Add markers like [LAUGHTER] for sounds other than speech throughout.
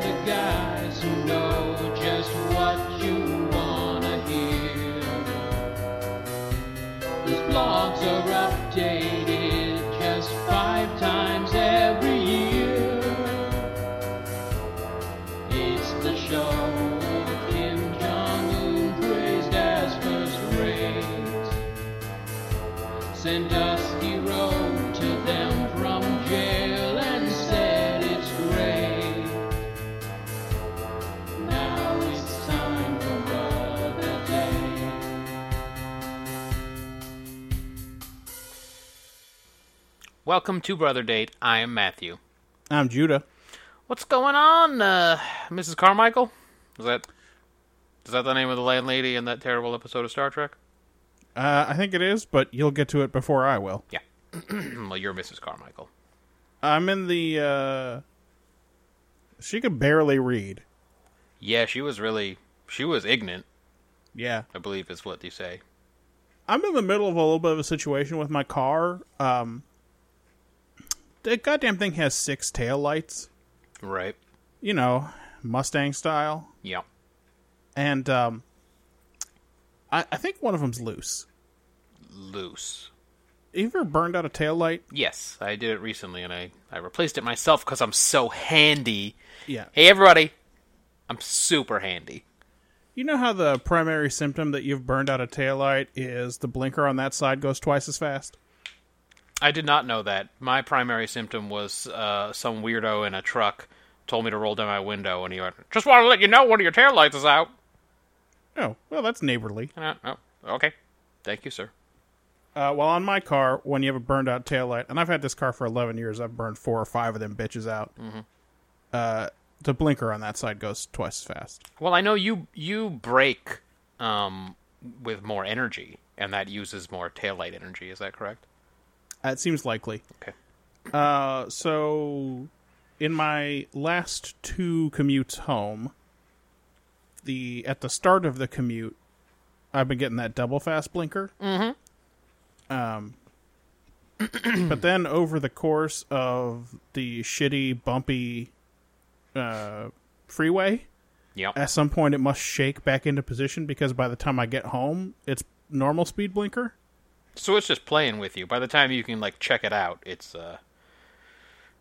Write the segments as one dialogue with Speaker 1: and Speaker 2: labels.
Speaker 1: the guys who know just what you wanna hear. These blogs are updated just five times every year. It's the show of Kim Jong Un praised as first rate. Sandusky wrote to them from jail and said it's great. Now it's time for other day.
Speaker 2: Welcome to Brother Date. I am Matthew.
Speaker 3: I'm Judah.
Speaker 2: What's going on, uh, Mrs. Carmichael? Is that is that the name of the landlady in that terrible episode of Star Trek?
Speaker 3: Uh, I think it is, but you'll get to it before I will.
Speaker 2: Yeah. [CLEARS THROAT] well, you're Mrs. Carmichael.
Speaker 3: I'm in the. Uh... She could barely read.
Speaker 2: Yeah, she was really she was ignorant.
Speaker 3: Yeah.
Speaker 2: I believe is what you say.
Speaker 3: I'm in the middle of a little bit of a situation with my car. Um, the goddamn thing has six tail lights,
Speaker 2: Right.
Speaker 3: you know, Mustang style,
Speaker 2: Yeah.
Speaker 3: and um, I, I think one of them's loose.
Speaker 2: Loose.
Speaker 3: You ever burned out a tail light?
Speaker 2: Yes, I did it recently, and I I replaced it myself because I'm so handy.
Speaker 3: Yeah.
Speaker 2: Hey, everybody, I'm super handy.
Speaker 3: You know how the primary symptom that you've burned out a tail light is the blinker on that side goes twice as fast.
Speaker 2: I did not know that. My primary symptom was uh, some weirdo in a truck told me to roll down my window, and he went, "Just want to let you know one of your taillights is out."
Speaker 3: Oh, well, that's neighborly.
Speaker 2: And I, oh, okay, thank you, sir.
Speaker 3: Uh, well, on my car, when you have a burned out taillight, and I've had this car for 11 years, I've burned four or five of them bitches out. Uh, the blinker on that side goes twice as fast.
Speaker 2: Well, I know you you brake um, with more energy, and that uses more taillight energy. Is that correct?
Speaker 3: Uh, it seems likely.
Speaker 2: Okay.
Speaker 3: Uh, so, in my last two commutes home, the at the start of the commute, I've been getting that double fast blinker. Mm-hmm. Um, [CLEARS THROAT] but then over the course of the shitty, bumpy uh, freeway,
Speaker 2: Yep.
Speaker 3: at some point it must shake back into position because by the time I get home, it's normal speed blinker.
Speaker 2: so it's just playing with you. By the time you can like check it out, it's uh,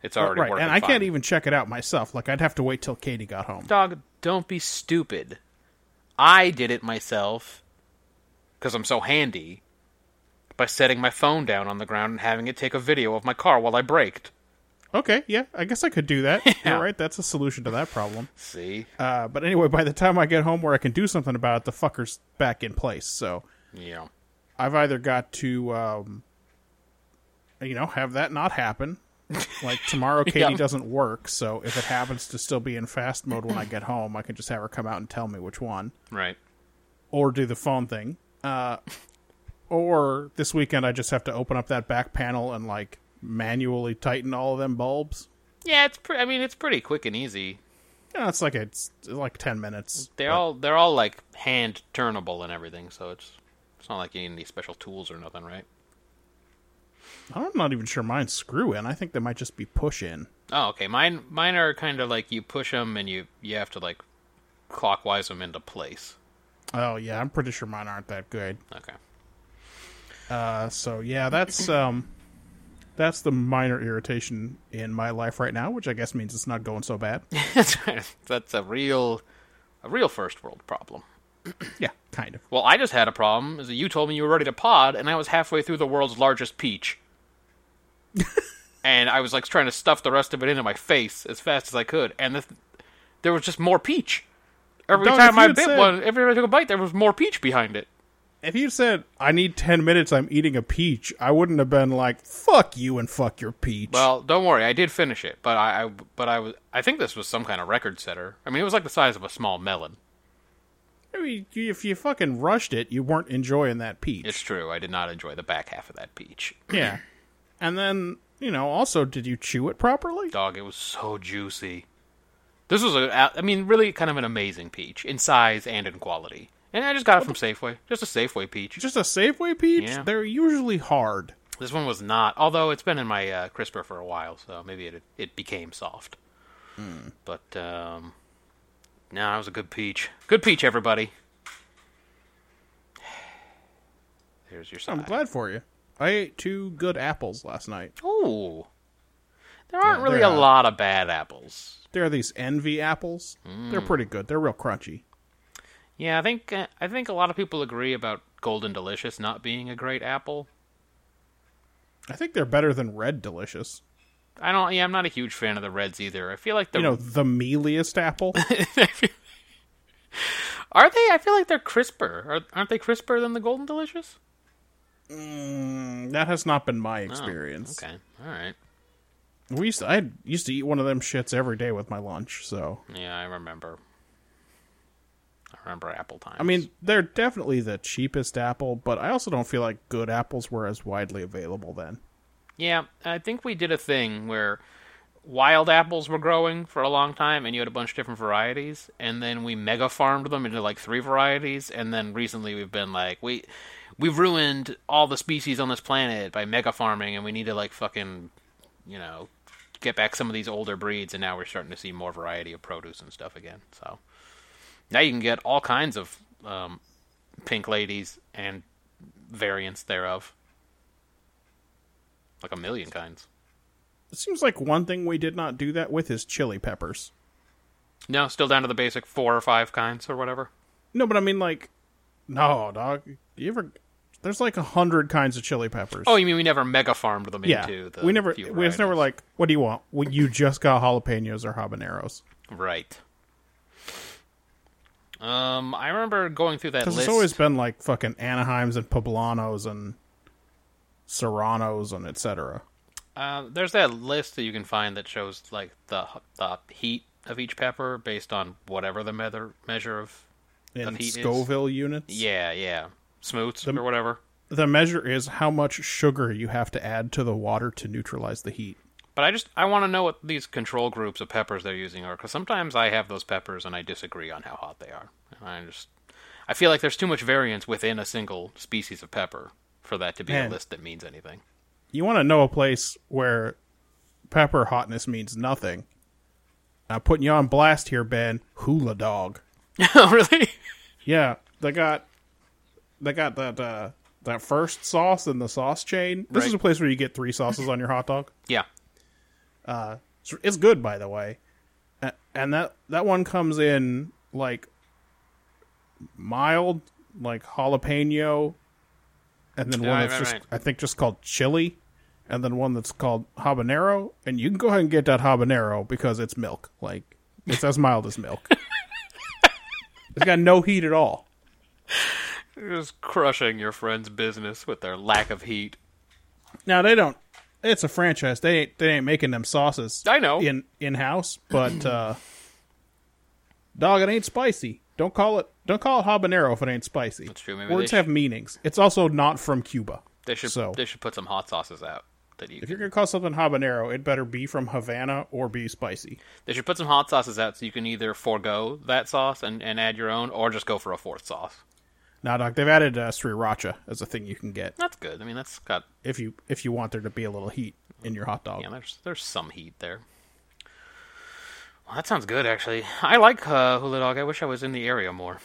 Speaker 2: it's already
Speaker 3: right,
Speaker 2: working.
Speaker 3: and I
Speaker 2: fine.
Speaker 3: can't even check it out myself. Like I'd have to wait till Katie got home.
Speaker 2: dog, don't be stupid. I did it myself because I'm so handy by setting my phone down on the ground and having it take a video of my car while I braked.
Speaker 3: Okay, yeah, I guess I could
Speaker 2: [LAUGHS]
Speaker 3: do that.
Speaker 2: Yeah.
Speaker 3: You're right. That's a solution to that problem.
Speaker 2: See?
Speaker 3: Uh, but anyway, by the time I get home where I can do something about it, the fucker's back in place. So
Speaker 2: yeah.
Speaker 3: I've either got to, um, you know, have that not happen. Like
Speaker 2: [LAUGHS]
Speaker 3: tomorrow, Katie
Speaker 2: Yeah.
Speaker 3: doesn't work, so if it happens to still be in fast mode when I get home, I can just have her come out and tell me which one,
Speaker 2: Right.
Speaker 3: or do the phone thing. Uh, or this weekend, I just have to open up that back panel and like manually tighten all of them bulbs.
Speaker 2: Yeah, it's pre- I mean it's pretty quick and easy.
Speaker 3: Yeah, it's like it's like ten minutes.
Speaker 2: They're all they're all like hand turnable and everything, so it's it's not like you need any special tools or nothing, right?
Speaker 3: I'm not even sure mine's screw in. I think they might just be push in.
Speaker 2: Oh, okay. Mine mine are kind of like you push them and you you have to like clockwise them into place.
Speaker 3: Oh yeah, I'm pretty sure mine aren't that good.
Speaker 2: Okay.
Speaker 3: Uh, so
Speaker 2: [CLEARS THROAT]
Speaker 3: yeah, that's um, that's the minor irritation in my life right now, which I guess means it's not going
Speaker 2: [LAUGHS]
Speaker 3: so bad.
Speaker 2: That's right. That's a real, a real first world problem.
Speaker 3: yeah, kind of.
Speaker 2: Well, I just had a problem. Is that you told me you were ready to pod, and I was halfway through the world's largest
Speaker 3: [LAUGHS]
Speaker 2: peach, and I was like trying to stuff the rest of it into my face as fast as I could, and the, there was just more peach. Every
Speaker 3: Dog, if
Speaker 2: time
Speaker 3: you
Speaker 2: I
Speaker 3: had
Speaker 2: bit
Speaker 3: said-
Speaker 2: one, every time I took a bite, there was more peach behind it.
Speaker 3: If you said I need ten minutes, I'm eating a peach, I wouldn't have been like fuck you and fuck your peach.
Speaker 2: Well, don't worry, I did finish it, but I, I but I was, I think this was some kind of record setter. I mean, it was like the size of a small melon.
Speaker 3: I mean, you- if you fucking rushed it, you weren't enjoying that peach.
Speaker 2: It's true, I did not enjoy the back half of that peach.
Speaker 3: yeah, and then you know, also, did you chew it properly?
Speaker 2: dog. It was so juicy. This was a, I mean, really kind of an amazing peach in size and in quality. And I just got it from Safeway. Just a Safeway peach.
Speaker 3: Just a Safeway peach?
Speaker 2: Yeah.
Speaker 3: They're usually hard.
Speaker 2: This one was not, although it's been in my uh, crisper for a while, so maybe it it became soft. But um, no, it was a good peach. Good peach, everybody. [SIGHS] There's your
Speaker 3: I'm
Speaker 2: side.
Speaker 3: glad for you. I ate two good apples last night.
Speaker 2: Ooh, there aren't really
Speaker 3: they're
Speaker 2: a
Speaker 3: not.
Speaker 2: lot of bad apples.
Speaker 3: There are these envy apples. They're
Speaker 2: Mm.
Speaker 3: pretty good. They're real crunchy.
Speaker 2: Yeah, I think uh, I think a lot of people agree about Golden Delicious not being a great apple.
Speaker 3: I think they're better than red delicious.
Speaker 2: I don't. Yeah, I'm not a huge fan of the reds either. I feel like the
Speaker 3: You know, the
Speaker 2: [LAUGHS]
Speaker 3: mealiest apple.
Speaker 2: are they. I feel like they're crisper. Are, aren't they crisper than the Golden Delicious?
Speaker 3: Mm, that has not been my experience.
Speaker 2: Oh, Okay. All right.
Speaker 3: We used to, I used to eat one of them shits every day with my lunch, so
Speaker 2: Yeah, I remember. I remember apple time.
Speaker 3: I mean, they're definitely the cheapest apple, but I also don't feel like good apples were as widely available then.
Speaker 2: yeah, I think we did a thing where wild apples were growing for a long time, and you had a bunch of different varieties, and then we mega farmed them into like three varieties, and then recently we've been like we we've ruined all the species on this planet by mega farming, and we need to like fucking you know get back some of these older breeds, and now we're starting to see more variety of produce and stuff again. So now you can get all kinds of um, pink ladies and variants thereof. Like a million kinds.
Speaker 3: It seems like one thing we did not do that with is chili peppers.
Speaker 2: No, still down to the basic four or five kinds or whatever.
Speaker 3: No, but I mean, like, no, dog. You ever? There's like a hundred kinds of chili peppers.
Speaker 2: Oh, you mean we never mega farmed them
Speaker 3: yeah.
Speaker 2: into the
Speaker 3: we never,
Speaker 2: few
Speaker 3: we just never
Speaker 2: varieties.
Speaker 3: like, what do you want? Well, you just got jalapenos or habaneros
Speaker 2: right. Um, I remember going through that
Speaker 3: because
Speaker 2: list.
Speaker 3: it's always been like fucking Anaheims and poblanos and serranos and etc.
Speaker 2: Uh, there's that list that you can find that shows like the the heat of each pepper based on whatever the meather, measure of
Speaker 3: In
Speaker 2: heat is-
Speaker 3: Scoville units,
Speaker 2: yeah yeah smoots or whatever.
Speaker 3: the measure is how much sugar you have to add to the water to neutralize the heat.
Speaker 2: But I just I want to know what these control groups of peppers they're using are because sometimes I have those peppers and I disagree on how hot they are. And I just I feel like there's too much variance within a single species of pepper for that to be
Speaker 3: Man.
Speaker 2: a list that means anything. [LAUGHS]
Speaker 3: You want to know a place where pepper hotness means nothing? I'm putting you on blast here, Ben. Hula dog.
Speaker 2: oh really?
Speaker 3: Yeah, they got they got that uh, that first sauce in the sauce chain. This is
Speaker 2: Right.
Speaker 3: a place where you get three sauces on your hot dog.
Speaker 2: Yeah.
Speaker 3: It's, it's good, by the way. A- And that that one comes in like mild, like jalapeno, and then one
Speaker 2: Right, right,
Speaker 3: that's just
Speaker 2: right.
Speaker 3: I think just called chili, and then one that's called habanero. And you can go ahead and get that habanero because it's milk. Like it's as mild
Speaker 2: [LAUGHS]
Speaker 3: as milk. it's got no heat at all.
Speaker 2: You're just crushing your friend's business with their lack of heat.
Speaker 3: Now they don't. It's a franchise. They ain't they ain't making them sauces.
Speaker 2: I know.
Speaker 3: in in house, but [CLEARS THROAT] uh, dog, it ain't spicy. Don't call it don't call it habanero if it ain't spicy. That's
Speaker 2: true. Maybe
Speaker 3: Words
Speaker 2: they
Speaker 3: have meanings. It's also not from Cuba.
Speaker 2: They should
Speaker 3: So-
Speaker 2: they should put some hot sauces out that you
Speaker 3: If you're gonna call something habanero, it better be from Havana or be spicy.
Speaker 2: They should put some hot sauces out so you can either forego that sauce and, and add your own or just go for a fourth sauce.
Speaker 3: Now, dog, they've added uh, sriracha as a thing you can get
Speaker 2: That's good. I mean that's got
Speaker 3: if you if you want there to be a little heat in your hot dog.
Speaker 2: Yeah, there's there's some heat there. Well, that sounds good, actually. I like uh, Hula Dog. I wish I was in the area more.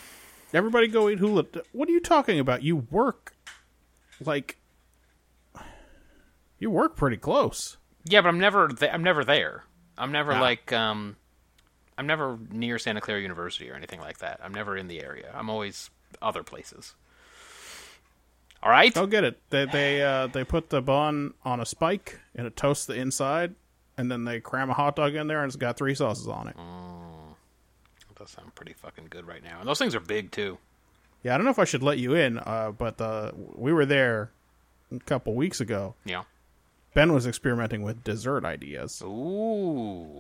Speaker 3: Everybody go eat hula. What are you talking about? You work like you work pretty close.
Speaker 2: Yeah, but I'm never th- I'm never there. I'm never like um, I'm never near Santa Clara University or anything like that. I'm never in the area. I'm always other places. All right.
Speaker 3: Go get it. They they uh, they put the bun on a spike and it toasts the inside, and then they cram a hot dog in there and it's got three sauces on it.
Speaker 2: That does sound pretty fucking good right now. And those things are big too.
Speaker 3: Yeah, I don't know if I should let you in, uh, but uh, we were there a couple weeks ago.
Speaker 2: Yeah.
Speaker 3: Ben was experimenting with dessert ideas,
Speaker 2: Oh.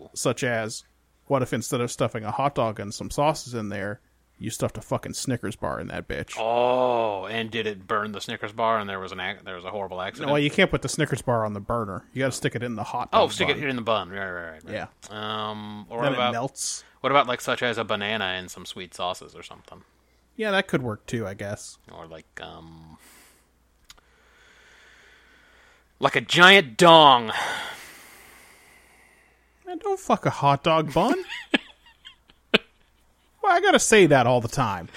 Speaker 2: Ooh.
Speaker 3: such as what if instead of stuffing a hot dog and some sauces in there, you stuffed a fucking Snickers bar in that bitch.
Speaker 2: Oh, and did it burn the Snickers bar? And there was an ac- there was a horrible accident.
Speaker 3: Well, you can't put the Snickers bar on the burner. You got to stick it in the hot dog.
Speaker 2: oh, stick
Speaker 3: bun.
Speaker 2: it in the bun. Right, right, right. right.
Speaker 3: Yeah,
Speaker 2: Um, or what
Speaker 3: then it
Speaker 2: about
Speaker 3: melts.
Speaker 2: what about like such as a banana and some sweet sauces or something?
Speaker 3: Yeah, that could work too, I guess.
Speaker 2: or like um like a giant dong.
Speaker 3: Man, don't fuck a hot
Speaker 2: [LAUGHS]
Speaker 3: dog bun. well, I gotta say that all the time.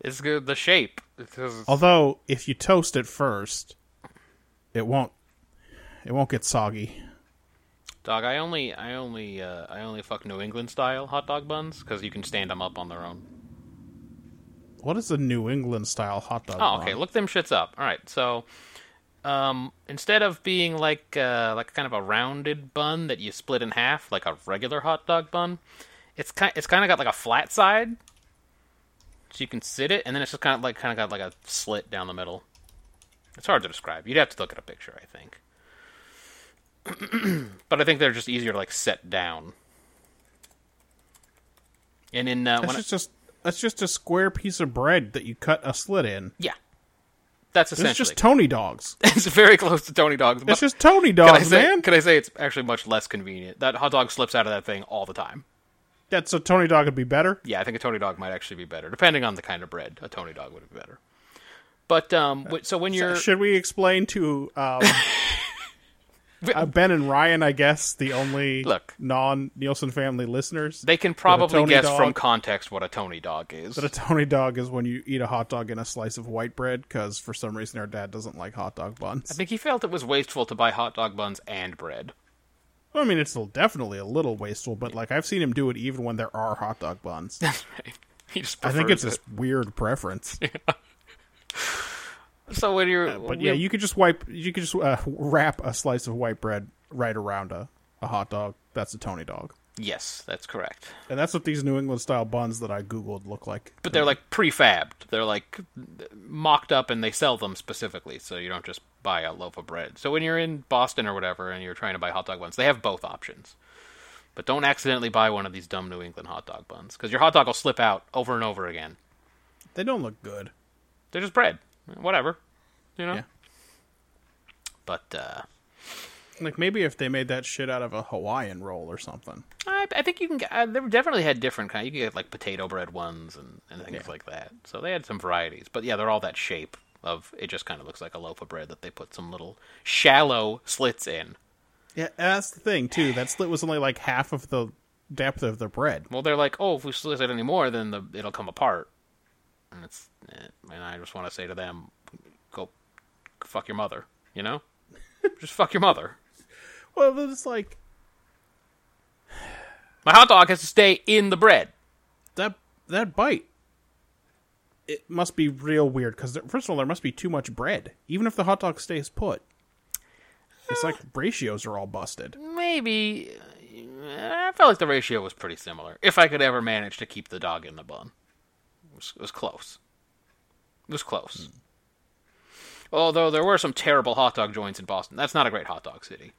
Speaker 2: It's good the shape because it's-
Speaker 3: Although, if you toast it first, it won't it won't get soggy.
Speaker 2: dog. I only I only uh, I only fuck New England style hot dog buns because you can stand them up on their own.
Speaker 3: What is a New England style hot dog?
Speaker 2: Oh,
Speaker 3: bun?
Speaker 2: okay. Look them shits up. All right. So, um, instead of being like uh, like kind of a rounded bun that you split in half, like a regular hot dog bun, it's kind it's kind of got like a flat side, so you can sit it, and then it's just kind of like kind of got like a slit down the middle. It's hard to describe. You'd have to look at a picture, I think. [CLEARS THROAT] but I think they're just easier to like set down. And in uh,
Speaker 3: That's
Speaker 2: when I-
Speaker 3: just, just that's just a square piece of bread that you cut a slit in.
Speaker 2: yeah, that's
Speaker 3: This is
Speaker 2: essentially
Speaker 3: just
Speaker 2: [LAUGHS]
Speaker 3: Tony dogs.
Speaker 2: it's very close to Tony Dogs. but-
Speaker 3: It's just Tony
Speaker 2: Can I
Speaker 3: dogs,
Speaker 2: say?
Speaker 3: man.
Speaker 2: Can I say it's actually much less convenient? That hot dog slips out of that thing all the time.
Speaker 3: That's a Tony dog would be better.
Speaker 2: Yeah, I think a Tony dog might actually be better, depending on the kind of bread. A Tony dog would be better. But um, wh- so when you're
Speaker 3: Uh, Should we explain to
Speaker 2: [LAUGHS]
Speaker 3: um, uh, Ben and Ryan, I guess, the only
Speaker 2: Look.
Speaker 3: non Nielsen family listeners,
Speaker 2: they can probably
Speaker 3: Tony
Speaker 2: guess
Speaker 3: dog-
Speaker 2: from context what a Tony dog is.
Speaker 3: that a Tony dog is when you eat a hot dog and a slice of white bread because for some reason our dad doesn't like hot dog buns.
Speaker 2: I think he felt it was wasteful to buy hot dog buns and bread. [LAUGHS]
Speaker 3: Well, I mean, it's still definitely a little wasteful, but like I've seen him do it even when there are hot dog buns.
Speaker 2: [LAUGHS] He just
Speaker 3: I think
Speaker 2: prefers
Speaker 3: it's this
Speaker 2: it.
Speaker 3: weird
Speaker 2: [LAUGHS]
Speaker 3: preference.
Speaker 2: so when you're
Speaker 3: Uh, But yeah, you could just wipe, you could just uh, wrap a slice of white bread right around a, a hot dog. That's a Tony dog.
Speaker 2: yes, that's correct.
Speaker 3: And that's what these New England style buns that I Googled look like.
Speaker 2: But they're like prefabbed. They're like mocked up, and they sell them specifically, so you don't just buy a loaf of bread. So when you're in Boston or whatever, and you're trying to buy hot dog buns, they have both options. But don't accidentally buy one of these dumb New England hot dog buns, because your hot dog will slip out over and over again.
Speaker 3: They don't look good.
Speaker 2: They're just bread, whatever, you know.
Speaker 3: Yeah.
Speaker 2: But uh,
Speaker 3: Like maybe if they made that shit out of a Hawaiian roll or something.
Speaker 2: I, I think you can. get- Uh, they definitely had different kind. You could get like potato bread ones and, and things like that. So they had some varieties. But yeah, they're all that shape of it. Just kind of looks like a loaf of bread that they put some little shallow slits in.
Speaker 3: Yeah, that's the thing too. That slit was only like half of the depth of the bread.
Speaker 2: Well, they're like, oh, if we slit it anymore, then the, it'll come apart. And it's eh, and I just want to say to them, go fuck your mother. You know, [LAUGHS] just fuck your mother.
Speaker 3: Well, but it's like
Speaker 2: My hot dog has to stay in the bread.
Speaker 3: that that bite. It must be real weird because first of all, there must be too much bread, even if the hot dog stays put. It's like ratios are all busted.
Speaker 2: maybe I felt like the ratio was pretty similar. If I could ever manage to keep the dog in the bun, it was, it was close. It was close. Although there were some terrible hot dog joints in Boston. That's not a great hot dog city.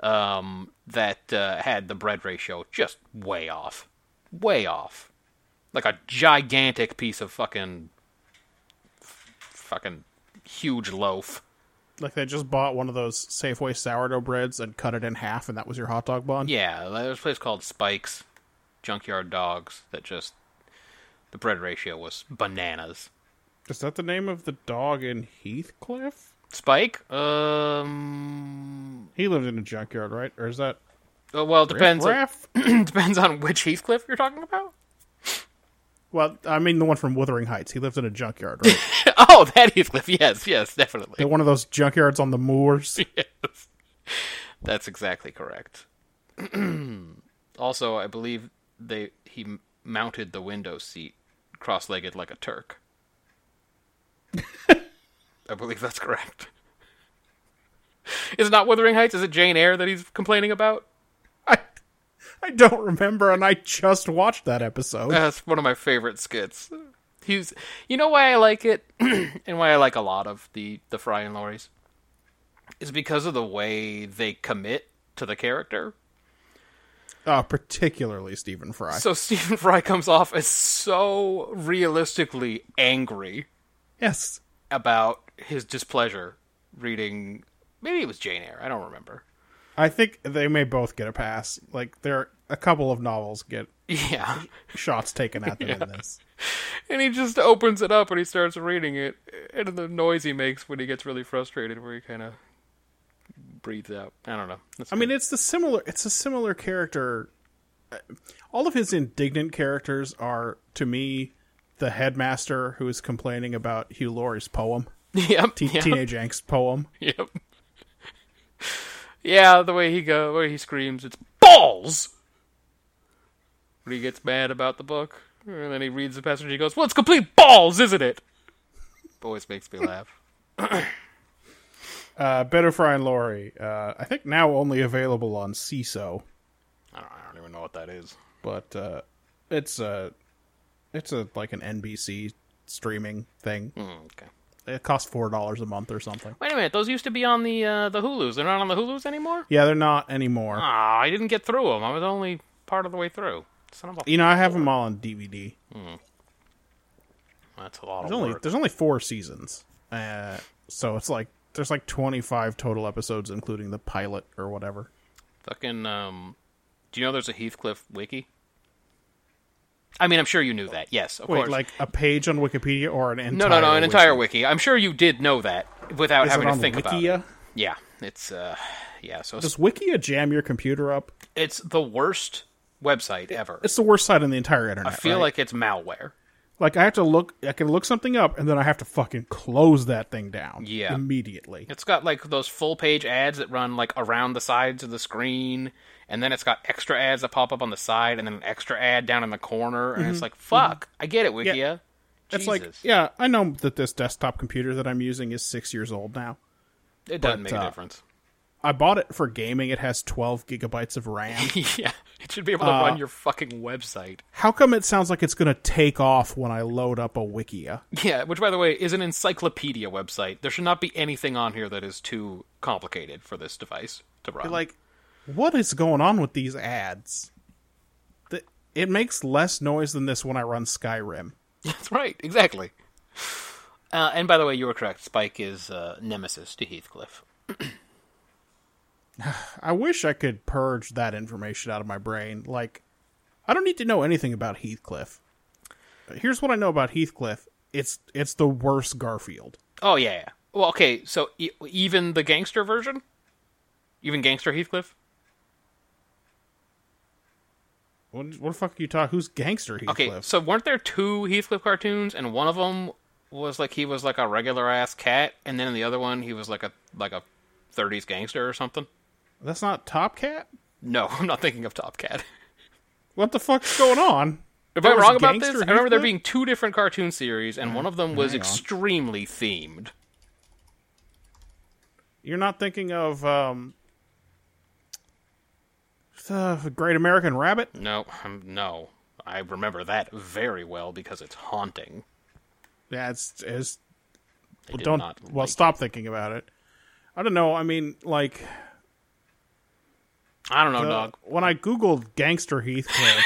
Speaker 2: Um, that uh, had the bread ratio just way off, way off, like a gigantic piece of fucking, fucking huge loaf.
Speaker 3: Like they just bought one of those Safeway sourdough breads and cut it in half, and that was your hot dog bun.
Speaker 2: Yeah, there's a place called Spikes, Junkyard Dogs, that just the bread ratio was bananas.
Speaker 3: Is that the name of the dog in Heathcliff?
Speaker 2: Spike? Um.
Speaker 3: He lived in a junkyard, right? Or is that
Speaker 2: oh, Well, it depends. On,
Speaker 3: Raff?
Speaker 2: [CLEARS THROAT] depends on which Heathcliff you're talking about. [LAUGHS]
Speaker 3: [COUGHS] Well, I mean the one from Wuthering Heights. He lived in a junkyard, right?
Speaker 2: [LAUGHS] oh, that Heathcliff. Yes, yes, definitely.
Speaker 3: one of those junkyards on the moors. [LAUGHS]
Speaker 2: That's exactly correct. [CLEARS THROAT] also, I believe they he m- mounted the window seat cross-legged like a Turk. I believe that's correct. Is it not Wuthering Heights? Is it Jane Eyre that he's complaining about?
Speaker 3: I, I don't remember, and I just watched that episode.
Speaker 2: Uh, That's one of my favorite skits. He's, you know, why I like it, [CLEARS THROAT] and why I like a lot of the the Fry and Laurie's, is because of the way they commit to the character.
Speaker 3: Uh, particularly Stephen Fry.
Speaker 2: So Stephen [LAUGHS] Fry comes off as so realistically angry
Speaker 3: yes,
Speaker 2: about his displeasure reading. Maybe it was Jane Eyre. I don't remember. [LAUGHS]
Speaker 3: I think they may both get a pass. Like there are a couple of novels get
Speaker 2: Yeah.
Speaker 3: shots taken at
Speaker 2: [LAUGHS]
Speaker 3: them in this.
Speaker 2: And he just opens it up and he starts reading it. And the noise he makes when he gets really frustrated, where he kind of breathes out. I don't know. That's [LAUGHS]
Speaker 3: I mean, it's the similar. It's a similar character. All of his indignant characters are, to me, the headmaster who is complaining about Hugh Laurie's poem,
Speaker 2: yep,
Speaker 3: Te-
Speaker 2: yep,
Speaker 3: Teenage Angst poem.
Speaker 2: [LAUGHS] yep. Yeah, the way he go, the way he screams, it's balls. When he gets mad about the book, and then he reads the passage, he goes, "Well, it's complete balls, isn't it?" [LAUGHS] Always makes me laugh.
Speaker 3: Uh, Better Fry and Laurie. Uh, I think now only available on CISO,
Speaker 2: I don't, I don't even know what that is.
Speaker 3: but uh, it's a it's a like an NBC streaming thing.
Speaker 2: Mm, okay.
Speaker 3: It costs four dollars a month or something.
Speaker 2: Wait a minute, those used to be on the uh, the Hulu's. They're not on the Hulu's anymore.
Speaker 3: Yeah, they're not anymore.
Speaker 2: Ah, I didn't get through them. I was only part of the way through. Son of a.
Speaker 3: You know, I have them all on DVD.
Speaker 2: That's a lot
Speaker 3: There's
Speaker 2: of
Speaker 3: only
Speaker 2: work.
Speaker 3: there's only four seasons, uh, so it's like there's like 25 total episodes, including the pilot or whatever.
Speaker 2: Fucking. Um, do you know there's a Heathcliff wiki? I mean, I'm sure you knew that. Yes, of
Speaker 3: Wait,
Speaker 2: course.
Speaker 3: like a page on Wikipedia or an
Speaker 2: no,
Speaker 3: entire?
Speaker 2: no, no, an entire
Speaker 3: wiki.
Speaker 2: wiki. I'm sure you did know that without
Speaker 3: Is
Speaker 2: having
Speaker 3: it
Speaker 2: to
Speaker 3: on
Speaker 2: think about.
Speaker 3: Wikia?
Speaker 2: It. Yeah, it's uh, yeah. So
Speaker 3: Does Wikia jam your computer up?
Speaker 2: it's the worst website ever.
Speaker 3: It's the worst site on the entire
Speaker 2: I
Speaker 3: internet.
Speaker 2: feel
Speaker 3: right?
Speaker 2: like it's malware.
Speaker 3: like I have to look. I can look something up, and then I have to fucking close that thing down.
Speaker 2: Yeah.
Speaker 3: immediately.
Speaker 2: It's got like those full page ads that run like around the sides of the screen, and then it's got extra ads that pop up on the side, and then an extra ad down in the corner, and it's like, fuck, I get it, Wikia.
Speaker 3: Mm-hmm. Yeah. It's
Speaker 2: Jesus.
Speaker 3: like, yeah, I know that this desktop computer that I'm using is six years old now.
Speaker 2: it doesn't
Speaker 3: but,
Speaker 2: make a
Speaker 3: uh,
Speaker 2: difference. [LAUGHS]
Speaker 3: I bought it for gaming. It has 12 gigabytes of RAM.
Speaker 2: yeah, it should be able to
Speaker 3: uh,
Speaker 2: run your fucking website.
Speaker 3: How come it sounds like it's going to take off when I load up a Wikia?
Speaker 2: Yeah, which by the way is an encyclopedia website. There should not be anything on here that is too complicated for this device to run.
Speaker 3: Like, what is going on with these ads? Th- It makes less noise than this when I run Skyrim.
Speaker 2: [LAUGHS] That's right, exactly. Uh, and by the way, you were correct. Spike is uh, nemesis to Heathcliff.
Speaker 3: I wish I could purge that information out of my brain. Like, I don't need to know anything about Heathcliff. Here's what I know about Heathcliff. It's it's the worst Garfield.
Speaker 2: Oh yeah. yeah. Well, okay. So e- even the gangster version, even gangster Heathcliff.
Speaker 3: What, what the fuck are you talking? Who's gangster
Speaker 2: Okay.
Speaker 3: Heathcliff?
Speaker 2: So weren't there two Heathcliff cartoons, and one of them was like he was like a regular ass cat, and then in the other one he was like a like a 30s gangster or something.
Speaker 3: That's not Top Cat.
Speaker 2: No, [LAUGHS] I'm not thinking of Top Cat.
Speaker 3: What the fuck's going on?
Speaker 2: Am
Speaker 3: There
Speaker 2: I
Speaker 3: was
Speaker 2: wrong about this?
Speaker 3: Gangster
Speaker 2: I remember there
Speaker 3: Heathcliff?
Speaker 2: being two different cartoon series, and one of them was
Speaker 3: hang on.
Speaker 2: extremely themed.
Speaker 3: You're not thinking of um the Great American Rabbit?
Speaker 2: No, um, no, I remember that very well because it's haunting.
Speaker 3: Yeah, it's, it's
Speaker 2: I
Speaker 3: well,
Speaker 2: did
Speaker 3: don't
Speaker 2: not
Speaker 3: well
Speaker 2: like-
Speaker 3: stop thinking about it. I don't know. I mean, like
Speaker 2: I don't know,
Speaker 3: uh,
Speaker 2: dog.
Speaker 3: when I googled
Speaker 2: [LAUGHS]
Speaker 3: gangster Heathcliff,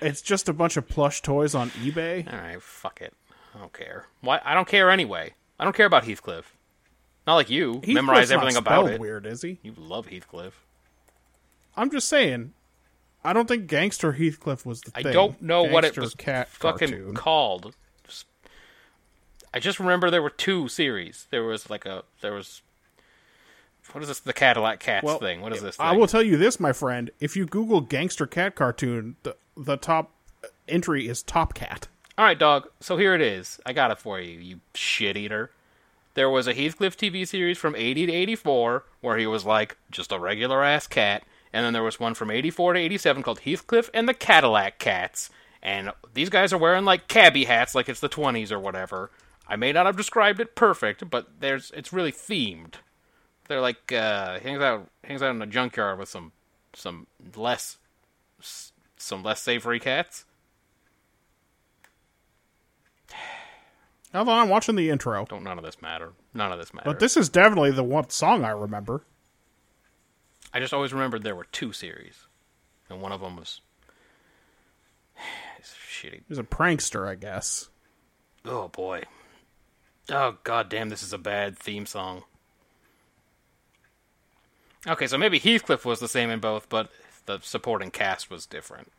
Speaker 3: it's just a bunch of plush toys on eBay.
Speaker 2: All right, fuck it. I don't care. Why? I don't care anyway. I don't care about Heathcliff. Not like you
Speaker 3: Heathcliff's
Speaker 2: memorize
Speaker 3: not
Speaker 2: everything about
Speaker 3: spelled
Speaker 2: it.
Speaker 3: Weird, is he?
Speaker 2: You love Heathcliff.
Speaker 3: I'm just saying. I don't think gangster Heathcliff was the
Speaker 2: I
Speaker 3: thing.
Speaker 2: don't know what it
Speaker 3: Gangster
Speaker 2: was
Speaker 3: cat
Speaker 2: fucking
Speaker 3: cartoon.
Speaker 2: called. Just- I just remember there were two series. There was like a there was. What is this? The Cadillac Cats
Speaker 3: Well,
Speaker 2: thing. What is this? Thing?
Speaker 3: I will tell you this, my friend. If you Google gangster cat cartoon, the, the top entry is Top Cat.
Speaker 2: All right, dog. So here it is. I got it for you, you shit eater. There was a Heathcliff TV series from 80 to 84 where he was like just a regular ass cat, and then there was one from 84 to 87 called Heathcliff and the Cadillac Cats. And these guys are wearing like cabbie hats like it's the 20s or whatever. I may not have described it perfect, but there's it's really themed. They're like uh hangs out hangs out in a junkyard with some some less s- some less savory cats.
Speaker 3: Hold on, I'm watching the intro.
Speaker 2: Don't none of this matter. None of this matter.
Speaker 3: But this is definitely the one song I remember.
Speaker 2: I just always remembered there were two series, and one of them was [SIGHS] it's shitty.
Speaker 3: He's a prankster, I guess.
Speaker 2: Oh boy. Oh god damn, this is a bad theme song. Okay, so maybe Heathcliff was the same in both, but the supporting cast was different.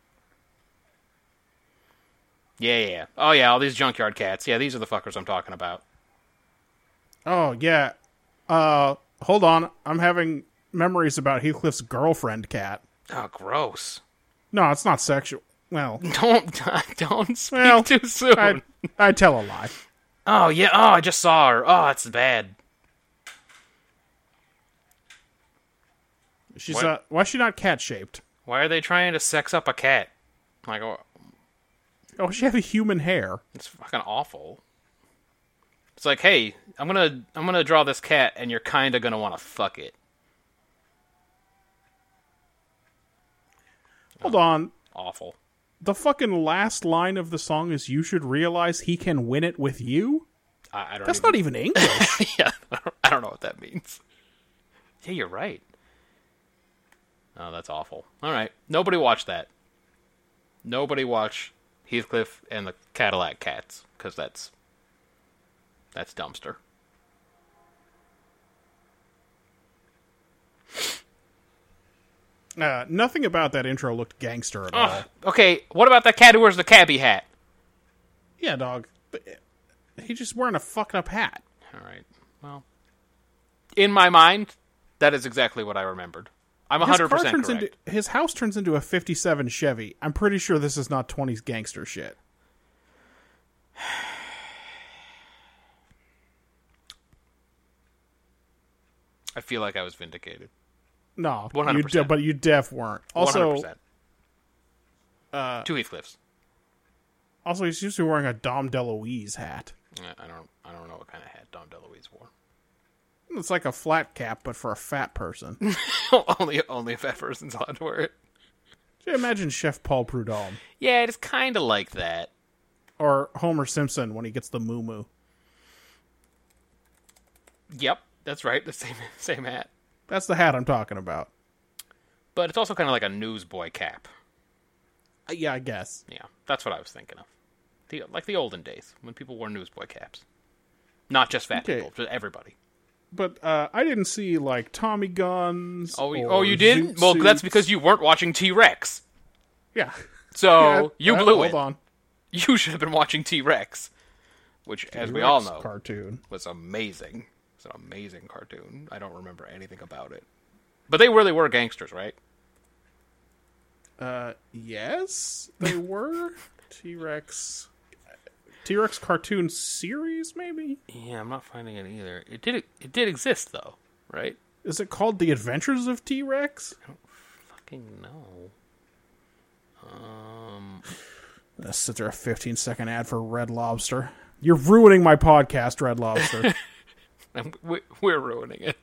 Speaker 2: Yeah, yeah, yeah. Oh, yeah, all these junkyard cats. Yeah, these are the fuckers I'm talking about.
Speaker 3: Oh yeah. Uh, hold on. I'm having memories about Heathcliff's girlfriend cat.
Speaker 2: Oh, gross. [LAUGHS]
Speaker 3: No, it's not sexual. Well,
Speaker 2: Don't, [LAUGHS] don't speak
Speaker 3: Well,
Speaker 2: too soon.
Speaker 3: I I tell a lie.
Speaker 2: Oh, yeah, oh, I just saw her. Oh, it's bad.
Speaker 3: She's
Speaker 2: What?
Speaker 3: uh, why is she not cat shaped?
Speaker 2: Why are they trying to sex up a cat? Like, oh,
Speaker 3: Oh, she have a human hair.
Speaker 2: it's fucking awful. It's like, hey, I'm gonna, I'm gonna draw this cat, and you're kinda gonna want to fuck it.
Speaker 3: Hold on.
Speaker 2: Awful.
Speaker 3: The fucking last line of the song is "You should realize he can win it with you."
Speaker 2: I, I don't.
Speaker 3: That's
Speaker 2: even- [LAUGHS]
Speaker 3: not even English.
Speaker 2: yeah, I don't- I don't know what that means. Yeah, you're right. Oh, that's awful. All right, nobody watch that. Nobody watch Heathcliff and the Cadillac Cats because that's that's dumpster.
Speaker 3: [COUGHS] uh, nothing about that intro looked gangster at all.
Speaker 2: Ugh. Okay, what about that cat who wears the cabbie hat?
Speaker 3: Yeah, dog. But uh, he just wearing a fucked up hat.
Speaker 2: All right, well, in my mind, that is exactly what I remembered. I'm
Speaker 3: His
Speaker 2: 100
Speaker 3: car
Speaker 2: percent
Speaker 3: turns
Speaker 2: correct.
Speaker 3: into his house turns into a '57 Chevy. I'm pretty sure this is not '20s gangster shit.
Speaker 2: I feel like I was vindicated.
Speaker 3: No, you
Speaker 2: 100%.
Speaker 3: de- but you def weren't. Also,
Speaker 2: 100%. Uh, Two Heathcliffs.
Speaker 3: also, he's usually wearing a Dom DeLuise hat.
Speaker 2: I- I don't I don't know what kind of hat Dom DeLuise wore. [LAUGHS]
Speaker 3: It's like a flat cap, but for a fat [LAUGHS] person.
Speaker 2: only only a fat person's allowed to wear it.
Speaker 3: Imagine Chef Paul Prudhomme
Speaker 2: Yeah, it is kind of like that.
Speaker 3: or Homer Simpson when he gets the moo moo.
Speaker 2: Yep, that's right. The same [LAUGHS] same hat,
Speaker 3: That's the hat I'm talking about.
Speaker 2: but it's also kind of like a newsboy cap.
Speaker 3: Uh, Yeah, I guess.
Speaker 2: Yeah, that's what I was thinking of. The, like the olden days when people wore newsboy caps, not just fat
Speaker 3: Okay.
Speaker 2: people, just everybody.
Speaker 3: But uh, I didn't see like Tommy guns.
Speaker 2: Oh, you-
Speaker 3: or
Speaker 2: oh, you didn't?
Speaker 3: zoot
Speaker 2: Well, that's
Speaker 3: suits.
Speaker 2: because you weren't watching T Rex.
Speaker 3: yeah.
Speaker 2: So Oh, you
Speaker 3: Uh,
Speaker 2: blew
Speaker 3: hold
Speaker 2: it.
Speaker 3: on.
Speaker 2: [LAUGHS] You should have been watching T Rex, which, as we all
Speaker 3: Rex
Speaker 2: know,
Speaker 3: cartoon.
Speaker 2: was amazing. It's an amazing cartoon. I don't remember anything about it. But they really were gangsters, right?
Speaker 3: Yes, they were T Rex. T Rex cartoon series, maybe.
Speaker 2: Yeah, I'm not finding it either. It did it did exist though, right?
Speaker 3: Is it called The Adventures of T Rex?
Speaker 2: Fucking no.
Speaker 3: Sit there a 15 second ad for Red Lobster. You're ruining my podcast,
Speaker 2: [LAUGHS]
Speaker 3: Red Lobster.
Speaker 2: And we- We're ruining it.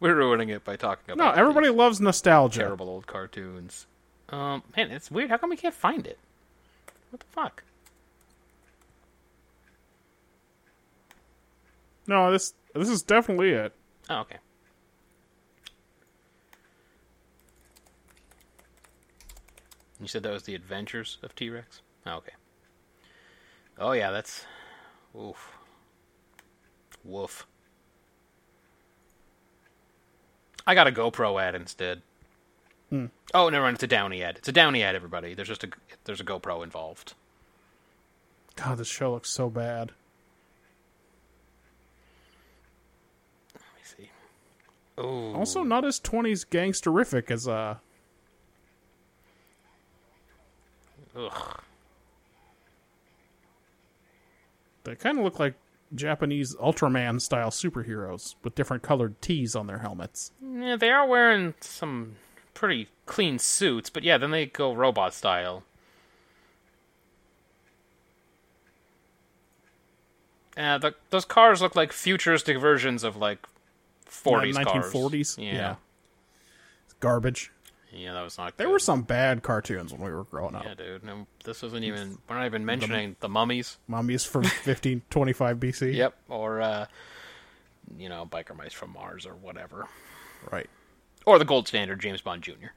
Speaker 2: We're ruining it by talking
Speaker 3: no,
Speaker 2: about
Speaker 3: everybody loves nostalgia.
Speaker 2: these terrible old cartoons. Um, man, it's weird. How come we can't find it? What the fuck?
Speaker 3: No, this this is definitely it.
Speaker 2: Oh, okay. You said that was the Adventures of T Rex. Oh, okay. Oh yeah, that's. Oof. Woof. I got a GoPro ad instead. Oh, never mind. It's a Downy ad. It's a Downy ad. Everybody, there's just a there's a GoPro involved.
Speaker 3: God, this show looks so bad.
Speaker 2: Let me see. Oh,
Speaker 3: Also, not as 20s gangsterific as uh.
Speaker 2: ugh.
Speaker 3: They kind of look like Japanese Ultraman style superheroes with different colored tees on their helmets.
Speaker 2: Yeah, they are wearing some pretty clean suits, but yeah, then they go robot style. Uh, the, those cars look like futuristic versions of like 40s cars.
Speaker 3: 1940s.
Speaker 2: Yeah.
Speaker 3: It's garbage.
Speaker 2: Yeah, that was not.
Speaker 3: There
Speaker 2: good.
Speaker 3: were some bad cartoons when we were growing up.
Speaker 2: Yeah, dude. No, this wasn't even. We're not even mentioning the mummies.
Speaker 3: Mummies
Speaker 2: [LAUGHS]
Speaker 3: from 1525 BC.
Speaker 2: Yep. Or, uh, you know, biker mice from Mars or whatever.
Speaker 3: Right.
Speaker 2: Or the gold standard, James Bond Jr.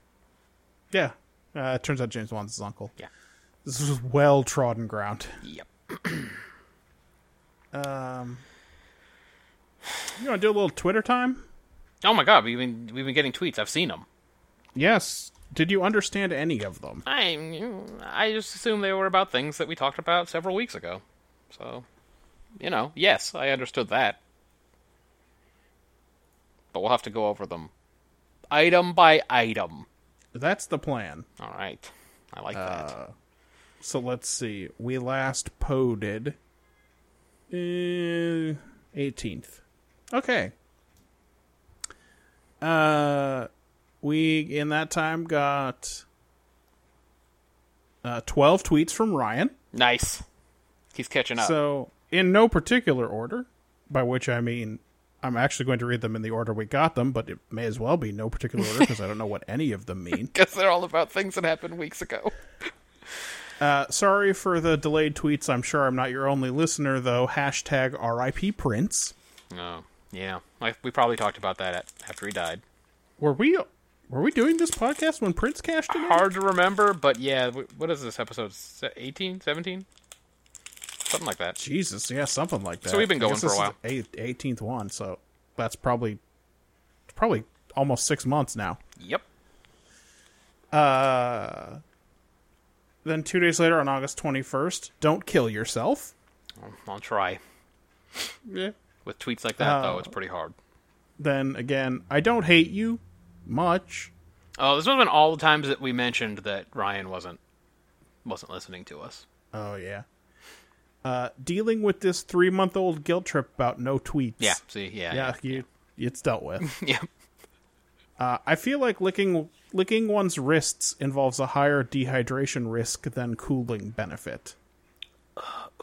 Speaker 3: Yeah. Uh, it turns out James Bond's his uncle.
Speaker 2: Yeah.
Speaker 3: This was well trodden ground.
Speaker 2: Yep.
Speaker 3: You want to do a little Twitter time?
Speaker 2: Oh my god, we've been we've been getting tweets. I've seen them.
Speaker 3: Yes. Did you understand any of them?
Speaker 2: I I just assumed they were about things that we talked about several weeks ago. So, you know, yes, I understood that. But we'll have to go over them item by item.
Speaker 3: That's the plan.
Speaker 2: All right. I like that.
Speaker 3: So let's see. We last poded uh, 18th. Okay. Uh we in that time got uh 12 tweets from Ryan.
Speaker 2: Nice. He's catching up.
Speaker 3: So, in no particular order, by which I mean I'm actually going to read them in the order we got them, but it may as well be no particular order because I don't know what any of them mean.
Speaker 2: Because they're all about things that happened weeks ago.
Speaker 3: Uh, sorry for the delayed tweets. I'm sure I'm not your only listener, though. Hashtag RIP Prince.
Speaker 2: Oh, yeah. I, we probably talked about that at, after he died.
Speaker 3: Were we were we doing this podcast when Prince cashed in?
Speaker 2: Hard to remember, but yeah. w- What is this episode? Se- 18? 17? Something like that.
Speaker 3: Jesus, yeah, something like that.
Speaker 2: So we've been going for a while.
Speaker 3: Eighteenth one, so that's probably probably almost six months now.
Speaker 2: Yep.
Speaker 3: Then two days later, on August twenty first, don't kill yourself.
Speaker 2: I'll try.
Speaker 3: Yeah.
Speaker 2: With tweets like that, though,
Speaker 3: Oh.
Speaker 2: it's pretty hard.
Speaker 3: Then again, I don't hate you much.
Speaker 2: Oh, this must have been all the times that we mentioned that Ryan wasn't wasn't listening to us.
Speaker 3: Oh yeah. Uh, dealing with this three month old guilt trip about no tweets.
Speaker 2: Yeah. See. Yeah.
Speaker 3: Yeah, you it's dealt
Speaker 2: [LAUGHS]
Speaker 3: with.
Speaker 2: Yeah.
Speaker 3: Uh, I feel like licking licking one's wrists involves a higher dehydration risk than cooling benefit.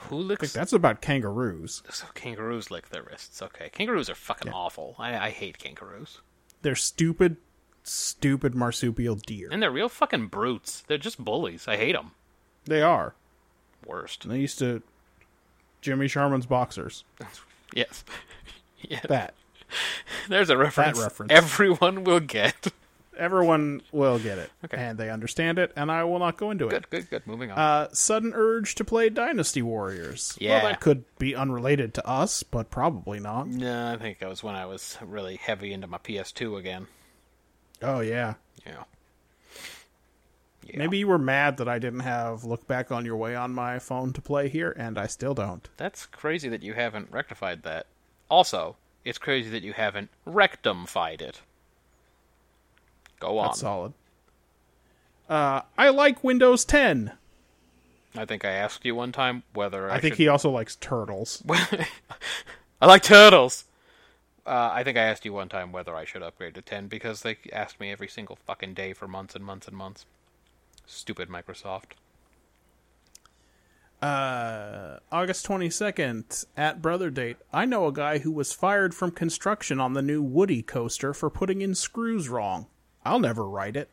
Speaker 2: Who licks?
Speaker 3: That's about kangaroos.
Speaker 2: So kangaroos lick their wrists. Okay. Kangaroos are fucking awful. I, I hate kangaroos.
Speaker 3: They're stupid, stupid marsupial deer.
Speaker 2: And they're real fucking brutes. They're just bullies. I hate them.
Speaker 3: They are.
Speaker 2: Worst.
Speaker 3: And they used to Jimmy
Speaker 2: [LAUGHS]
Speaker 3: Sharman's boxers.
Speaker 2: Yes. [LAUGHS] yeah.
Speaker 3: That
Speaker 2: There's a reference,
Speaker 3: reference.
Speaker 2: everyone will get. [LAUGHS]
Speaker 3: everyone will get it,
Speaker 2: Okay.
Speaker 3: and they understand it. And I will not go into it.
Speaker 2: Good, good, good. Moving on.
Speaker 3: Uh, sudden urge to play Dynasty Warriors.
Speaker 2: Yeah.
Speaker 3: well, that could be unrelated to us, but probably not.
Speaker 2: no, I think that was when I was really heavy into my PS2 again.
Speaker 3: Oh yeah.
Speaker 2: Yeah. Yeah.
Speaker 3: Maybe you were mad that I didn't have Look Back on Your Way on my phone to play here, and I still don't.
Speaker 2: That's crazy that you haven't rectified that. Also, it's crazy that you haven't rectumified it. Go on.
Speaker 3: That's solid. Uh, I like Windows 10.
Speaker 2: I think I asked you one time whether I,
Speaker 3: I think
Speaker 2: should...
Speaker 3: he also likes turtles.
Speaker 2: [LAUGHS] I like turtles. Uh, I think I asked you one time whether I should upgrade to 10 because they asked me every single fucking day for months and months and months. Stupid Microsoft.
Speaker 3: August 22nd, at Brother Date, I know a guy who was fired from construction on the new Woody coaster for putting in screws wrong. I'll never write it.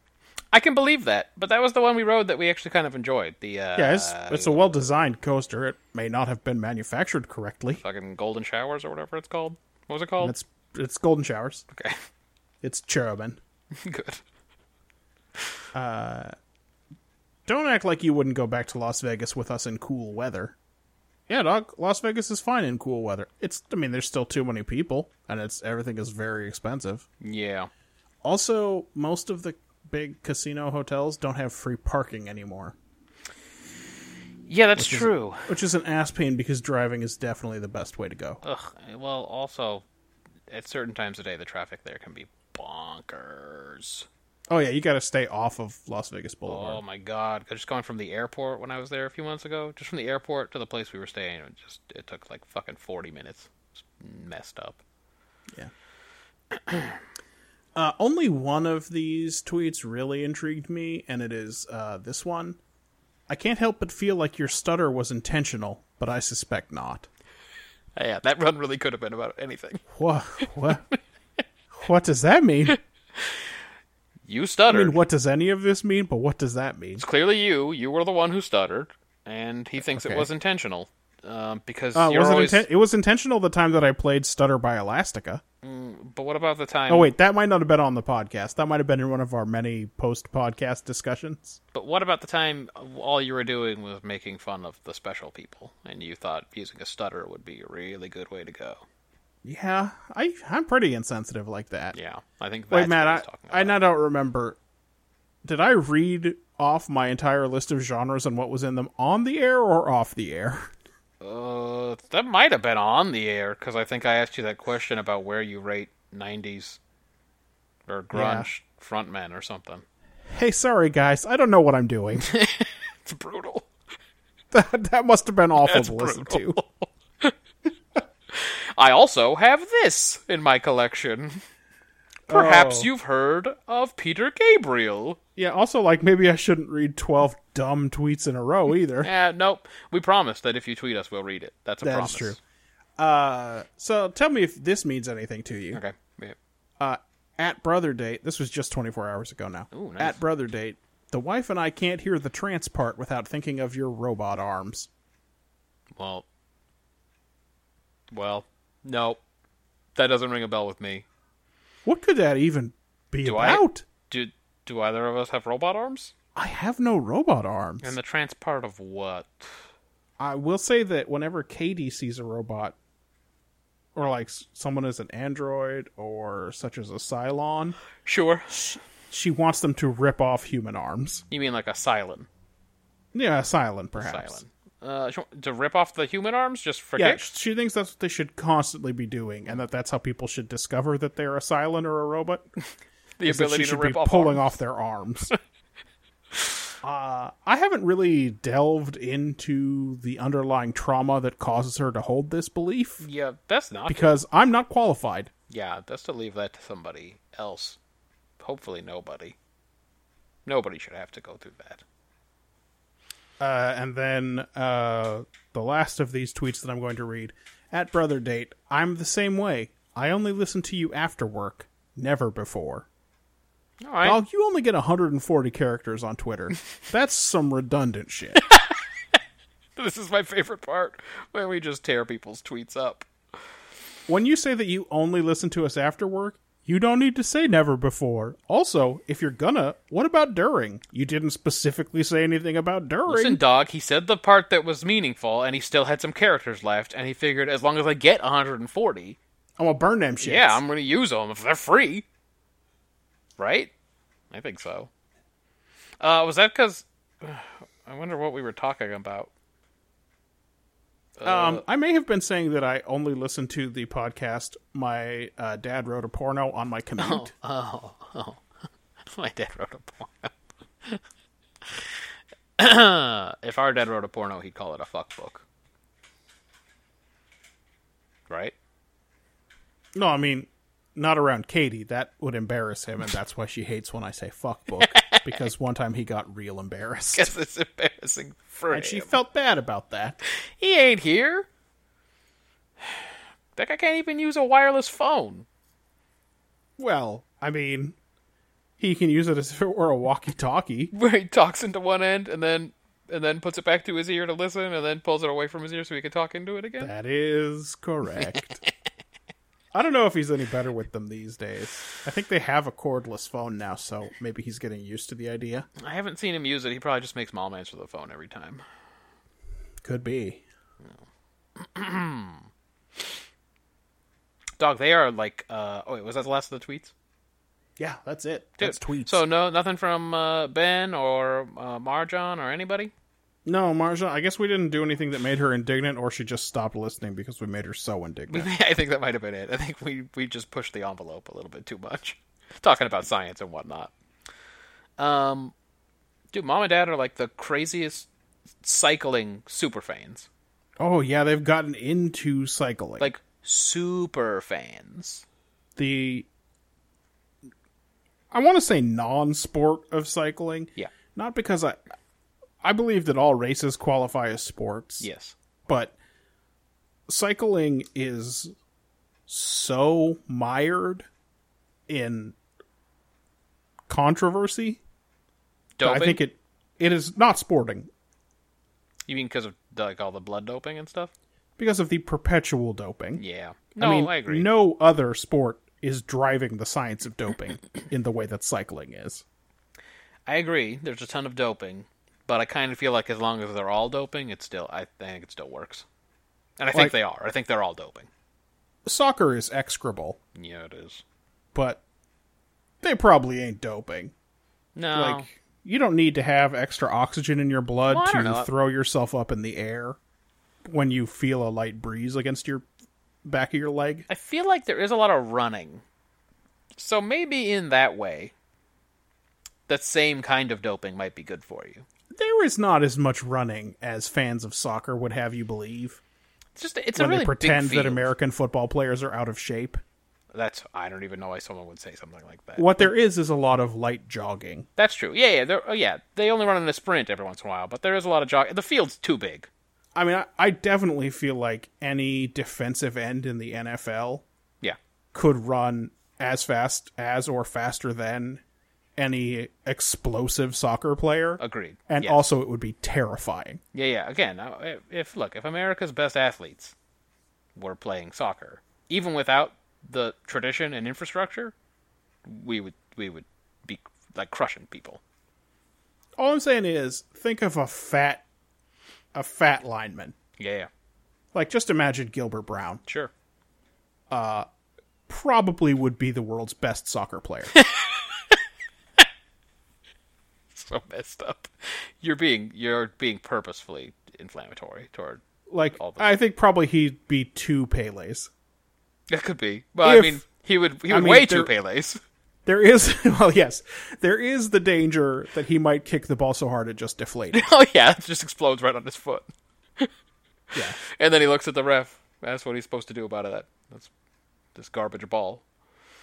Speaker 2: I can believe that, but that was the one we rode that we actually kind of enjoyed. The uh,
Speaker 3: Yeah, it's, it's a well designed coaster. It may not have been manufactured correctly.
Speaker 2: fucking Golden Showers or whatever it's called. What was it called?
Speaker 3: It's, it's Golden Showers,
Speaker 2: Okay,
Speaker 3: it's Cherubin.
Speaker 2: [LAUGHS] good.
Speaker 3: Don't act like you wouldn't go back to Las Vegas with us in cool weather. Yeah, dog. Las Vegas is fine in cool weather. It's I mean, there's still too many people and it's everything is very expensive.
Speaker 2: Yeah,
Speaker 3: Also, most of the big casino hotels don't have free parking anymore,
Speaker 2: yeah, that's true.
Speaker 3: which is an ass pain because driving is definitely the best way to go.
Speaker 2: Ugh. Well, also, at certain times of day, the traffic there can be bonkers.
Speaker 3: Oh yeah, you got to stay off of Las Vegas Boulevard.
Speaker 2: Oh my god! 'Cause Just going from the airport when I was there a few months ago, just from the airport to the place we were staying, it just it took like fucking forty minutes. It's messed up.
Speaker 3: [CLEARS THROAT] Uh, only one of these tweets really intrigued me, and it is uh, this one. I can't help but feel like your stutter was intentional, but I suspect not. Uh,
Speaker 2: Yeah, that run really could have been about anything.
Speaker 3: What? What? what does that mean?
Speaker 2: You
Speaker 3: I
Speaker 2: stuttered.
Speaker 3: mean, what does any of this mean? But what does that mean?
Speaker 2: It's clearly you. You were the one who stuttered, and he thinks
Speaker 3: Okay.
Speaker 2: it was intentional. Um, because
Speaker 3: Uh, it,
Speaker 2: you're
Speaker 3: wasn't
Speaker 2: always.
Speaker 3: inten- it was intentional the time that I played Stutter by Elastica.
Speaker 2: but what about the time?
Speaker 3: Oh wait, that might not have been on the podcast. That might have been in one of our many post-podcast discussions.
Speaker 2: But what about the time all you were doing was making fun of the special people, and you thought using a stutter would be a really good way to go?
Speaker 3: Yeah, I I'm pretty insensitive like that.
Speaker 2: Yeah, I think. That's
Speaker 3: Wait, Matt,
Speaker 2: what he's
Speaker 3: I
Speaker 2: talking
Speaker 3: I
Speaker 2: about.
Speaker 3: now don't remember. Did I read off my entire list of genres and what was in them on the air or off the air? [LAUGHS]
Speaker 2: Uh, that might have been on the air because I think I asked you that question about where you rate '90s or grunge frontmen or something. [LAUGHS]
Speaker 3: Hey, sorry guys, I don't know what I'm doing. [LAUGHS]
Speaker 2: It's brutal.
Speaker 3: that, that must have been awful to listen to.
Speaker 2: brutal. [LAUGHS] I also have this in my collection. Perhaps
Speaker 3: Oh.
Speaker 2: you've heard of Peter Gabriel.
Speaker 3: Yeah, also like maybe I shouldn't read 12 dumb tweets in
Speaker 2: [LAUGHS]
Speaker 3: a row either.
Speaker 2: Eh, nope. We promise that if you tweet us, we'll read it. That's a
Speaker 3: That
Speaker 2: promise.
Speaker 3: is true. Uh, so tell me if this means anything to you.
Speaker 2: Okay. Yeah.
Speaker 3: At brother date, this was just 24 hours ago now.
Speaker 2: Ooh, nice.
Speaker 3: At brother date, the wife and I can't hear the trance part without thinking of your robot arms.
Speaker 2: Well. Well. No. That doesn't ring a bell with me.
Speaker 3: What could that even be
Speaker 2: Do I-
Speaker 3: about?
Speaker 2: Do Do either of us have robot arms?
Speaker 3: I... have no robot arms.
Speaker 2: And the trans part of what?
Speaker 3: I will say that whenever Katie sees a robot, or like s- someone is an android or such as a Cylon,
Speaker 2: Sure.
Speaker 3: she wants them to rip off human arms.
Speaker 2: You mean like a Cylon?
Speaker 3: Yeah, Cylon, perhaps.
Speaker 2: Cylon. Uh, sh- to rip off the human arms just for
Speaker 3: Yeah,
Speaker 2: kicks?
Speaker 3: she thinks that's what they should constantly be doing, and that that's how people should discover that they're a Cylon or a robot.
Speaker 2: The
Speaker 3: is that
Speaker 2: ability
Speaker 3: she
Speaker 2: to
Speaker 3: should
Speaker 2: rip
Speaker 3: be
Speaker 2: off
Speaker 3: pulling
Speaker 2: arms?
Speaker 3: off their arms.
Speaker 2: [LAUGHS]
Speaker 3: uh, I haven't really delved into the underlying trauma that causes her to hold this belief
Speaker 2: Yeah, that's not.
Speaker 3: because I'm not qualified.
Speaker 2: yeah, that's to leave that to somebody else. Hopefully, nobody. Nobody should have to go through that.
Speaker 3: Uh, and then uh, the last of these tweets that I'm going to read at brother date. I'm the same way. I only listen to you after work, never before.
Speaker 2: All right.
Speaker 3: Oh, you only get 140 characters
Speaker 2: [LAUGHS]
Speaker 3: on Twitter. That's some redundant shit.
Speaker 2: [LAUGHS] This is my favorite part when we just tear people's tweets up.
Speaker 3: when you say that you only listen to us after work, you don't need to say never before. Also, if you're gonna, what about during? You didn't specifically say anything about during.
Speaker 2: Listen, dog, he said the part that was meaningful, and he still had some characters left, and he figured as long as I get 140,
Speaker 3: I'm gonna burn them shit.
Speaker 2: yeah, I'm going to use them if they're free. Right? I think so. Uh, was that because. [SIGHS] I wonder what we were talking about. [LAUGHS] uh,
Speaker 3: um, I may have been saying that I only listen to the podcast. My uh, dad wrote a porno on my commute.
Speaker 2: [LAUGHS] Oh. My dad wrote a porno. [COUGHS] if our dad wrote a porno, he'd call it a fuck book. Right?
Speaker 3: No, I mean, not around Katie. That would embarrass him, and that's why she hates when I say
Speaker 2: [LAUGHS]
Speaker 3: fuck book. because one time he got real embarrassed.
Speaker 2: Because it's embarrassing for
Speaker 3: and she
Speaker 2: him.
Speaker 3: felt bad about that.
Speaker 2: He ain't here. [SIGHS] That guy can't even use a wireless phone. [LAUGHS]
Speaker 3: Well, I mean, he can use it as if it were a walkie-talkie.
Speaker 2: Where he talks into one end and then and then puts it back to his ear to listen and then pulls it away from his ear so he can talk into it again.
Speaker 3: That is correct. I don't know if he's any better with them these days. I think they have a cordless phone now, so maybe he's getting used to the idea.
Speaker 2: I haven't seen him use it. He probably just makes mom answer the phone every time.
Speaker 3: Could be.
Speaker 2: Dog, they are like uh oh wait, was that the last of the tweets?
Speaker 3: Yeah, that's it.
Speaker 2: Dude,
Speaker 3: That's tweets.
Speaker 2: So no, nothing from uh, Ben or uh, Marjan or anybody.
Speaker 3: no, Marja, I guess we didn't do anything that made her indignant, or she just stopped listening because we made her so indignant.
Speaker 2: I think that might have been it. I think we we just pushed the envelope a little bit too much, [LAUGHS] talking about science and whatnot. Um, dude, mom and dad are like the craziest cycling super fans,
Speaker 3: Oh yeah, they've gotten into cycling.
Speaker 2: like super fans.
Speaker 3: the I want to say non-sport of cycling.
Speaker 2: Yeah.
Speaker 3: Not because I I believe that all races qualify as sports.
Speaker 2: Yes.
Speaker 3: But cycling is so mired in controversy. that
Speaker 2: Doping.
Speaker 3: I think it it is not sporting
Speaker 2: You mean because of like all the blood doping and stuff?
Speaker 3: because of the perpetual doping.
Speaker 2: Yeah. No,
Speaker 3: I mean,
Speaker 2: I agree.
Speaker 3: no other sport is driving the science of doping in the way that cycling is.
Speaker 2: I agree. There's a ton of doping, but I kind of feel like as long as they're all doping, it's still I think it still works, and I think
Speaker 3: Like-
Speaker 2: they are. I think they're all doping.
Speaker 3: soccer is execrable,
Speaker 2: Yeah, it is.
Speaker 3: but they probably ain't doping.
Speaker 2: No,
Speaker 3: Like you don't need to have extra oxygen in your blood
Speaker 2: Well, I don't know.
Speaker 3: to throw yourself up in the air when you feel a light breeze against your back of your leg.
Speaker 2: I feel like there is a lot of running. So maybe in that way, that same kind of doping might be good for you.
Speaker 3: There is not as much running as fans of soccer would have you believe
Speaker 2: It's just it's
Speaker 3: when
Speaker 2: a really
Speaker 3: they pretend
Speaker 2: big field.
Speaker 3: that American football players are out of shape.
Speaker 2: That's I don't even know why someone would say something like that.
Speaker 3: What there is is a lot of light jogging.
Speaker 2: That's true. Yeah, yeah, they're- oh, yeah. They only run in a sprint every once in a while, but there is a lot of jog. The field's too big.
Speaker 3: I mean, I, I definitely feel like any defensive end in the NFL
Speaker 2: Yeah,
Speaker 3: could run as fast as or faster than any explosive soccer player.
Speaker 2: agreed.
Speaker 3: And
Speaker 2: yeah.
Speaker 3: also, it would be terrifying.
Speaker 2: yeah, yeah. Again, I- if look, if America's best athletes were playing soccer, even without the tradition and infrastructure, we would we would be like crushing people.
Speaker 3: All I'm saying is, think of a fat, a fat lineman.
Speaker 2: Yeah, yeah.
Speaker 3: Like, just imagine Gilbert Brown.
Speaker 2: Sure. [LAUGHS]
Speaker 3: Probably would be the world's best
Speaker 2: [LAUGHS]
Speaker 3: soccer player.
Speaker 2: So messed up. You're being you're being purposefully inflammatory toward.
Speaker 3: like,
Speaker 2: All the-
Speaker 3: I think probably he'd be two Pele's.
Speaker 2: That could be. Well,
Speaker 3: If-
Speaker 2: I mean, he would he
Speaker 3: I
Speaker 2: would
Speaker 3: mean,
Speaker 2: weigh two
Speaker 3: there-
Speaker 2: Pele's. [LAUGHS]
Speaker 3: There is, [LAUGHS] well, yes, there is the danger that he might kick the ball so hard it
Speaker 2: [LAUGHS]
Speaker 3: just deflated.
Speaker 2: oh yeah, it just explodes right on his foot.
Speaker 3: Yeah.
Speaker 2: And then he looks at the ref. That's what he's supposed to do about it. That's this garbage ball.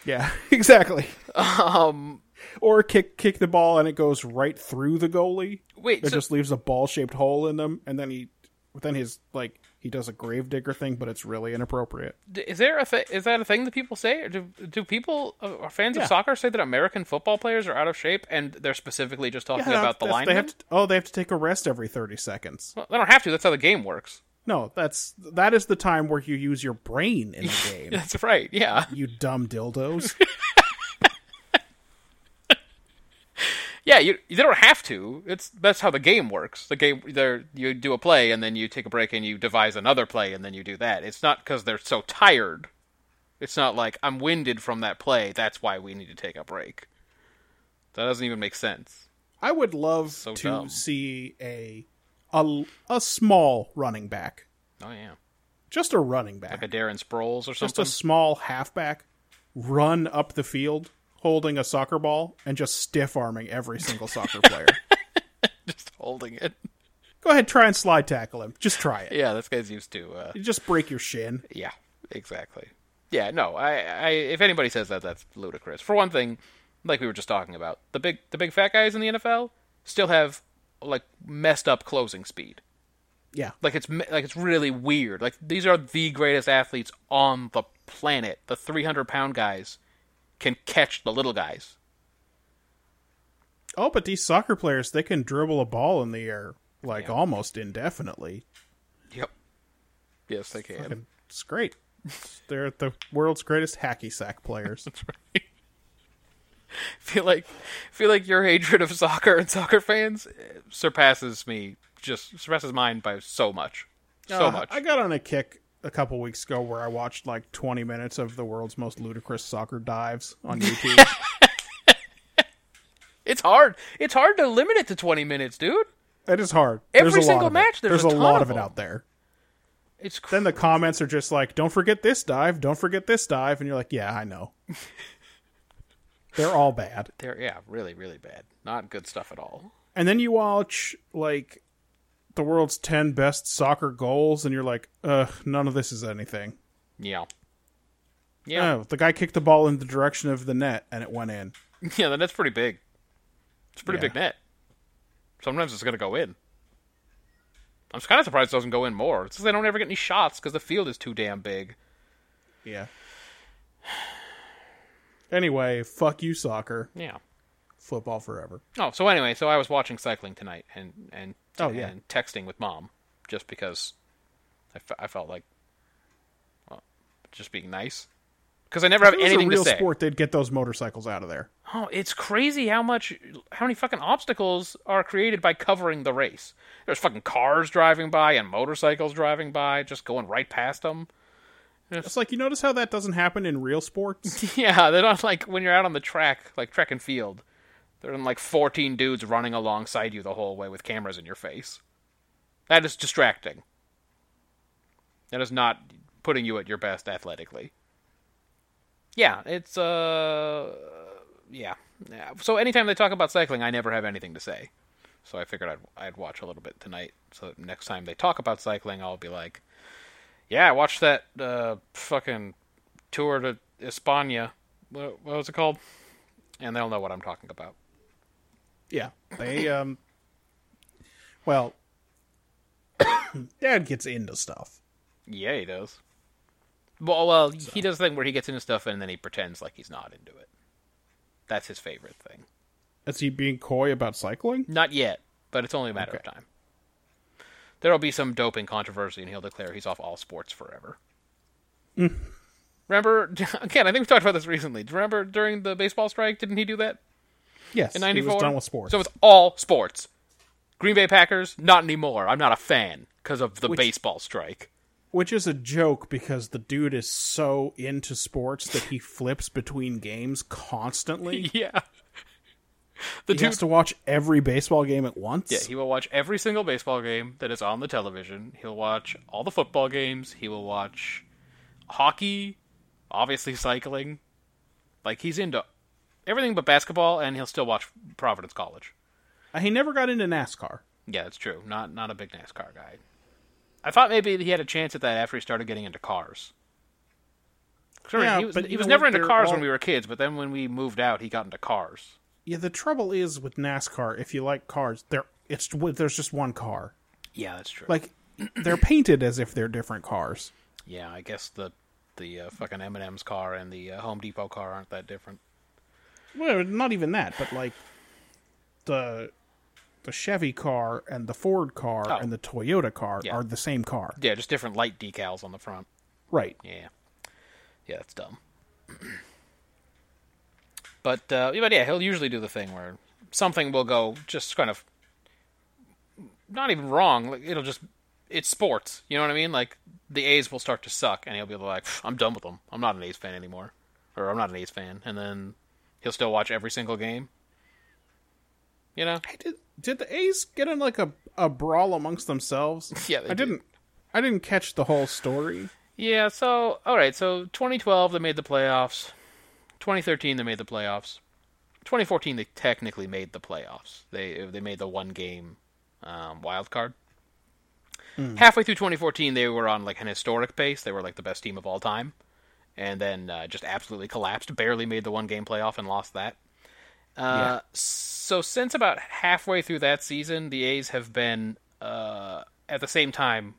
Speaker 3: Yeah, [LAUGHS] exactly.
Speaker 2: Um,
Speaker 3: Or kick kick the ball and it goes right through the goalie.
Speaker 2: Wait,
Speaker 3: it
Speaker 2: so-
Speaker 3: just leaves a ball shaped hole in them, and then he, then his like he does a gravedigger thing, but it's really inappropriate.
Speaker 2: d- is there a th- is that a thing that people say? Or do do people uh, are fans
Speaker 3: Yeah.
Speaker 2: of soccer say that American football players are out of shape and they're specifically just talking about the
Speaker 3: That's-
Speaker 2: linemen?
Speaker 3: they have to, oh, they have to take a rest every thirty seconds.
Speaker 2: Well, they don't have to. That's how the game works. [LAUGHS]
Speaker 3: No, that's that is the time where you use your brain in the
Speaker 2: [LAUGHS]
Speaker 3: game.
Speaker 2: That's right. Yeah.
Speaker 3: you dumb dildos.
Speaker 2: [LAUGHS] Yeah, you they don't have to. It's that's how the game works. The game there you do a play and then you take a break and you devise another play and then you do that. It's not cuz they're so tired. It's not like I'm winded from that play, that's why we need to take a break. That doesn't even make sense.
Speaker 3: I would love to
Speaker 2: dumb.
Speaker 3: see a, a a small running back,
Speaker 2: Oh yeah.
Speaker 3: just a running back,
Speaker 2: Like a Darren Sproles or
Speaker 3: just
Speaker 2: something.
Speaker 3: a small halfback, run up the field holding a soccer ball and just stiff arming every
Speaker 2: [LAUGHS]
Speaker 3: single soccer player.
Speaker 2: Just holding it.
Speaker 3: Go ahead, try and slide tackle him. Just try it.
Speaker 2: Yeah, this guy's used to uh
Speaker 3: You Just break your shin.
Speaker 2: Yeah, exactly. Yeah, no, I, I if anybody says that, that's ludicrous. For one thing, like we were just talking about, the big the big fat guys in the NFL still have like messed up closing speed.
Speaker 3: Yeah,
Speaker 2: Like it's me- like it's really weird. Like these are the greatest athletes on the planet. The 300 pound guys can catch the little guys.
Speaker 3: Oh, but these soccer players, they can dribble a ball in the air like almost indefinitely.
Speaker 2: Yep. Yes, they can.
Speaker 3: And it's great. [LAUGHS] They're the world's greatest hacky sack players.
Speaker 2: [LAUGHS] feel like feel like your hatred of soccer and soccer fans eh, surpasses me just surpasses mine by so much. [LAUGHS] So
Speaker 3: Uh,
Speaker 2: much.
Speaker 3: I got on a kick a couple weeks ago where I watched like 20 minutes of the world's most ludicrous soccer dives
Speaker 2: [LAUGHS]
Speaker 3: on YouTube.
Speaker 2: It's hard. It's hard to limit it to 20 minutes, dude.
Speaker 3: it is hard.
Speaker 2: Every
Speaker 3: there's a lot
Speaker 2: single
Speaker 3: of it.
Speaker 2: match, there's a
Speaker 3: a,
Speaker 2: ton of
Speaker 3: lot of it
Speaker 2: them.
Speaker 3: out there.
Speaker 2: It's cr-
Speaker 3: Then the comments are just like, "Don't forget this dive. Don't forget this dive," and you're like, "Yeah,
Speaker 2: [LAUGHS]
Speaker 3: I know." They're all bad.
Speaker 2: they're yeah, really really bad. Not good stuff at all.
Speaker 3: And then you watch like the world's 10 best soccer goals and you're like, "Ugh, none of this is anything."
Speaker 2: Yeah. Yeah.
Speaker 3: Oh, the guy kicked the ball in the direction of the net and it went in.
Speaker 2: [LAUGHS] yeah, the net's pretty big. It's a pretty
Speaker 3: Oh. Yeah.
Speaker 2: big net. Sometimes it's going to go in. I'm kind of surprised it doesn't go in more. It's 'cause they don't ever get any shots cuz the field is too damn big.
Speaker 3: Yeah. [SIGHS] Anyway, fuck you soccer.
Speaker 2: Yeah.
Speaker 3: Football forever.
Speaker 2: Oh, so anyway, so I was watching cycling tonight and and
Speaker 3: Oh, yeah.
Speaker 2: and texting with mom just because I, fe- I felt like well, just being nice because I never have
Speaker 3: If it was
Speaker 2: anything
Speaker 3: a real
Speaker 2: to say.
Speaker 3: sport, they'd get those motorcycles out of there.
Speaker 2: Oh, it's crazy how much how many fucking obstacles are created by covering the race. There's fucking cars driving by and motorcycles driving by just going right past them.
Speaker 3: It's like you notice how that doesn't happen in
Speaker 2: [LAUGHS]
Speaker 3: real sports.
Speaker 2: Yeah, they're not like when you're out on the track, like track and field. They're in like 14 dudes running alongside you the whole way with cameras in your face. That is distracting. That is not putting you at your best athletically. Yeah, it's uh yeah. yeah. So anytime they talk about cycling, I never have anything to say. So I figured I'd I'd watch a little bit tonight so that next time they talk about cycling, I'll be like, "Yeah, I watched that uh fucking tour to España. What, what was it called? And they'll know what I'm talking about.
Speaker 3: yeah, they um. Well, [COUGHS] Dad gets into stuff.
Speaker 2: Yeah, he does. Well, well, he does the thing where he gets into stuff and then he pretends like he's not into it. That's his favorite thing.
Speaker 3: Is he being coy about cycling?
Speaker 2: Not yet, but it's only a matter
Speaker 3: Okay.
Speaker 2: of time. There'll be some doping controversy, and he'll declare he's off all sports forever. Mm. Remember, [LAUGHS] again, I think we talked about this recently. Do you Remember during the baseball strike, didn't he do that
Speaker 3: Yes,
Speaker 2: in
Speaker 3: he
Speaker 2: '94?
Speaker 3: was done with sports.
Speaker 2: so it's all sports. Green Bay Packers, not anymore. I'm not a fan because of the
Speaker 3: Which-
Speaker 2: baseball strike. [LAUGHS]
Speaker 3: Which is a joke because the dude is so into sports that he flips between
Speaker 2: [LAUGHS]
Speaker 3: games constantly.
Speaker 2: Yeah, the
Speaker 3: he
Speaker 2: dude
Speaker 3: has to watch every baseball game at once.
Speaker 2: Yeah, he will watch every single baseball game that is on the television. He'll watch all the football games. He will watch hockey, obviously cycling. Like he's into everything but basketball, and he'll still watch Providence College.
Speaker 3: Uh, he never got into NASCAR.
Speaker 2: Yeah, that's true. Not not a big NASCAR guy. I thought maybe he had a chance at that after he started getting into cars. Sure,
Speaker 3: Yeah,
Speaker 2: he was,
Speaker 3: but
Speaker 2: he
Speaker 3: you
Speaker 2: was
Speaker 3: know what?
Speaker 2: never into
Speaker 3: They're
Speaker 2: cars
Speaker 3: all-
Speaker 2: when we were kids, but then when we moved out, he got into cars.
Speaker 3: Yeah, the trouble is with NASCAR, if you like cars, there it's there's just one car.
Speaker 2: Yeah, that's true.
Speaker 3: Like [CLEARS THROAT] they're painted as if they're different cars.
Speaker 2: Yeah, I guess the the uh, fucking M&M's car and the uh, Home Depot car aren't that different.
Speaker 3: Well, not even that, but like the the Chevy car and the Ford car
Speaker 2: Oh.
Speaker 3: and the Toyota car
Speaker 2: Yeah.
Speaker 3: are the same car.
Speaker 2: Yeah, just different light decals on the front.
Speaker 3: Right.
Speaker 2: Yeah, yeah, that's dumb. [CLEARS THROAT] but uh, yeah, but yeah, he'll usually do the thing where something will go just kind of not even wrong. like, It'll just it's sports. You know what I mean? Like the A's will start to suck, and he'll be like, "I'm done with them. I'm not an A's fan anymore," or "I'm not an A's fan," and then he'll still watch every single game. You know?
Speaker 3: I did did the A's get in like a, a brawl amongst themselves?
Speaker 2: [LAUGHS] Yeah, they
Speaker 3: I
Speaker 2: did.
Speaker 3: didn't I didn't catch the
Speaker 2: [LAUGHS]
Speaker 3: whole story.
Speaker 2: Yeah, so all right, so 2012 they made the playoffs. 2013 they made the playoffs. 2014 they technically made the playoffs. They they made the one game um, wild card. Halfway through 2014 they were on like an historic pace. They were like the best team of all time, and then uh, just absolutely collapsed. Barely made the one game playoff and lost that. Uh, So since about halfway through that season, the A's have been uh, at the same time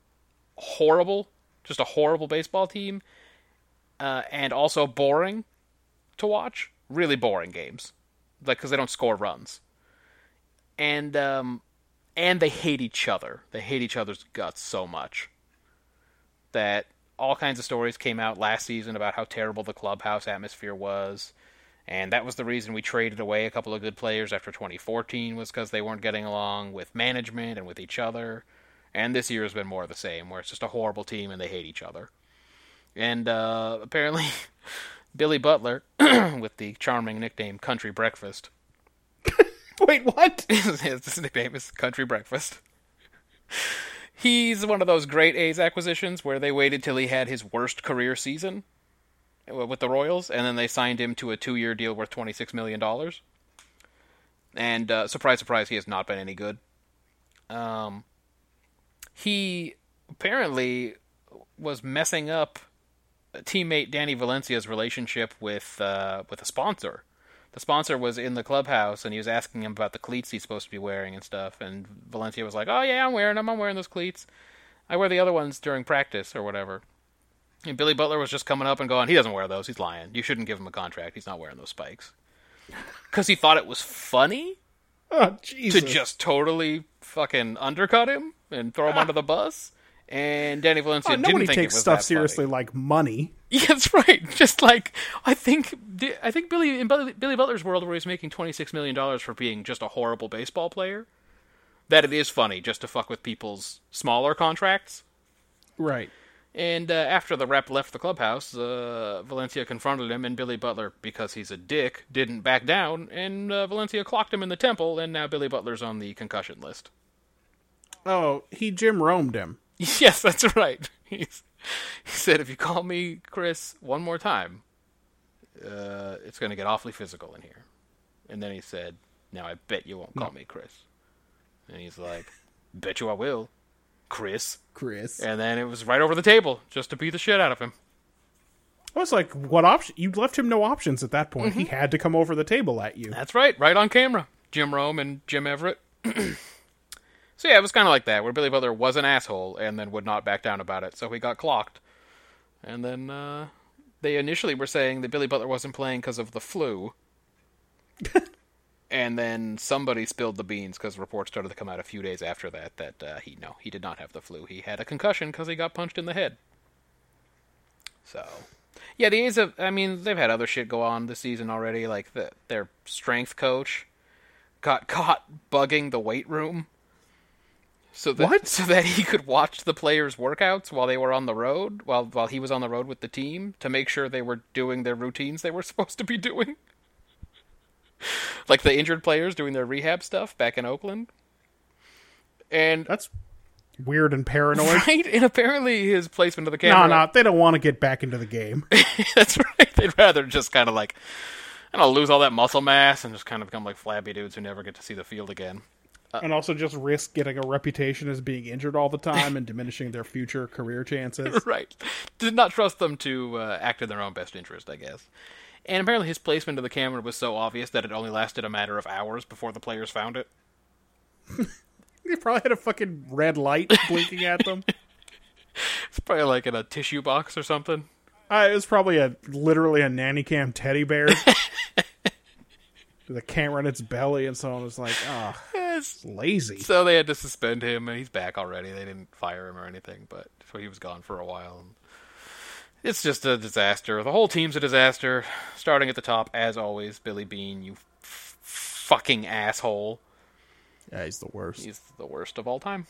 Speaker 2: horrible, just a horrible baseball team, uh, and also boring to watch. Really boring games, like because they don't score runs, and um, and they hate each other. They hate each other's guts so much that all kinds of stories came out last season about how terrible the clubhouse atmosphere was. And that was the reason we traded away a couple of good players after 2014 was because they weren't getting along with management and with each other. And this year has been more of the same, where it's just a horrible team and they hate each other. And uh, apparently, [LAUGHS] Billy Butler, [CLEARS THROAT] with the charming nickname Country Breakfast,
Speaker 3: Wait, what?
Speaker 2: [LAUGHS] his, his nickname is Country Breakfast. He's one of those great A's acquisitions where they waited till he had his worst career season w- with the Royals, and then they signed him to a two-year deal worth twenty-six million dollars. And uh, surprise, surprise, he has not been any good. Um, he apparently was messing up teammate Danny Valencia's relationship with uh, with a sponsor. The sponsor was in the clubhouse and he was asking him about the cleats he's supposed to be wearing and stuff. And Valencia was like, "Oh yeah, I'm wearing them. I'm wearing those cleats. I wear the other ones during practice or whatever." And Billy Butler was just coming up and going, "He doesn't wear those. He's lying. You shouldn't give him a contract. He's not wearing those spikes." Because he thought it was funny
Speaker 3: [LAUGHS] Oh,
Speaker 2: to
Speaker 3: Jesus.
Speaker 2: just totally fucking undercut him and throw
Speaker 3: [LAUGHS]
Speaker 2: him under the bus. And Danny Valencia
Speaker 3: Oh,
Speaker 2: didn't
Speaker 3: nobody
Speaker 2: think
Speaker 3: takes
Speaker 2: it was
Speaker 3: stuff
Speaker 2: that
Speaker 3: seriously
Speaker 2: Funny.
Speaker 3: like money.
Speaker 2: [LAUGHS] Yeah, that's right. Just like I think, I think Billy in Billy Billy Butler's world, where he's making twenty six million dollars for being just a horrible baseball player, that it is funny just to fuck with people's smaller contracts.
Speaker 3: Right.
Speaker 2: And uh, after the rep left the clubhouse, uh, Valencia confronted him, and Billy Butler, because he's a dick, didn't back down, and uh, Valencia clocked him in the temple, and now Billy Butler's on the concussion list.
Speaker 3: Oh, he Jim roamed him.
Speaker 2: [LAUGHS] Yes, that's right. He's, he said, if you call me Chris one more time, uh, it's going to get awfully physical in here. And then he said, now I bet you won't call me Chris. And he's like, bet you I will, Chris.
Speaker 3: Chris.
Speaker 2: And then it was right over the table just to beat the shit out of him.
Speaker 3: I was like, what option? You left him no options at that point. He had to come over the table at you.
Speaker 2: That's right, right on camera. Jim Rome and Jim Everett. [CLEARS THROAT] so yeah, it was kind of like that, where Billy Butler was an asshole and then would not back down about it, so he got clocked. And then uh, they initially were saying that Billy Butler wasn't playing because of the flu. and then somebody spilled the beans because reports started to come out a few days after that that uh, he no, he did not have the flu. He had a concussion because he got punched in the head. So, yeah, the A's have. I mean, they've had other shit go on this season already. Like the, their strength coach got [LAUGHS] caught bugging the weight room, so that
Speaker 3: What?
Speaker 2: so that he could watch the players' workouts while they were on the road, while while he was on the road with the team to make sure they were doing their routines they were [LAUGHS] supposed to be doing. like the injured players doing their rehab stuff back in Oakland. And
Speaker 3: That's weird and
Speaker 2: [LAUGHS]
Speaker 3: paranoid.
Speaker 2: right, and apparently his placement of the
Speaker 3: no,
Speaker 2: camera
Speaker 3: no, they don't want to get back into the game.
Speaker 2: [LAUGHS] That's right. They'd rather just kind of like, I don't know, lose all that muscle mass and just kind of become like flabby dudes who never get to see the field again. [LAUGHS]
Speaker 3: and also just risk getting a reputation as being injured all the time and diminishing their future
Speaker 2: [LAUGHS]
Speaker 3: career chances.
Speaker 2: Right. Did not trust them to uh, act in their own best interest, I guess. And apparently his placement of the camera was so obvious that it only lasted a matter of hours before the players found it.
Speaker 3: They probably had a fucking red light blinking at them.
Speaker 2: It's probably like in a tissue box or something.
Speaker 3: Uh, it was probably a literally a nanny cam teddy bear. With a camera in its belly, and someone was like, "Ah,
Speaker 2: Yes.
Speaker 3: lazy."
Speaker 2: So they had to suspend him, and he's back already. They didn't fire him or anything, but so he was gone for a while. It's just a disaster. The whole team's a disaster. Starting at the top, as always, Billy Bean, you f- fucking asshole.
Speaker 3: Yeah, he's the worst.
Speaker 2: He's the worst of all time.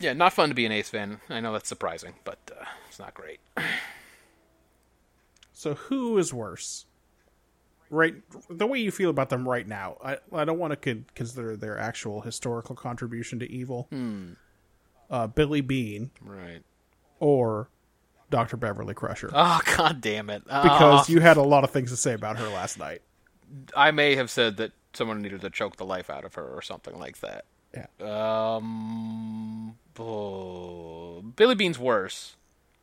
Speaker 2: Yeah, not fun to be an Ace fan. I know that's surprising, but uh, it's not great.
Speaker 3: So who is worse? Right, the way you feel about them right now. I I don't want to con- consider their actual historical contribution to evil. Uh, Billy Bean
Speaker 2: Right.
Speaker 3: or Doctor Beverly Crusher,
Speaker 2: Oh, god damn it. Ah,
Speaker 3: because you had a lot of things to say about her last night.
Speaker 2: Uh, I may have said that someone needed to choke the life out of her or something like that.
Speaker 3: Yeah,
Speaker 2: Um, oh, Billy Bean's worse.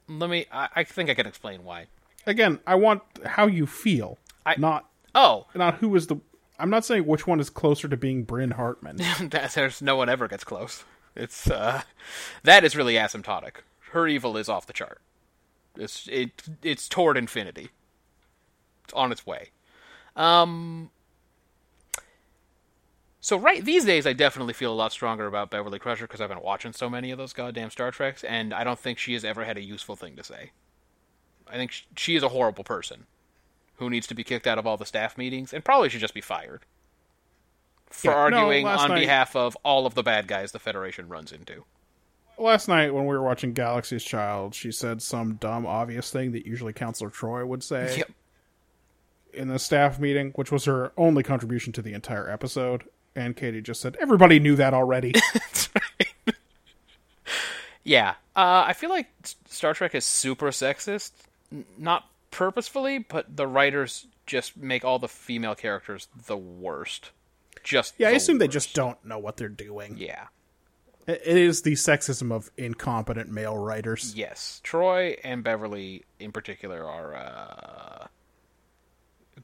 Speaker 2: Let me. I, I think I can explain why.
Speaker 3: again, I want how you feel,
Speaker 2: I-
Speaker 3: not
Speaker 2: Oh, [LAUGHS]
Speaker 3: not who is the. I'm not saying which one is closer to being Bryn Hartman.
Speaker 2: that's, there's no one ever gets close. It's uh, that is really asymptotic. Her evil is off the chart. It's it it's toward infinity. It's on its way. Um. So right these days, I definitely feel a lot stronger about Beverly Crusher because I've been watching so many of those goddamn Star Treks, and I don't think she has ever had a useful thing to say. I think she, she is a horrible person who needs to be kicked out of all the staff meetings and probably should just be fired for
Speaker 3: Yeah, no,
Speaker 2: arguing
Speaker 3: last
Speaker 2: on
Speaker 3: night-
Speaker 2: behalf of all of the bad guys the Federation runs into.
Speaker 3: last night when we were watching Galaxy's Child, she said some dumb, obvious thing that usually Counselor Troy would say.
Speaker 2: Yep.
Speaker 3: in the staff meeting, which was her only contribution to the entire episode. And Katie just said, "Everybody knew that
Speaker 2: [LAUGHS]
Speaker 3: already."
Speaker 2: Yeah. Uh, I feel like S- Star Trek is super sexist, n- not purposefully, but the writers just make all the female characters the worst. Just
Speaker 3: yeah, I
Speaker 2: the
Speaker 3: assume they
Speaker 2: worst.
Speaker 3: just don't know what they're doing.
Speaker 2: yeah.
Speaker 3: It it is the sexism of incompetent male writers.
Speaker 2: Yes, Troy and Beverly in particular are uh,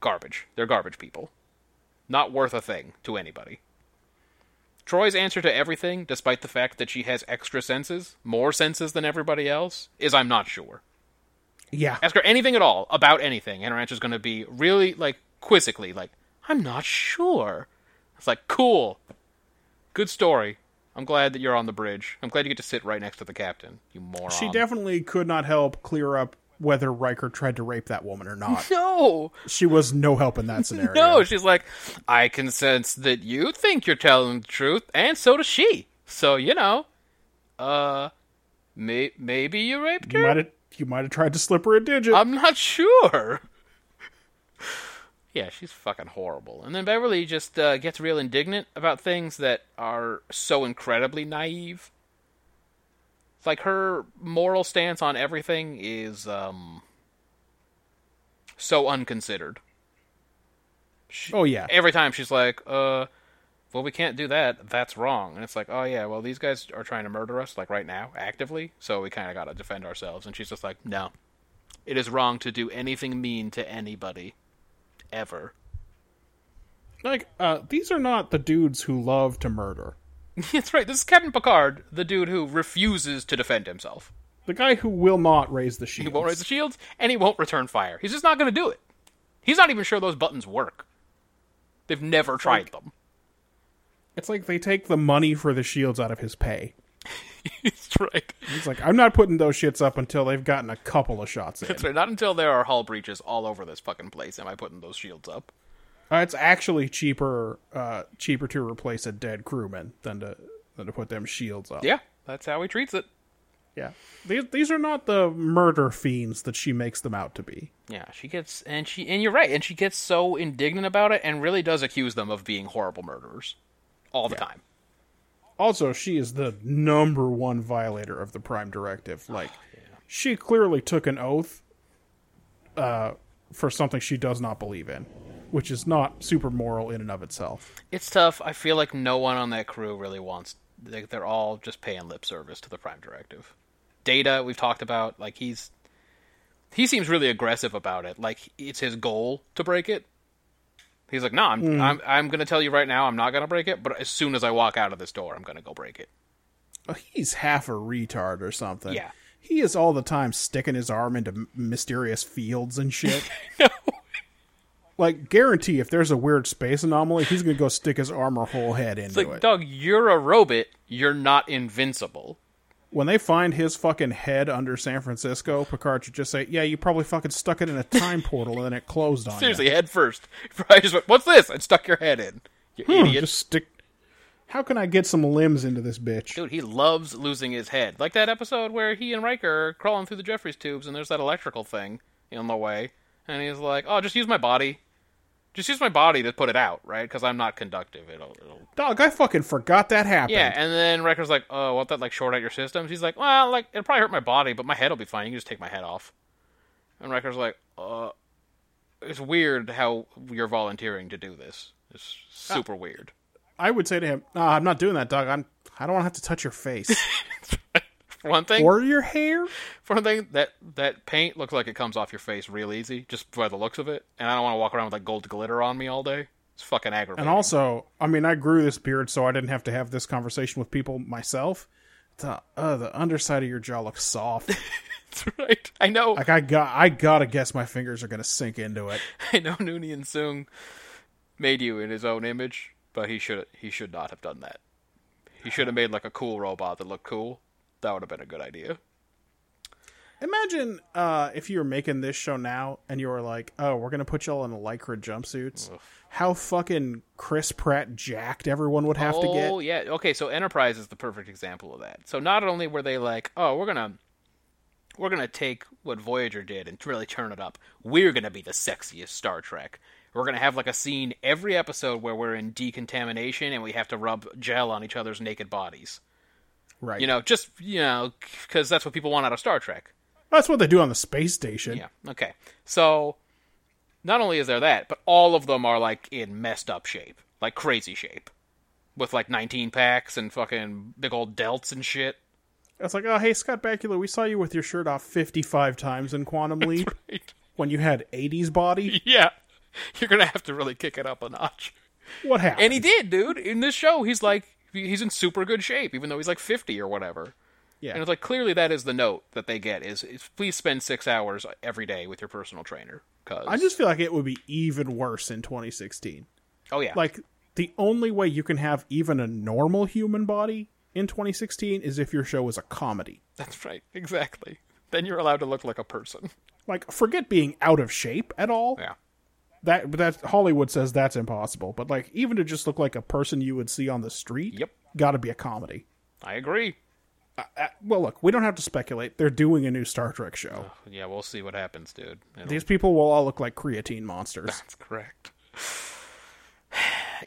Speaker 2: garbage. They're garbage people. Not worth a thing to anybody. Troy's answer to everything, despite the fact that she has extra senses, more senses than everybody else, is I'm not sure.
Speaker 3: Yeah,
Speaker 2: Ask her anything at all about anything, and her answer's going to be really, like, quizzically, like, I'm not sure. It's like, cool. Good story. I'm glad that you're on the bridge. I'm glad you get to sit right next to the captain, you moron.
Speaker 3: she definitely could not help clear up whether Riker tried to rape that woman or not.
Speaker 2: [LAUGHS] No,
Speaker 3: she was no help in that scenario.
Speaker 2: no. She's like, I can sense that you think you're telling the truth, and so does she. So you know, uh, May- maybe you raped
Speaker 3: You
Speaker 2: her?
Speaker 3: might have you might have tried to slip her a digit.
Speaker 2: I'm not sure. yeah, she's fucking horrible. And then Beverly just uh, gets real indignant about things that are so incredibly naive. It's like her moral stance on everything is um, so unconsidered. She-
Speaker 3: oh yeah.
Speaker 2: Every time she's like, uh, well, we can't do that. That's wrong. And it's like, oh, yeah, well, these guys are trying to murder us, like, right now, actively. So we kind of got to defend ourselves. And she's just like, no. It is wrong to do anything mean to anybody. Ever. [LAUGHS]
Speaker 3: Like uh these are not the dudes who love to murder.
Speaker 2: That's right. This is Captain Picard, the dude who refuses to defend himself.
Speaker 3: The guy who will not raise the shield.
Speaker 2: He won't raise the shields, and he won't return fire. He's just not going to do it. He's not even sure those buttons work. They've never tried them.
Speaker 3: It's like they take the money for the shields out of his pay.
Speaker 2: That's right.
Speaker 3: [LAUGHS] It's like I'm not putting those shits up until they've gotten a couple of shots in.
Speaker 2: That's right. Not until there are hull breaches all over this fucking place am I putting those shields up.
Speaker 3: Uh, it's actually cheaper uh cheaper to replace a dead crewman than to than to put them shields up.
Speaker 2: Yeah, that's how he treats it.
Speaker 3: Yeah. These these are not the murder fiends that she makes them out to be.
Speaker 2: Yeah, she gets and she and you're right, and she gets so indignant about it and really does accuse them of being horrible murderers all the time.
Speaker 3: Also, she is the number one violator of the prime directive.
Speaker 2: Ah,
Speaker 3: Like she clearly took an oath uh for something she does not believe in, which is not super moral in and of itself.
Speaker 2: It's tough. I feel like no one on that crew really wants they, they're all just paying lip service to the prime directive. Data we've talked about, like he's he seems really aggressive about it. Like it's his goal to break it. He's like, "No, I'm I'm I'm going to tell you right now I'm not going to break it, but as soon as I walk out of this door, I'm going to go break it."
Speaker 3: Oh, He's half a retard or something.
Speaker 2: Yeah.
Speaker 3: He is all the time sticking his arm into m- mysterious fields
Speaker 2: [LAUGHS]
Speaker 3: and shit. Like, guarantee if there's a weird space anomaly, he's going to go stick his arm or whole head into
Speaker 2: It's
Speaker 3: it.
Speaker 2: like, Doug, you're a robot. You're not invincible.
Speaker 3: when they find his fucking head under San Francisco, Picard should just say, "Yeah, you probably fucking stuck it in a time portal and then it closed on
Speaker 2: Seriously,
Speaker 3: you."
Speaker 2: head first. [LAUGHS] I just went, what's this? And stuck your head in. You
Speaker 3: [LAUGHS]
Speaker 2: idiot.
Speaker 3: Hmm, just stick. How can I get some limbs into this bitch?
Speaker 2: Dude, he loves losing his head. Like that episode where he and Riker are crawling through the Jeffries tubes and there's that electrical thing in the way. And he's like, oh, just use my body. Just use my body to put it out, right? Because I'm not conductive. It'll, it'll...
Speaker 3: Dog, I fucking forgot that happened.
Speaker 2: Yeah, and then Riker's like, oh, won't that like short out your systems? He's like, well, like it'll probably hurt my body, but my head will be fine. You can just take my head off. And Riker's like, uh, it's weird how you're volunteering to do this. It's super weird.
Speaker 3: I would say to him, "No, I'm not doing that, dog. I'm. I don't want to have to touch
Speaker 2: [LAUGHS]
Speaker 3: your face
Speaker 2: For one thing,
Speaker 3: or your hair."
Speaker 2: for one thing, that that paint looks like it comes off your face real easy, just by the looks of it. And I don't want to walk around with like gold glitter on me all day. It's fucking aggravating.
Speaker 3: And also, I mean, I grew this beard so I didn't have to have this conversation with people myself. The uh, the underside of your jaw looks soft.
Speaker 2: That's [LAUGHS] right. I know.
Speaker 3: like I got, I gotta guess my fingers are gonna sink into it.
Speaker 2: [LAUGHS] I know Noonien and Sung made you in his own image, but he should he should not have done that. He should have made like a cool robot that looked cool. That would have been a good idea.
Speaker 3: Imagine uh, if you were making this show now and you were like, "Oh, we're gonna put y'all in lycra jumpsuits." How fucking Chris Pratt jacked everyone would have to
Speaker 2: oh
Speaker 3: get.
Speaker 2: yeah. Okay, so Enterprise is the perfect example of that. So not only were they like, oh, we're gonna we're gonna take what Voyager did and really turn it up. We're gonna be the sexiest Star Trek. We're gonna have like a scene every episode where we're in decontamination and we have to rub gel on each other's naked bodies.
Speaker 3: Right.
Speaker 2: You know, just you know, because that's what people want out of Star Trek.
Speaker 3: that's what they do on the space station.
Speaker 2: Yeah. Okay. So not only is there that, but all of them are like in messed up shape, like crazy shape, with like 19 packs and fucking big old delts and shit.
Speaker 3: It's like, oh hey, Scott Bakula, we saw you with your shirt off fifty-five times in Quantum Leap when you had '80s
Speaker 2: [LAUGHS]
Speaker 3: body.
Speaker 2: Yeah. You're gonna have to really kick it up a notch.
Speaker 3: What happened?
Speaker 2: And he did, dude. In this show, he's like he's in super good shape, even though he's like 50 or whatever.
Speaker 3: yeah.
Speaker 2: And it's like clearly that is the note that they get is, is please spend six hours every day with your personal trainer. Cause
Speaker 3: I just feel like it would be even worse in 2016.
Speaker 2: oh [LAUGHS] yeah
Speaker 3: Like the only way you can have even a normal human body in 2016 is if your show is a comedy.
Speaker 2: that's right exactly. Then you're allowed to look like a person.
Speaker 3: Like forget being out of shape at all.
Speaker 2: Yeah.
Speaker 3: That that Hollywood says that's impossible, but like even to just look like a person you would see on the street,
Speaker 2: Yep.
Speaker 3: got to be a comedy.
Speaker 2: I agree.
Speaker 3: well, look, we don't have to speculate. They're doing a new Star Trek show.
Speaker 2: Yeah, we'll see what happens, dude. It'll-
Speaker 3: These people will all look like creatine monsters.
Speaker 2: That's correct. [SIGHS]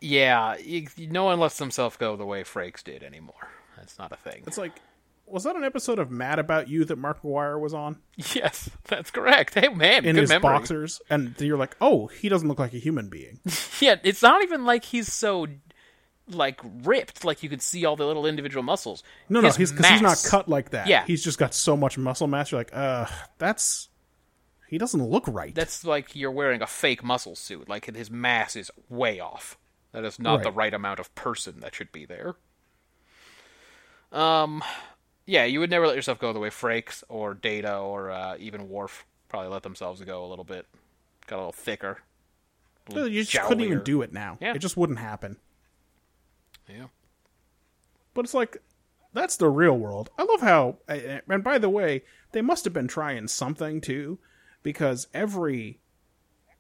Speaker 2: yeah, you, no one lets themselves go the way Frakes did anymore. That's not a thing.
Speaker 3: It's like, was that an episode of Mad About You that Mark McGuire was on
Speaker 2: [LAUGHS] yes, that's correct. Hey, man,
Speaker 3: in
Speaker 2: good
Speaker 3: his
Speaker 2: memory.
Speaker 3: boxers? And you're like, oh, he doesn't look like a
Speaker 2: [LAUGHS]
Speaker 3: human being.
Speaker 2: Yeah, it's not even like he's so like ripped. Like you could see all the little individual muscles.
Speaker 3: No, no,
Speaker 2: His
Speaker 3: he's because he's not
Speaker 2: mass-
Speaker 3: cut like that.
Speaker 2: Yeah.
Speaker 3: he's just got so much muscle mass. You're like, uh, that's he doesn't look right.
Speaker 2: That's like you're wearing a fake muscle suit. Like his mass is way off. That is not the
Speaker 3: Right.
Speaker 2: right amount of person that should be there. Um, yeah, you would never let yourself go the way Frakes or Data or uh, even Worf probably let themselves go a little bit. Got a little thicker. a
Speaker 3: you
Speaker 2: little
Speaker 3: just couldn't even
Speaker 2: jowlier.
Speaker 3: do it now.
Speaker 2: Yeah.
Speaker 3: It just wouldn't happen.
Speaker 2: Yeah.
Speaker 3: But it's like that's the real world. I love how and by the way, they must have been trying something too because every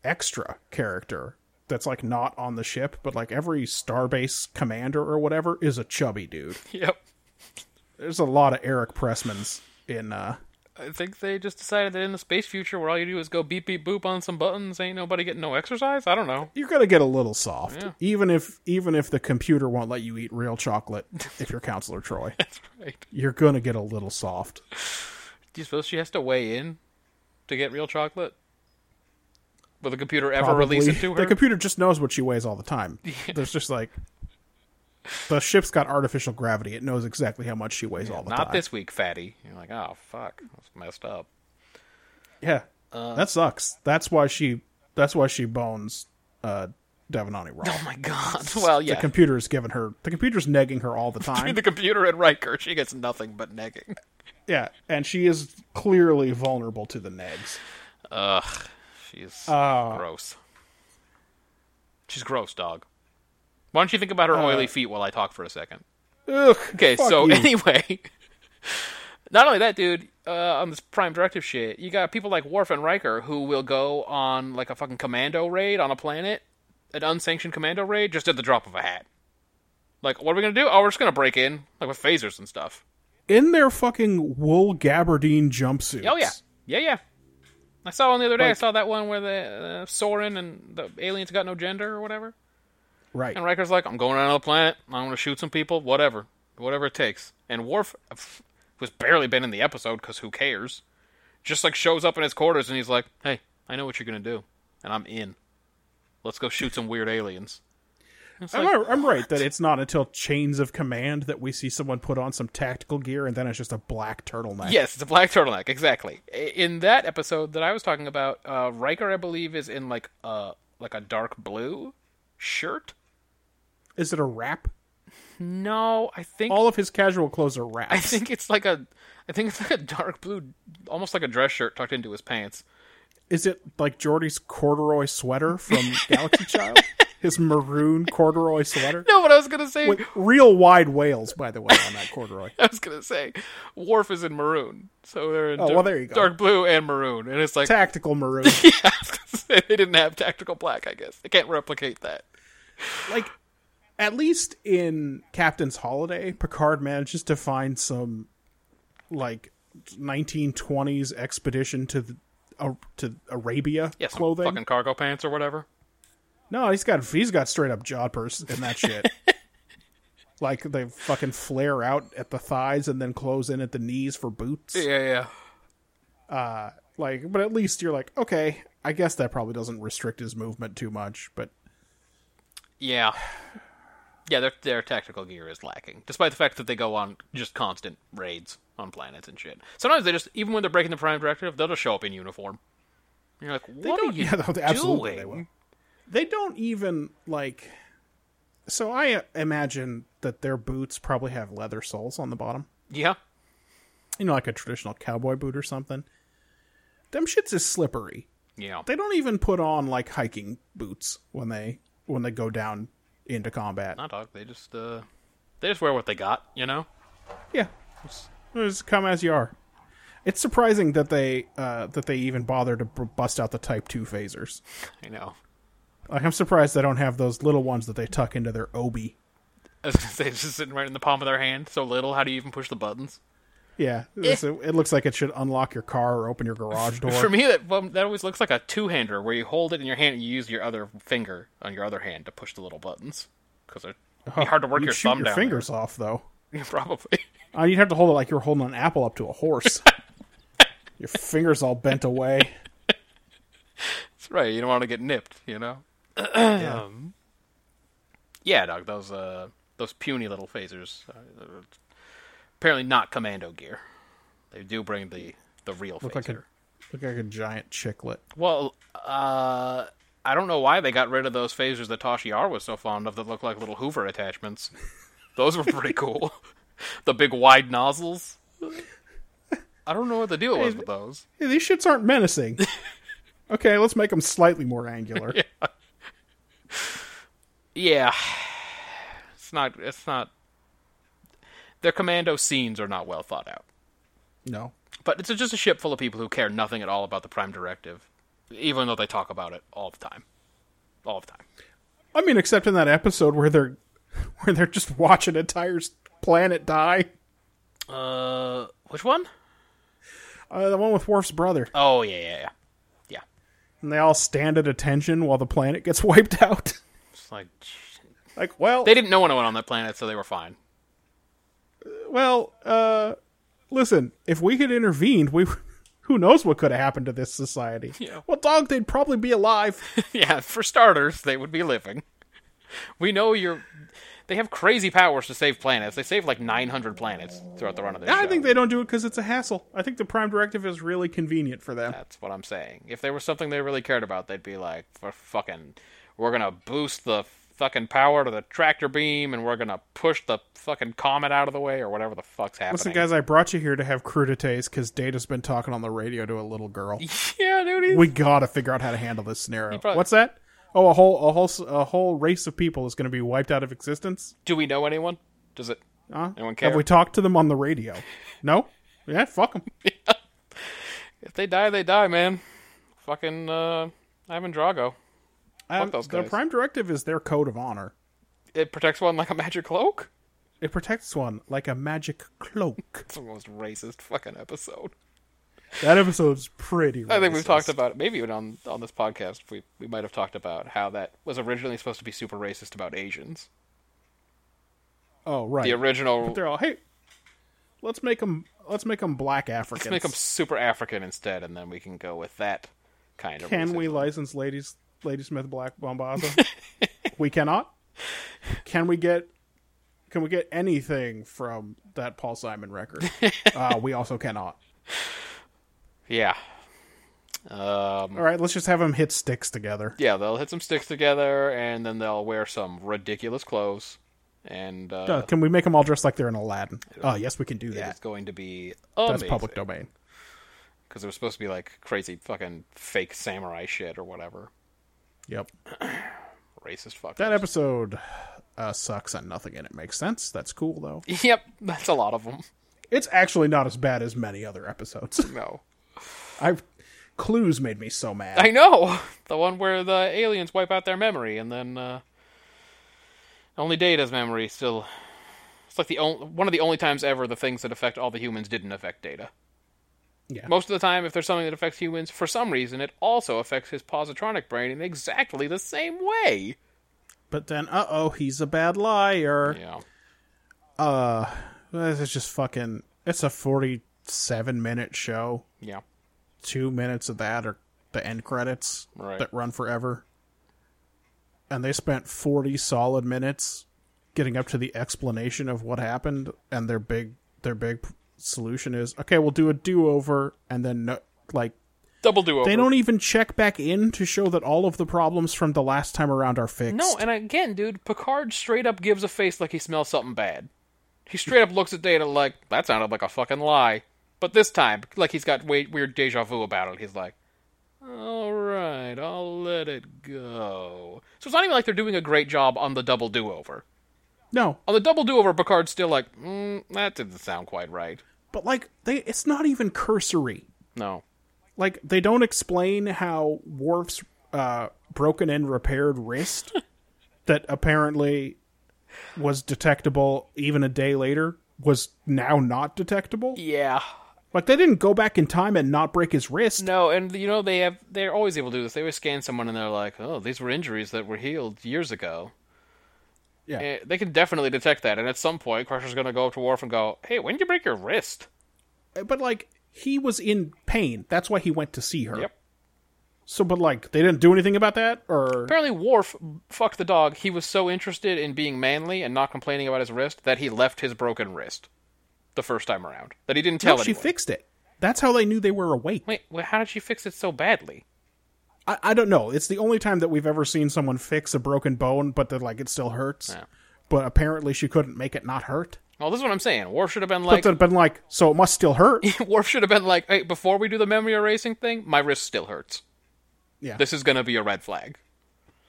Speaker 3: extra character that's like not on the ship, but like every starbase commander or whatever is a chubby dude.
Speaker 2: Yep.
Speaker 3: There's a lot of Eric Pressmans in uh
Speaker 2: I think they just decided that in the space future, where all you do is go beep beep boop on some buttons, ain't nobody getting no exercise. I don't know.
Speaker 3: you're gonna get a little soft, even if even if the computer won't let you eat real chocolate. if you're Counselor Troy,
Speaker 2: [LAUGHS] That's right.
Speaker 3: you're gonna get a little soft.
Speaker 2: Do you suppose she has to weigh in to get real chocolate? Will the computer ever
Speaker 3: Probably.
Speaker 2: release it
Speaker 3: [LAUGHS]
Speaker 2: to her?
Speaker 3: The computer just knows what she weighs all
Speaker 2: [LAUGHS]
Speaker 3: the time. There's just like the ship's got artificial gravity; it knows exactly how much she weighs all the
Speaker 2: Not
Speaker 3: time.
Speaker 2: this week, fatty. You're like, oh fuck, that's messed up.
Speaker 3: Yeah,
Speaker 2: uh,
Speaker 3: that sucks. That's why she. That's why she bones uh, Devonani raw.
Speaker 2: Oh my god. [LAUGHS] Well, yeah.
Speaker 3: The computer's giving her. The computer's negging her all the time.
Speaker 2: [LAUGHS] the computer at Riker, she gets nothing but [LAUGHS] negging.
Speaker 3: yeah, and she is clearly vulnerable to the negs.
Speaker 2: Ugh, she's
Speaker 3: Oh.
Speaker 2: gross. She's gross, dog. Why don't you think about her
Speaker 3: Uh.
Speaker 2: oily feet while I talk for a second?
Speaker 3: Ugh.
Speaker 2: Okay,
Speaker 3: fuck
Speaker 2: so [LAUGHS]
Speaker 3: you.
Speaker 2: anyway, not only that, dude, uh, on this Prime Directive shit, you got people like Worf and Riker who will go on like a fucking commando raid on a planet, an unsanctioned commando raid, just at the drop of a hat. Like, what are we gonna do? Oh, we're just gonna break in, like with phasers and stuff.
Speaker 3: in their fucking wool gabardine jumpsuits.
Speaker 2: Oh yeah, yeah, yeah. I saw one the other day. I saw that one where the uh, Soren and the aliens got no gender or whatever.
Speaker 3: right.
Speaker 2: And Riker's like, I'm going around the planet. I'm going to shoot some people. Whatever. Whatever it takes. And Worf, f- who's barely been in the episode because who cares, just like shows up in his quarters and he's like, hey, I know what you're going to do. And I'm in. Let's go shoot some weird aliens.
Speaker 3: I'm, I'm right that it's not until Chains of Command that we see someone put on some tactical gear, and then it's just a black turtleneck.
Speaker 2: Yes, it's a black turtleneck. Exactly. I- In that episode that I was talking about, uh, Riker, I believe, is in like a, like a dark blue shirt.
Speaker 3: Is it a wrap?
Speaker 2: No, I think
Speaker 3: All of his casual clothes are wraps.
Speaker 2: I think it's like a, I think it's like a dark blue, almost like a dress shirt tucked into his pants.
Speaker 3: Is it like Jordy's corduroy
Speaker 2: [LAUGHS]
Speaker 3: sweater from Galaxy Child? His maroon corduroy sweater?
Speaker 2: [LAUGHS] No, but I was gonna say,
Speaker 3: With real wide whales, by the way, on that
Speaker 2: [LAUGHS]
Speaker 3: corduroy.
Speaker 2: I was gonna say, Worf is in maroon, so they're in
Speaker 3: Oh,
Speaker 2: dark,
Speaker 3: well, there you go.
Speaker 2: dark blue and maroon, and
Speaker 3: [LAUGHS]
Speaker 2: it's like [LAUGHS]
Speaker 3: Tactical maroon.
Speaker 2: yeah, I was gonna say, they didn't have tactical black. I guess they can't replicate that.
Speaker 3: like at least in Captain's Holiday, Picard manages to find some like 1920s expedition to the, uh, to Arabia
Speaker 2: Yes, some
Speaker 3: clothing.
Speaker 2: fucking cargo pants or whatever.
Speaker 3: No, he's got he's got straight up jodhpurs in
Speaker 2: [LAUGHS]
Speaker 3: that shit. like they fucking flare out at the thighs and then close in at the knees for boots.
Speaker 2: Yeah, yeah.
Speaker 3: Like, but at least you're like, okay, I guess that probably doesn't restrict his movement too much, but
Speaker 2: Yeah. Yeah, their their tactical gear is lacking, despite the fact that they go on just constant raids on planets and shit. Sometimes they just, even when they're breaking the Prime Directive, they'll just show up in uniform. You're like, what are [LAUGHS]
Speaker 3: don't-
Speaker 2: you
Speaker 3: yeah, [LAUGHS] no, absolutely they
Speaker 2: doing?
Speaker 3: will. they don't even like so i uh, imagine that their boots probably have leather soles on the bottom
Speaker 2: Yeah,
Speaker 3: you know like a traditional cowboy boot or something them shits is slippery
Speaker 2: yeah.
Speaker 3: they don't even put on like hiking boots when they when they go down into combat
Speaker 2: Not dog. They just uh, they just wear what they got. You know.
Speaker 3: yeah It's- it's come as you are it's surprising that they uh, that they even bother to b- bust out the type 2 phasers
Speaker 2: I know.
Speaker 3: like i'm surprised they don't have those little ones that they tuck into their obi
Speaker 2: I was gonna say it's just sitting right in the palm of their hand. So little. How do you even push the buttons?
Speaker 3: Yeah,
Speaker 2: Eh.
Speaker 3: it's- it, looks like it should unlock your car or open
Speaker 2: [LAUGHS]
Speaker 3: your garage door.
Speaker 2: For me, that well, that always looks like a two-hander where you hold it in your hand and you use your other finger on your other hand to push the little buttons because it'd be hard to work
Speaker 3: Oh, You'd
Speaker 2: your
Speaker 3: shoot
Speaker 2: thumb
Speaker 3: your
Speaker 2: down.
Speaker 3: fingers off though.
Speaker 2: there. [LAUGHS] probably.
Speaker 3: Uh, you'd have to hold it like you were holding an apple up to
Speaker 2: [LAUGHS]
Speaker 3: a horse. your fingers all bent away.
Speaker 2: That's right. You don't want to get nipped, you know. Um, [CLEARS THROAT] yeah, dog. Those uh, those puny little phasers. Uh, they're apparently not commando gear. They do bring the the real
Speaker 3: Look
Speaker 2: phaser.
Speaker 3: like a look like a giant chiclet.
Speaker 2: Well, uh, I don't know why they got rid of those phasers that Toshi R was so fond of that look like little Hoover attachments. Those were [LAUGHS] pretty cool. the big wide nozzles. I don't know what the deal was with those.
Speaker 3: Hey, these shits aren't
Speaker 2: [LAUGHS]
Speaker 3: menacing. okay, let's make them slightly more angular.
Speaker 2: Yeah, it's not. It's not. Their commando scenes are not well thought out.
Speaker 3: No,
Speaker 2: But it's just a ship full of people who care nothing at all about the Prime Directive, even though they talk about it all the time, all the time.
Speaker 3: I mean, except in that episode where they're [LAUGHS] where they're just watching entire s- planet die.
Speaker 2: Uh, which one?
Speaker 3: Uh, the one with Worf's brother,
Speaker 2: Oh yeah, yeah, yeah, yeah.
Speaker 3: and they all stand at attention while the planet gets [LAUGHS] wiped out.
Speaker 2: It's like j-
Speaker 3: like, well,
Speaker 2: they didn't know anyone on that planet, so they were fine. [LAUGHS]
Speaker 3: well, uh, listen, if we had intervened, we [LAUGHS] who knows what could have happened to this society?
Speaker 2: Yeah.
Speaker 3: Well, dog, they'd probably
Speaker 2: [LAUGHS]
Speaker 3: be alive.
Speaker 2: yeah, for starters, they would be living. We know you're. They have crazy powers to save planets. They save like 900 planets throughout the run of this.
Speaker 3: I
Speaker 2: show.
Speaker 3: think they don't do it because it's a hassle. I think the Prime Directive is really convenient for them.
Speaker 2: That's what I'm saying. If there was something they really cared about, they'd be like, "For fucking, we're gonna boost the fucking power to the tractor beam, and we're gonna push the fucking comet out of the way, or whatever the fuck's happening."
Speaker 3: Listen, guys, I brought you here to have crudités because Data's been talking on the radio to a
Speaker 2: [LAUGHS]
Speaker 3: little girl.
Speaker 2: yeah, dude. he's-
Speaker 3: we gotta figure out how to handle this scenario.
Speaker 2: probably-
Speaker 3: What's that? Oh, a whole a whole s- a whole race of people is going to be wiped out of existence.
Speaker 2: Do we know anyone? Does it?
Speaker 3: Huh?
Speaker 2: Anyone care?
Speaker 3: Have we talked to them on
Speaker 2: [LAUGHS]
Speaker 3: the radio? No. Yeah, fuck them.
Speaker 2: If they die, they die, man. Fucking uh, Ivan Drago. those
Speaker 3: the
Speaker 2: guys.
Speaker 3: Um, prime directive is their code of honor.
Speaker 2: It protects one like a magic cloak.
Speaker 3: It protects one like a magic cloak.
Speaker 2: It's the most racist fucking episode.
Speaker 3: that episode's pretty.
Speaker 2: I think we've
Speaker 3: racist.
Speaker 2: talked about it, maybe even on on this podcast. We we might have talked about how that was originally supposed to be super racist about Asians.
Speaker 3: Oh right.
Speaker 2: The original
Speaker 3: They're all hey. Let's make them. Let's make them black Africans.
Speaker 2: Let's make them super African instead, and then we can go with that kind of.
Speaker 3: Can
Speaker 2: racism.
Speaker 3: we license ladies Ladysmith Black
Speaker 2: [LAUGHS]
Speaker 3: Bombaza? we cannot. Can we get can we get anything from that Paul
Speaker 2: [LAUGHS]
Speaker 3: Simon record? uh, we also cannot.
Speaker 2: Yeah. Um,
Speaker 3: All right, let's just have them hit sticks together.
Speaker 2: yeah, they'll hit some sticks together, and then they'll wear some ridiculous clothes, and uh,
Speaker 3: Uh, can we make them all dress like they're in Aladdin? Oh, yes, we can do that.
Speaker 2: it's going to be
Speaker 3: That's
Speaker 2: amazing.
Speaker 3: public domain.
Speaker 2: because it was supposed to be like crazy fucking fake samurai shit or whatever.
Speaker 3: Yep.
Speaker 2: Racist fuck.
Speaker 3: That episode uh, sucks and nothing in it makes sense. That's cool though.
Speaker 2: [LAUGHS] Yep, that's a lot of them.
Speaker 3: It's actually not as bad as many other episodes. [LAUGHS]
Speaker 2: No,
Speaker 3: I've clues made me so mad.
Speaker 2: I know [LAUGHS] the one where the aliens wipe out their memory, and then uh, only Data's memory still. It's like the only one of the only times ever the things that affect all the humans didn't affect Data.
Speaker 3: Yeah.
Speaker 2: Most of the time, if there's something that affects humans, for some reason, it also affects his positronic brain in exactly the same way.
Speaker 3: But then, uh oh, he's a bad liar.
Speaker 2: Yeah,
Speaker 3: This is just fucking. It's a forty-seven minute show.
Speaker 2: yeah,
Speaker 3: Two minutes of that are the end credits
Speaker 2: Right.
Speaker 3: that run forever, and they spent forty solid minutes getting up to the explanation of what happened, and their big their big solution is okay, we'll do a do over, and then no, like
Speaker 2: double do over.
Speaker 3: they don't even check back in to show that all of the problems from the last time around are fixed.
Speaker 2: No, and again, dude, Picard straight up gives a face like he smells something bad. He straight up looks at Data like, that sounded like a fucking lie. But this time, like he's got we- weird deja vu about it, he's like, alright, I'll let it go. So it's not even like they're doing a great job on the double do over.
Speaker 3: no,
Speaker 2: On the double do over, Picard's still like, mm, that didn't sound quite right.
Speaker 3: but like they, it's not even cursory.
Speaker 2: No.
Speaker 3: like they don't explain how Worf's uh, broken and
Speaker 2: [LAUGHS]
Speaker 3: repaired wrist that apparently was detectable even a day later was now not detectable.
Speaker 2: Yeah.
Speaker 3: Like they didn't go back in time and not break his wrist.
Speaker 2: No, and you know they have they're always able to do this. They always scan someone and they're like, "Oh, these were injuries that were healed years ago."
Speaker 3: Yeah.
Speaker 2: Eh, they can definitely detect that, and at some point, Crusher's gonna go up to Worf and go, "Hey, when did you break your wrist?"
Speaker 3: But like he was in pain. That's why he went to see her.
Speaker 2: Yep.
Speaker 3: So but like they didn't do anything about that or
Speaker 2: Apparently, Worf fucked the dog. He was so interested in being manly and not complaining about his wrist that he left his broken wrist the first time around. That he didn't tell
Speaker 3: no, she
Speaker 2: anyone.
Speaker 3: fixed it. That's how they knew they were awake.
Speaker 2: Wait, well, how did she fix it so badly?
Speaker 3: I, I don't know. It's the only time that we've ever seen someone fix a broken bone, but then like it still hurts. But apparently she couldn't make it not hurt.
Speaker 2: Well, this is what I'm saying. Worf should have been
Speaker 3: But
Speaker 2: like,
Speaker 3: then been like, so it must still hurt.
Speaker 2: [LAUGHS] Worf should have been like, hey, before we do the memory erasing thing, my wrist still hurts.
Speaker 3: Yeah.
Speaker 2: This is gonna be a red flag.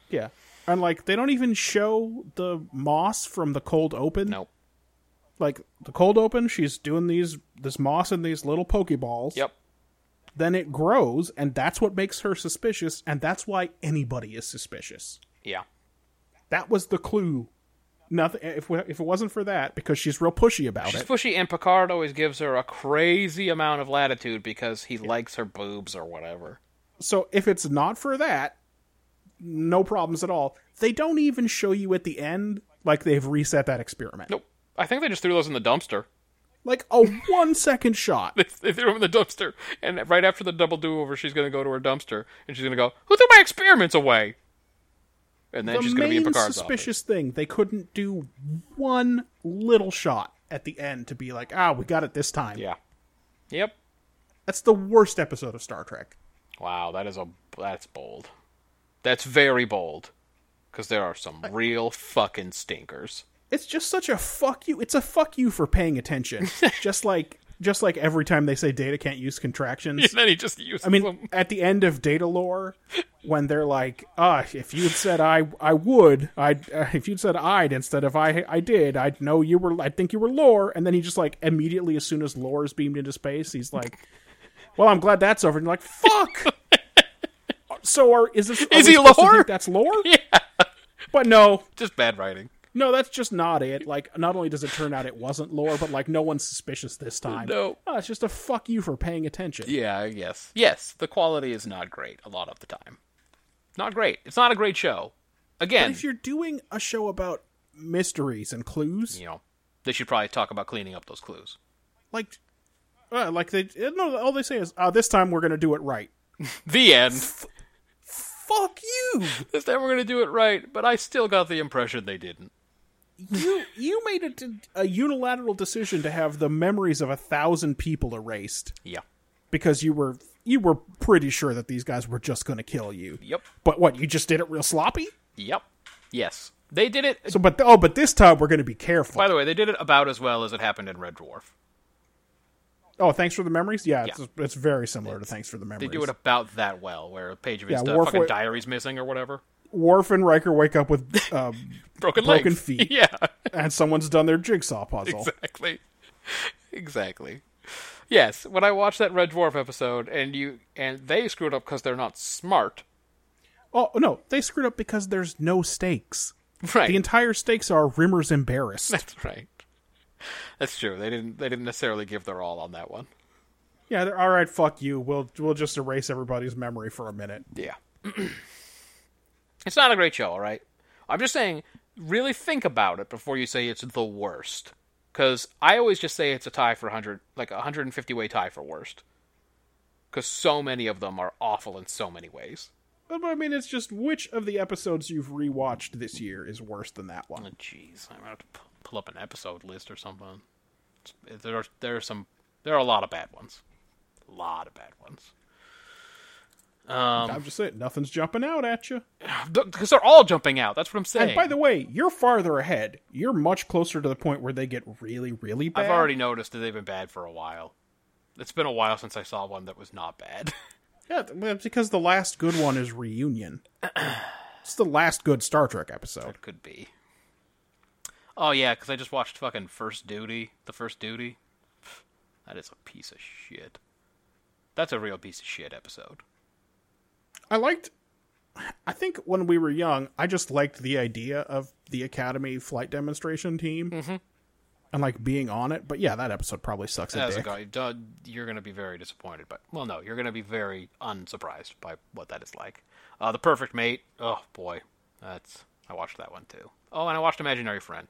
Speaker 3: Yeah. And like they don't even show the moss from the cold open.
Speaker 2: Nope.
Speaker 3: Like the cold open, she's doing these this moss in these little pokeballs.
Speaker 2: Yep.
Speaker 3: Then it grows, and that's what makes her suspicious, and that's why anybody is suspicious.
Speaker 2: Yeah.
Speaker 3: That was the clue. Nothing. If we, if it wasn't for that, because she's real pushy about
Speaker 2: She's
Speaker 3: it.
Speaker 2: pushy, and Picard always gives her a crazy amount of latitude because he likes her boobs or whatever.
Speaker 3: So if it's not for that, no problems at all. They don't even show you at the end like they've reset that experiment.
Speaker 2: Nope. I think they just threw those in the dumpster. [LAUGHS]
Speaker 3: Like a one second shot.
Speaker 2: They, they threw them in the dumpster, and right after the double do over, she's going to go to her dumpster and she's going to go, "Who threw my experiments away?" And then
Speaker 3: the
Speaker 2: she's going to be in
Speaker 3: main
Speaker 2: Picard's
Speaker 3: suspicious thing they couldn't do one little shot at the end to be like, ah, we got it this time.
Speaker 2: office. Yeah. Yep.
Speaker 3: That's the worst episode of Star Trek.
Speaker 2: Wow, that is a that's bold. That's very bold, because there are some real fucking stinkers.
Speaker 3: It's just such a fuck you. It's a fuck you for
Speaker 2: [LAUGHS]
Speaker 3: paying attention. just like just like every time they say data can't use contractions.
Speaker 2: [LAUGHS] And then he just uses
Speaker 3: I mean,
Speaker 2: them.
Speaker 3: at the end of Data Lore, when they're like, "Ah, if you'd said I, I would, I, uh, if you'd said I'd instead of I, I did, I'd know you were, I think you were Lore." And then he just like immediately, as soon as Lore is beamed into space, he's like, "Well, I'm glad that's over." And you're
Speaker 2: [LAUGHS]
Speaker 3: like, "Fuck." so, are is this? Are
Speaker 2: Is
Speaker 3: we
Speaker 2: he
Speaker 3: supposed to
Speaker 2: Lore?
Speaker 3: think
Speaker 2: [LAUGHS]
Speaker 3: that's Lore. Yeah. But no,
Speaker 2: Just bad writing.
Speaker 3: no, that's just not it. Like, not only does it turn out it wasn't Lore, but like no one's suspicious this time.
Speaker 2: No.
Speaker 3: Ah, it's just a fuck you for paying attention.
Speaker 2: Yeah, yes. Yes, the quality is not great a lot of the time. Not great. It's not a great show.
Speaker 3: But
Speaker 2: Again,
Speaker 3: if you're doing a show about mysteries and clues,
Speaker 2: you know, they should probably talk about cleaning up those clues.
Speaker 3: like, uh, like they no, all they say is, uh, "This time we're gonna do it right."
Speaker 2: The end. [LAUGHS]
Speaker 3: Fuck you!
Speaker 2: this time we're going to do it right, but I still got the impression they didn't.
Speaker 3: you you made a, d- a unilateral decision to have the memories of a thousand people erased
Speaker 2: Yeah.
Speaker 3: because you were you were pretty sure that these guys were just gonna kill you.
Speaker 2: Yep.
Speaker 3: But what you just did it real sloppy.
Speaker 2: Yep. Yes. They did it.
Speaker 3: So, but oh, but this time we're gonna be careful.
Speaker 2: By the way, they did it about as well as it happened in Red Dwarf.
Speaker 3: oh, thanks for the memories. Yeah,
Speaker 2: Yeah.
Speaker 3: it's, it's very similar to thanks for the
Speaker 2: They
Speaker 3: memories.
Speaker 2: do it about that well, where a page of his
Speaker 3: Yeah,
Speaker 2: stuff,
Speaker 3: Worf
Speaker 2: fucking
Speaker 3: wa-
Speaker 2: diary's missing or whatever.
Speaker 3: Worf and Riker wake up with um,
Speaker 2: Broken legs.
Speaker 3: Broken feet.
Speaker 2: [LAUGHS] yeah,
Speaker 3: and someone's done their jigsaw puzzle.
Speaker 2: exactly. Exactly. Yes, when I watched that Red Dwarf episode, and you and they screwed up because they're not smart, [LAUGHS]
Speaker 3: Oh no, they screwed up because there's no stakes.
Speaker 2: right?
Speaker 3: The entire stakes are Rimmer's
Speaker 2: [LAUGHS]
Speaker 3: embarrassed.
Speaker 2: That's right. That's true. They didn't. They didn't necessarily give their all on that one.
Speaker 3: yeah, they're all right. Fuck you. We'll we'll just erase everybody's memory for a minute.
Speaker 2: Yeah. [CLEARS THROAT] it's not a great show, all right? I'm just saying, really think about it before you say it's the worst. Because I always just say it's a tie for 100, like a 150 way tie for worst. Because so many of them are awful in so many ways.
Speaker 3: But, I mean, it's just which of the episodes you've rewatched this year is worse than that
Speaker 2: Oh,
Speaker 3: one?
Speaker 2: Jeez, I'm gonna have to pu- pull up an episode list or something. It's- There are there are some there are a lot of bad ones, a lot of bad ones.
Speaker 3: I'm just saying, nothing's jumping out at you.
Speaker 2: Because they're all jumping out. That's what I'm saying.
Speaker 3: And by the way, you're farther ahead. You're much closer to the point where they get really, really bad.
Speaker 2: I've already noticed that they've been bad for a while. It's been a while since I saw one that was not bad. [LAUGHS]
Speaker 3: Yeah, th- well, because the last good one is Reunion. it's the last good Star Trek episode.
Speaker 2: Could be. Oh yeah, because I just watched fucking First Duty. The First Duty. That is a piece of shit. That's a real piece of shit episode.
Speaker 3: I liked. I think when we were
Speaker 2: Mm-hmm.
Speaker 3: young, I just liked the idea of the Academy flight demonstration team. and like being on it. But yeah, that episode probably sucks a
Speaker 2: As a
Speaker 3: dick.
Speaker 2: guy, duh, you're going to be very disappointed. But well, no, you're going to be very unsurprised by what that is like. Uh, the Perfect Mate. Oh boy, that's I watched that one too. Oh, and I watched Imaginary Friend.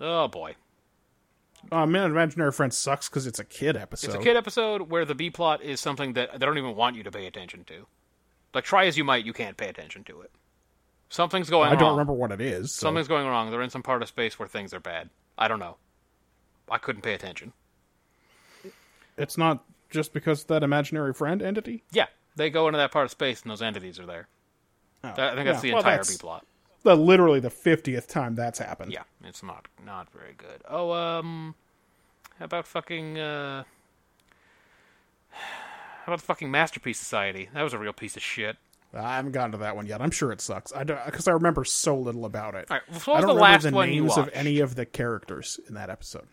Speaker 2: Oh boy,
Speaker 3: Uh, Man, and Imaginary Friend sucks because it's a kid episode.
Speaker 2: it's a kid episode where the B plot is something that they don't even want you to pay attention to. Like try as you might, you can't pay attention to it. Something's going.
Speaker 3: I don't
Speaker 2: wrong.
Speaker 3: remember what it is. so-
Speaker 2: Something's going wrong. They're in some part of space where things are bad. I don't know. I couldn't pay attention.
Speaker 3: It's not just because of that imaginary friend entity.
Speaker 2: Yeah, they go into that part of space and those entities are there.
Speaker 3: Oh,
Speaker 2: That- I think that's
Speaker 3: yeah.
Speaker 2: the
Speaker 3: Well,
Speaker 2: entire
Speaker 3: that's
Speaker 2: B plot.
Speaker 3: The, literally the fiftieth time that's happened.
Speaker 2: Yeah, it's not not very good. Oh, um, how about fucking uh, how about the fucking masterpiece society? That was a real piece of shit.
Speaker 3: I haven't gotten to that one yet. I'm sure it sucks. I because I remember so little about it.
Speaker 2: All right, what was
Speaker 3: I don't
Speaker 2: the
Speaker 3: remember
Speaker 2: last
Speaker 3: the
Speaker 2: one you
Speaker 3: names of
Speaker 2: watched?
Speaker 3: any of the characters in that episode.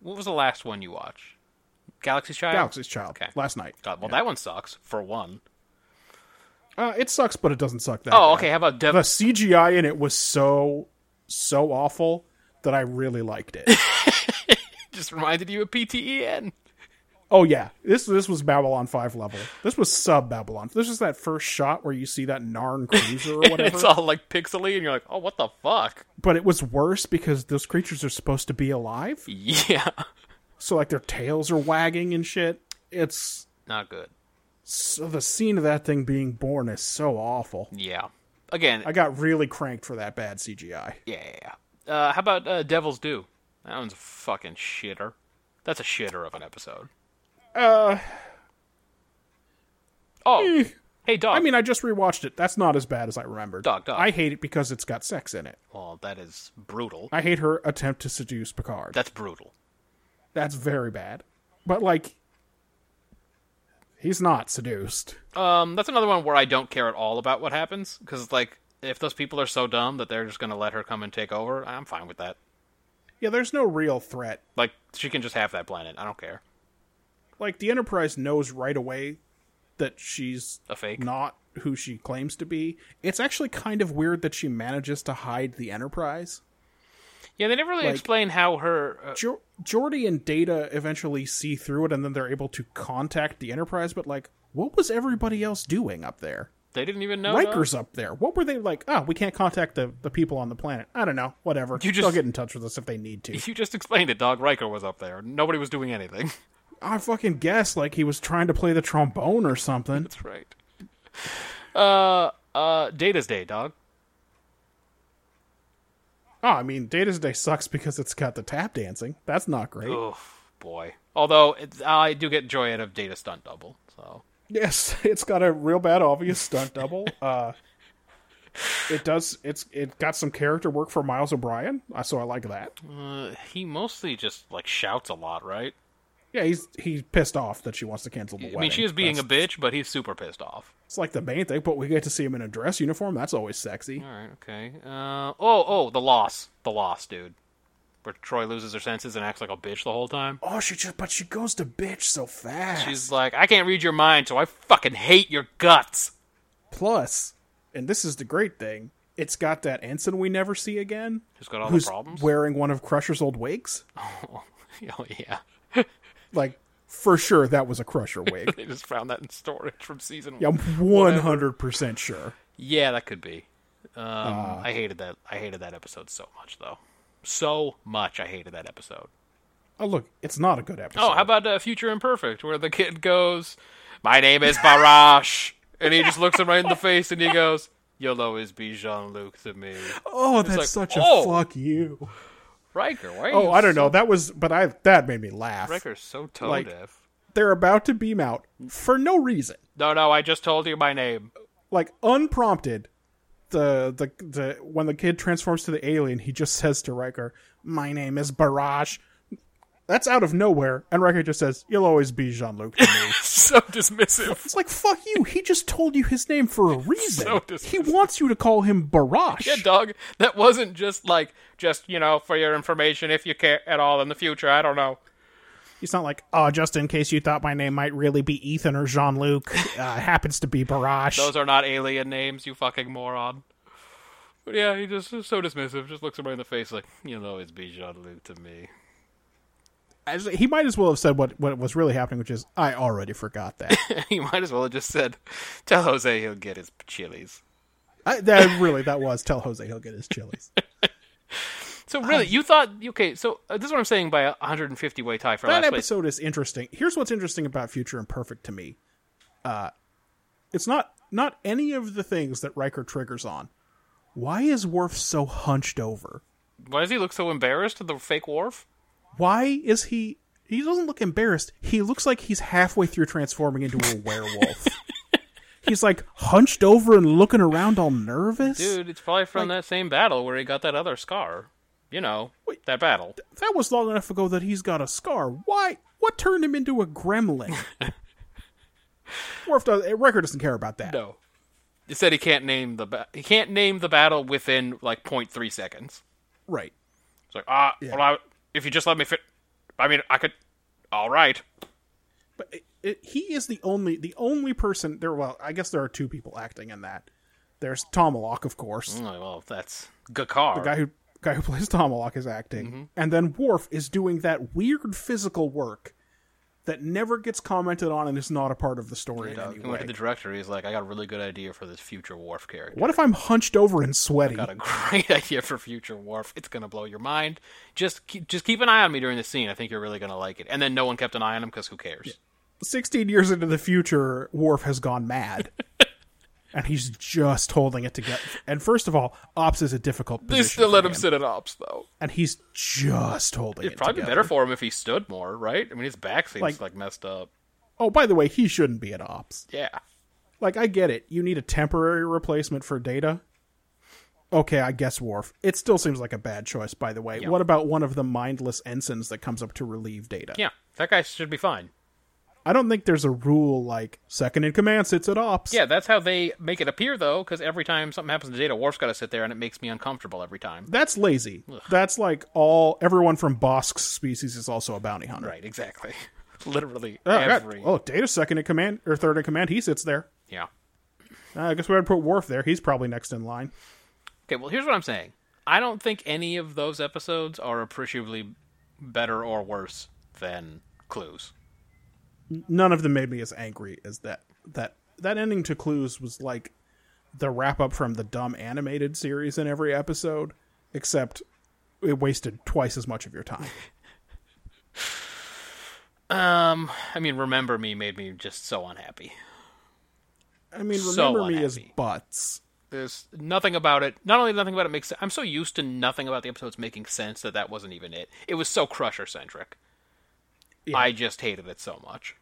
Speaker 2: What was the last one you watched? Galaxy Child.
Speaker 3: Galaxy's Child
Speaker 2: Uh, Okay.
Speaker 3: last night.
Speaker 2: God, well, that one sucks for one.
Speaker 3: Uh, it sucks, but it doesn't suck that.
Speaker 2: Oh,
Speaker 3: bad.
Speaker 2: okay. How about
Speaker 3: The
Speaker 2: Dev-
Speaker 3: CGI in it was so so awful that I really liked
Speaker 2: [LAUGHS]
Speaker 3: it.
Speaker 2: just reminded you of E
Speaker 3: [LAUGHS]
Speaker 2: PTEN?
Speaker 3: Oh yeah, this this was Babylon Five level. This was sub Babylon. This is that first shot where you see
Speaker 2: [LAUGHS]
Speaker 3: that Narn cruiser or whatever.
Speaker 2: It's all like pixely, and you're like, oh, what the fuck? [LAUGHS]
Speaker 3: but it was worse because those creatures are supposed to be alive,
Speaker 2: Yeah,
Speaker 3: so like their tails are wagging and shit. It's
Speaker 2: not good.
Speaker 3: so the scene of that thing being born is so awful.
Speaker 2: Yeah. Again,
Speaker 3: I got really cranked for that bad CGI.
Speaker 2: yeah, yeah, yeah. Uh, how about uh, Devil's Due? That one's a fucking shitter. That's a shitter of an episode.
Speaker 3: Uh, Eh.
Speaker 2: Oh, hey, dog.
Speaker 3: I mean, I just rewatched it. That's not as bad as I remembered.
Speaker 2: Dog, dog.
Speaker 3: I hate it because it's got sex in it.
Speaker 2: well, that is brutal.
Speaker 3: I hate her attempt to seduce Picard.
Speaker 2: That's brutal.
Speaker 3: That's very bad. But like, he's not seduced.
Speaker 2: Um, that's another one where I don't care at all about what happens because, like, if those people are so dumb that they're just gonna let her come and take over, I'm fine with that.
Speaker 3: Yeah, there's no real threat.
Speaker 2: Like, she can just have that planet. I don't care.
Speaker 3: Like the Enterprise knows right away that she's
Speaker 2: A fake.
Speaker 3: not who she claims to be. It's actually kind of weird that she manages to hide the Enterprise.
Speaker 2: Yeah, they never really
Speaker 3: Like-
Speaker 2: explain how her. Uh,
Speaker 3: Jo- Geordi and Data eventually see through it, and then they're able to contact the Enterprise. But like, what was everybody else doing up there?
Speaker 2: they didn't even know. though.
Speaker 3: Riker's up there. What were they like? Oh, we can't contact the, the people on the planet. I don't know. Whatever.
Speaker 2: You just-
Speaker 3: They'll get in touch with us if they
Speaker 2: [LAUGHS]
Speaker 3: need to.
Speaker 2: You just explained it, dog. Riker was up there. Nobody was doing anything.
Speaker 3: I fucking guess like he was trying to play the trombone or something.
Speaker 2: That's right. Uh, uh, Data's Day, dog.
Speaker 3: Oh, I mean, Data's Day sucks because it's got the tap dancing. That's not great.
Speaker 2: Oh boy. Although it's, I do get joy out of Data stunt double. So
Speaker 3: Yes, [LAUGHS] it's got a real bad obvious
Speaker 2: [LAUGHS]
Speaker 3: stunt double. Uh it does it's it got some character work for Miles O'Brien. I so I like that.
Speaker 2: uh, he mostly just like shouts a lot, right?
Speaker 3: Yeah, he's he's pissed off that she wants to cancel the
Speaker 2: I mean, she
Speaker 3: wedding.
Speaker 2: is being
Speaker 3: That's-
Speaker 2: a bitch, but he's super pissed off.
Speaker 3: It's like the main thing, but we get to see him in a dress uniform. That's always sexy.
Speaker 2: All right. Okay. Uh. Oh. Oh. The loss. The loss, dude. Where Troy loses her senses and acts like a bitch the whole time.
Speaker 3: Oh, she just but she goes to bitch so fast.
Speaker 2: She's like, I can't read your mind, so I fucking hate your guts.
Speaker 3: Plus, and this is the great thing, it's got that ensign we never see again.
Speaker 2: Who's got all
Speaker 3: who's
Speaker 2: the problems?
Speaker 3: wearing one of Crusher's old wigs.
Speaker 2: [LAUGHS] oh yeah.
Speaker 3: Like for sure that was a
Speaker 2: [LAUGHS]
Speaker 3: Crusher wig.
Speaker 2: They just found that in storage from season
Speaker 3: I'm
Speaker 2: one.
Speaker 3: one hundred percent sure.
Speaker 2: Yeah, that could be. Um, I hated that. I hated that episode so much, though. So much. I hated that episode.
Speaker 3: Oh look, it's not a good episode.
Speaker 2: Oh, how about uh, Future Imperfect, where the kid goes, "My name is Barash," and he just looks him right in the face and he goes, "You'll always be Jean Luc to me."
Speaker 3: Oh, that's
Speaker 2: like,
Speaker 3: such
Speaker 2: oh!
Speaker 3: a fuck you.
Speaker 2: Riker, why? Are
Speaker 3: Oh,
Speaker 2: you
Speaker 3: I don't
Speaker 2: so-
Speaker 3: know. That was but I that made me laugh.
Speaker 2: Riker's so tone
Speaker 3: Like-
Speaker 2: deaf.
Speaker 3: They're about to beam out for no reason.
Speaker 2: No, no, I just told you my name. [LAUGHS]
Speaker 3: Like unprompted. The, the the when the kid transforms to the alien, he just says to Riker, "My name is Barash." That's out of nowhere, and Riker just says, "You'll always be Jean Luc."
Speaker 2: [LAUGHS] so dismissive.
Speaker 3: It's like fuck you. He just told you his name for a
Speaker 2: [LAUGHS]
Speaker 3: reason.
Speaker 2: So
Speaker 3: he
Speaker 2: dismissive.
Speaker 3: wants you to call him Barash.
Speaker 2: Yeah, dog. That wasn't just like just you know for your information if you care at all in the future. I don't know.
Speaker 3: He's not like, oh, just in case you thought my name might really be Ethan or
Speaker 2: [LAUGHS]
Speaker 3: Jean Luc, uh, happens to be Barash.
Speaker 2: Those are not alien names, you fucking moron. But yeah, he just is so dismissive. Just looks him right in the face, like you'll always be Jean Luc to me. [LAUGHS]
Speaker 3: I just- he might as well have said what what was really happening, which is I already
Speaker 2: [LAUGHS]
Speaker 3: forgot that.
Speaker 2: you might as well have just said, "Tell Jose he'll get his chilies."
Speaker 3: I, that really that was tell Jose he'll get his chilies.
Speaker 2: So really, you thought okay? So uh, this is what I'm saying by 150 way tie for
Speaker 3: that
Speaker 2: last place.
Speaker 3: episode is interesting. Here's what's interesting about Future Imperfect to me. Uh, it's not not any of the things that Riker triggers on. Why is Worf so hunched over?
Speaker 2: Why does he look so embarrassed to the fake wharf?
Speaker 3: Why is he? He doesn't look embarrassed. He looks like he's halfway through transforming into
Speaker 2: [LAUGHS]
Speaker 3: a werewolf. he's like hunched over and looking around all nervous.
Speaker 2: Dude, it's probably from that same battle where he got that other scar. You know, that battle.
Speaker 3: That was long enough ago that he's got a scar. Why? What turned him into
Speaker 2: [LAUGHS]
Speaker 3: a gremlin? Worf does. Riker doesn't care about that.
Speaker 2: No, he said he can't name the ba- he can't name the battle within like 0.3 seconds.
Speaker 3: Right.
Speaker 2: It's like ah, well, I, if you just let me fit, I mean, I could. All right,
Speaker 3: but it, it, he is the only the only person there. Well, I guess there are two people acting in that. There's Tomalak, of course,
Speaker 2: I'm like, well, that's Gakar.
Speaker 3: guy who guy who plays Tomalak is acting,
Speaker 2: Mm-hmm.
Speaker 3: and then Worf is doing that weird physical work that never gets commented on and is not a part of the story in
Speaker 2: Uh,
Speaker 3: any
Speaker 2: he
Speaker 3: way.
Speaker 2: went to the director. He's like, I got a really good idea for this future Worf character.
Speaker 3: What if I'm hunched over and sweaty?
Speaker 2: Got a [LAUGHS] great idea for future Worf. It's gonna blow your mind. Just keep, just keep an eye on me during the scene. I think you're really gonna like it. And then no one kept an eye on him because who cares?
Speaker 3: Sixteen years into the future, Worf has
Speaker 2: [LAUGHS]
Speaker 3: gone mad. And he's just holding it together. And first of all, Ops is a difficult
Speaker 2: They
Speaker 3: position.
Speaker 2: still let
Speaker 3: for
Speaker 2: him sit at ops though.
Speaker 3: and he's just holding
Speaker 2: It'd
Speaker 3: it.
Speaker 2: probably be
Speaker 3: together.
Speaker 2: better for him if he stood more, right? I mean, his back seems like,
Speaker 3: Like-
Speaker 2: messed up.
Speaker 3: Oh, by the way, he shouldn't be at ops.
Speaker 2: Yeah,
Speaker 3: Like, I get it. You need a temporary replacement for data. Okay, I guess Worf. It still seems like a bad choice, by the way. What about one of the mindless ensigns that comes up to relieve data?
Speaker 2: yeah, that guy should be fine.
Speaker 3: I don't think there's a rule like second in command sits at ops.
Speaker 2: Yeah, that's how they make it appear though, because every time something happens to Data, Worf's got to sit there, and it makes me uncomfortable every time.
Speaker 3: That's lazy. That's like all everyone from Bosk's species is also a bounty hunter.
Speaker 2: Right, exactly. [LAUGHS] Literally
Speaker 3: Oh, God.
Speaker 2: every.
Speaker 3: oh, data second in command or third in command, he sits there.
Speaker 2: Yeah.
Speaker 3: Uh, I guess we would put Worf there. He's probably next in line.
Speaker 2: Okay, well, here's what I'm saying. I don't think any of those episodes are appreciably better or worse than Clues.
Speaker 3: none of them made me as angry as that that that ending to clues was like the wrap up from the dumb animated series in every episode except it wasted twice as much of your time
Speaker 2: Um, I mean, Remember Me made me just so unhappy.
Speaker 3: [LAUGHS] i mean
Speaker 2: So
Speaker 3: remember me as
Speaker 2: unhappy.
Speaker 3: butts
Speaker 2: There's nothing about it. Not only nothing about it makes sense. I'm so used to nothing about the episodes making sense that that wasn't even it. It was so Crusher centric. I just hated it so much.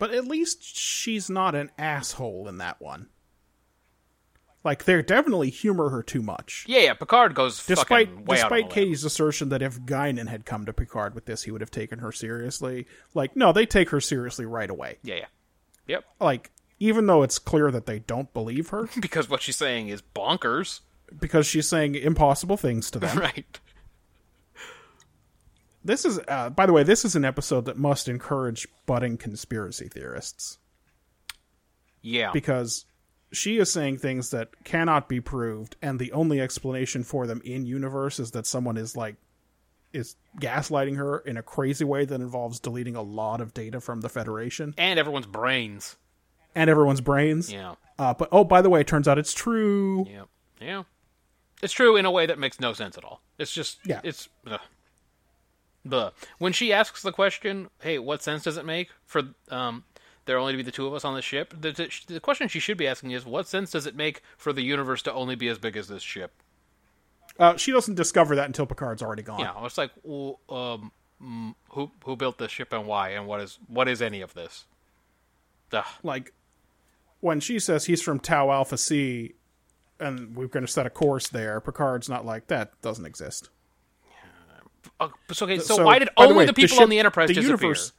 Speaker 3: but at least she's not an asshole in that one like they definitely humor her too much
Speaker 2: Yeah, yeah. Picard goes fucking
Speaker 3: despite
Speaker 2: way out on a
Speaker 3: despite
Speaker 2: limb.
Speaker 3: Katie's assertion that if Guinan had come to Picard with this he would have taken her seriously like no they take her seriously right away
Speaker 2: Yeah, yeah. Yep. [LAUGHS]
Speaker 3: like even though it's clear that they don't believe her
Speaker 2: Because what she's saying is bonkers, [LAUGHS]
Speaker 3: because she's saying impossible things to them.
Speaker 2: right?
Speaker 3: This is, uh, by the way, this is an episode that must encourage budding conspiracy theorists
Speaker 2: Yeah.
Speaker 3: because she is saying things that cannot be proved, and the only explanation for them in universe is that someone is like is gaslighting her in a crazy way that involves deleting a lot of data from the Federation
Speaker 2: and everyone's brains.
Speaker 3: and everyone's brains.
Speaker 2: Yeah.
Speaker 3: Uh, but oh, by the way, it turns out it's true.
Speaker 2: Yeah. Yeah. It's true in a way that makes no sense at all. It's just
Speaker 3: Yeah.
Speaker 2: it's ugh. Blah. When she asks the question, "Hey, what sense does it make for um there only to be the two of us on the ship?" The, the, the question she should be asking is, "What sense does it make for the universe to only be as big as this ship?"
Speaker 3: Uh, she doesn't discover that until Picard's already gone.
Speaker 2: Yeah, it's like, well, um, mm, who who built this ship and why, and what is what is any of this? Ugh.
Speaker 3: like when she says he's from Tau Alpha C and we're going to set a course there, Picard's not like that doesn't exist.
Speaker 2: Uh, so, okay, so,
Speaker 3: So,
Speaker 2: why did
Speaker 3: by the
Speaker 2: only
Speaker 3: way,
Speaker 2: the, people
Speaker 3: ship-
Speaker 2: on the Enterprise
Speaker 3: the
Speaker 2: disappear?
Speaker 3: universe,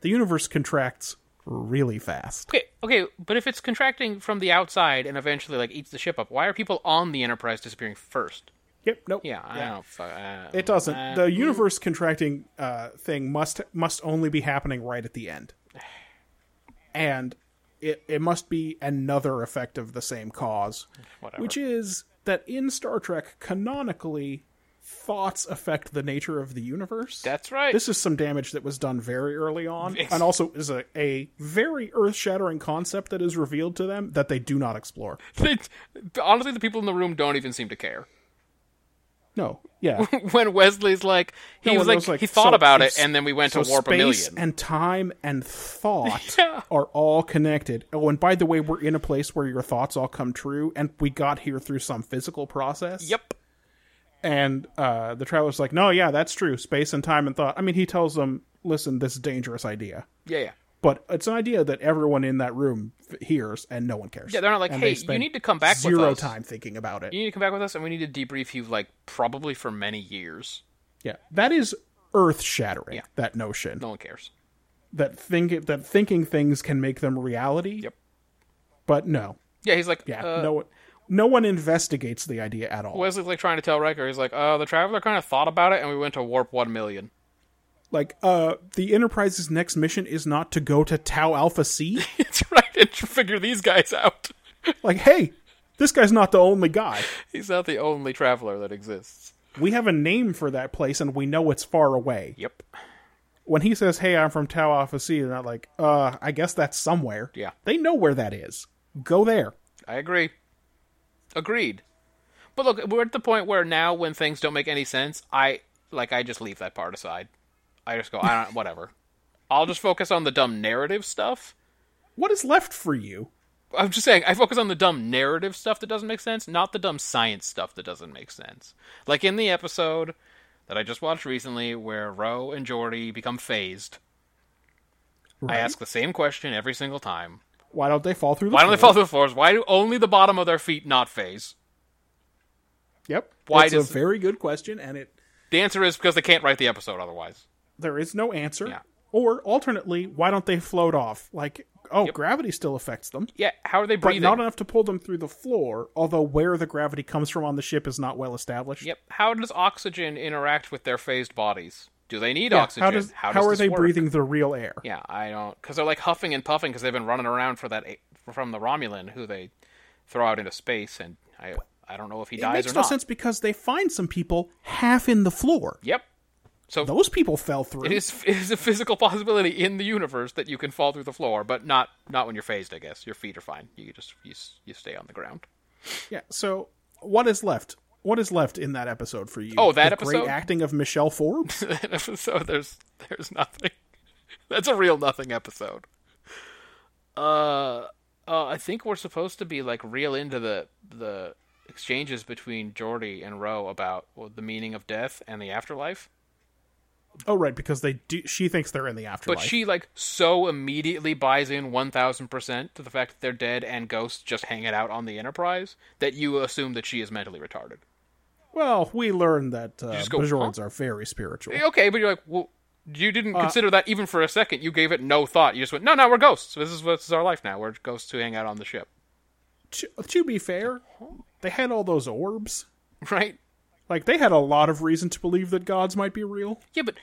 Speaker 3: the universe contracts really fast.
Speaker 2: Okay, okay, but if it's contracting from the outside and eventually like eats the ship up, why are people on the Enterprise disappearing first?
Speaker 3: Yep, nope.
Speaker 2: Yeah, I don't. fu- I-
Speaker 3: It doesn't.
Speaker 2: I-
Speaker 3: the universe contracting uh, thing must must only be happening right at the end, and it it must be another effect of the same cause,
Speaker 2: Whatever.
Speaker 3: which is that in Star Trek, canonically, thoughts affect the nature of the universe.
Speaker 2: That's right. [LAUGHS]
Speaker 3: This is some damage that was done very early on,
Speaker 2: Yes.
Speaker 3: and also is a, a very earth shattering concept that is revealed to them that they do not explore.
Speaker 2: Honestly, the people in the room don't even seem to care. [LAUGHS]
Speaker 3: No, yeah.
Speaker 2: When Wesley's like, he
Speaker 3: No,
Speaker 2: was
Speaker 3: when I
Speaker 2: like,
Speaker 3: was like,
Speaker 2: he thought
Speaker 3: so
Speaker 2: about it,
Speaker 3: it's-
Speaker 2: and then we went
Speaker 3: so
Speaker 2: to warp
Speaker 3: space
Speaker 2: a million.
Speaker 3: and time and thought
Speaker 2: [LAUGHS] Yeah.
Speaker 3: are all connected. Oh, and by the way, we're in a place where your thoughts all come true, and we got here through some physical process.
Speaker 2: yep.
Speaker 3: And uh, the traveler's like, "No, yeah, that's true. Space and time and thought." I mean, he tells them, "Listen, this is a dangerous idea."
Speaker 2: Yeah, yeah.
Speaker 3: But it's an idea that everyone in that room f- hears, and no one cares.
Speaker 2: Yeah, they're not like,
Speaker 3: And
Speaker 2: "Hey,
Speaker 3: they
Speaker 2: you
Speaker 3: spend
Speaker 2: need to come back with
Speaker 3: Zero
Speaker 2: us."
Speaker 3: time thinking about it.
Speaker 2: You need to come back with us, and we need to debrief you, like, probably for many years.
Speaker 3: Yeah, that is earth shattering.
Speaker 2: Yeah.
Speaker 3: That notion.
Speaker 2: No one cares.
Speaker 3: that think that thinking things can make them reality.
Speaker 2: Yep.
Speaker 3: But no,
Speaker 2: Yeah, he's like,
Speaker 3: yeah,
Speaker 2: uh,
Speaker 3: no one, no one investigates the idea at all.
Speaker 2: Wesley's like trying to tell Riker, he's like, uh, the Traveler kind of thought about it, and we went to warp one million. [LAUGHS]
Speaker 3: Like, uh, the Enterprise's next mission is not to go to Tau
Speaker 2: [LAUGHS]
Speaker 3: Alpha C.
Speaker 2: It's right, and to figure these guys out.
Speaker 3: like, hey, this guy's not the only guy.
Speaker 2: He's not the only Traveler that exists.
Speaker 3: We have a name for that place, and we know it's far away.
Speaker 2: Yep.
Speaker 3: When he says, "Hey, I'm from Tau Alpha C," they're not like, "Uh, I guess that's somewhere."
Speaker 2: Yeah.
Speaker 3: they know where that is. Go there.
Speaker 2: I agree. Agreed. But look, we're at the point where now, when things don't make any sense, I like I just leave that part aside. I just go, I don't,
Speaker 3: [LAUGHS]
Speaker 2: whatever. I'll just focus on the dumb narrative stuff.
Speaker 3: What is left for you?
Speaker 2: I'm just saying, I focus on the dumb narrative stuff that doesn't make sense, not the dumb science stuff that doesn't make sense. Like in the episode that I just watched recently where Ro and Jordy become phased. I ask the same question every single time.
Speaker 3: Why don't they fall through? The
Speaker 2: Why don't they
Speaker 3: floor?
Speaker 2: fall through the floors? Why do only the bottom of their feet not phase?
Speaker 3: Yep.
Speaker 2: Why
Speaker 3: it's
Speaker 2: does-
Speaker 3: a very good question, and it
Speaker 2: The answer is because they can't write the episode otherwise.
Speaker 3: there is no answer.
Speaker 2: Yeah.
Speaker 3: Or alternately, why don't they float off? Like, oh,
Speaker 2: Yep.
Speaker 3: gravity still affects them,
Speaker 2: Yeah, how are they
Speaker 3: but
Speaker 2: breathing?
Speaker 3: not enough to pull them through the floor. Although where the gravity comes from on the ship is not well established.
Speaker 2: Yep. How does oxygen interact with their phased bodies? Do they need
Speaker 3: Yeah,
Speaker 2: oxygen?
Speaker 3: How does how, are
Speaker 2: this
Speaker 3: they
Speaker 2: work?
Speaker 3: breathing the real air?
Speaker 2: Yeah, I don't because they're like huffing and puffing because they've been running around for that from the Romulan who they throw out into space, and I I don't know if he
Speaker 3: It
Speaker 2: dies
Speaker 3: makes
Speaker 2: or
Speaker 3: no
Speaker 2: not.
Speaker 3: sense because they find some people half in the floor.
Speaker 2: Yep,
Speaker 3: Those people fell through.
Speaker 2: it is [LAUGHS] it is a physical possibility in the universe that you can fall through the floor, but not not when you're phased. I guess your feet are fine. You just you s- you stay on the ground.
Speaker 3: Yeah. So what is left? What is left in that episode for you?
Speaker 2: Oh, that
Speaker 3: The great
Speaker 2: episode?
Speaker 3: acting of
Speaker 2: [LAUGHS]
Speaker 3: Michelle Forbes.
Speaker 2: that episode there's there's nothing. [LAUGHS] That's a real nothing episode. Uh, uh I think we're supposed to be like real into the the exchanges between Jordy and Roe about well, the meaning of death and the afterlife.
Speaker 3: oh, right, because they do. She thinks they're in the afterlife.
Speaker 2: But she like so immediately buys in one thousand percent to the fact that they're dead and ghosts just hanging out on the Enterprise that you assume that she is mentally retarded.
Speaker 3: Well, we learned that uh,
Speaker 2: just go,
Speaker 3: Bajorans are very spiritual.
Speaker 2: Okay, but you're like, well, you didn't
Speaker 3: Uh,
Speaker 2: consider that even for a second. You gave it no thought. You just went, no, no, we're ghosts. This is this is our life now. We're ghosts who hang out on the ship, [LAUGHS]
Speaker 3: To, to be fair, they had all those orbs.
Speaker 2: right?
Speaker 3: Like they had a lot of reason to believe that gods might be real.
Speaker 2: Yeah, but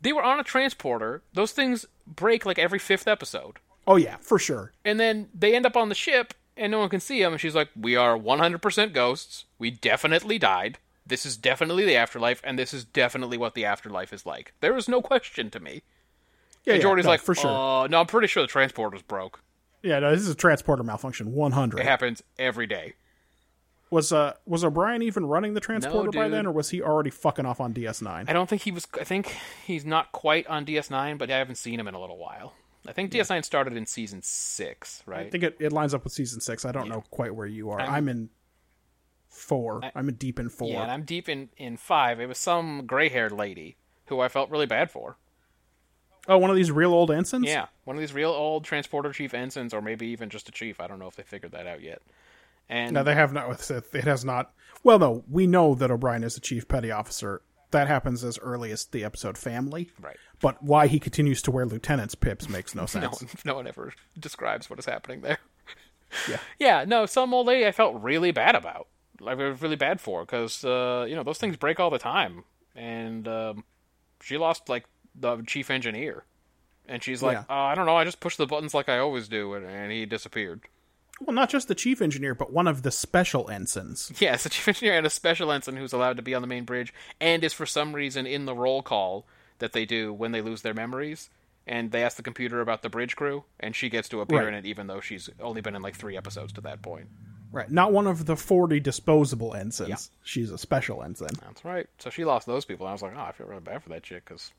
Speaker 2: they were on a transporter. Those things break like every fifth episode,
Speaker 3: Oh yeah, for sure.
Speaker 2: and then they end up on the ship, and no one can see them. And she's like, we are 100% ghosts. We definitely died. This is definitely the afterlife, and this is definitely what the afterlife is like. There is no question to me.
Speaker 3: Yeah,
Speaker 2: And
Speaker 3: yeah,
Speaker 2: Jordy's
Speaker 3: no,
Speaker 2: like,
Speaker 3: for sure.
Speaker 2: "Uh, no, I'm pretty sure the transporter's broke.
Speaker 3: yeah, no, this is a transporter malfunction. One
Speaker 2: It
Speaker 3: hundred.
Speaker 2: happens every day.
Speaker 3: Was uh was O'Brien even running the transporter by
Speaker 2: dude.
Speaker 3: then, or was he already fucking off on DS Nine?
Speaker 2: I don't think he was. I think he's not quite on DS9, but I haven't seen him in a little while. I think DS9 started in season six, right?
Speaker 3: I think it, it lines up with season six. I don't know quite where you are. I'm, in four. I, am in deep in four.
Speaker 2: yeah, and I'm deep in in five. It was some gray-haired lady who I felt really bad for.
Speaker 3: oh, one of these real old ensigns.
Speaker 2: Yeah, one of these real old transporter chief ensigns, or maybe even just a chief. I don't know if they figured that out yet. And
Speaker 3: No, they have not. with Sith. It has not. Well, no, we know that O'Brien is the chief petty officer. That happens as early as the episode "Family."
Speaker 2: Right.
Speaker 3: But why he continues to wear lieutenant's pips makes
Speaker 2: [LAUGHS]
Speaker 3: no
Speaker 2: no
Speaker 3: sense.
Speaker 2: one, no one ever describes what is happening there.
Speaker 3: Yeah.
Speaker 2: [LAUGHS] Yeah, no, some old lady I felt really bad about. Like, I was really bad for, because, uh, you know, those things break all the time. And um, she lost, like, the chief engineer. And she's like,
Speaker 3: Yeah.
Speaker 2: uh, I don't know, I just pushed the buttons like I always do, and, and he disappeared.
Speaker 3: Well, not just the chief engineer, but one of the special ensigns.
Speaker 2: [LAUGHS] Yeah, it's a chief engineer and a special ensign who's allowed to be on the main bridge and is for some reason in the roll call that they do when they lose their memories. And they ask the computer about the bridge crew, and she gets to appear
Speaker 3: Right.
Speaker 2: in it, even though she's only been in like three episodes to that point.
Speaker 3: Right. Not one of the 40 disposable ensigns.
Speaker 2: Yeah.
Speaker 3: She's a special ensign.
Speaker 2: That's right. So she lost those people, and I was like, oh, I feel really bad for that chick because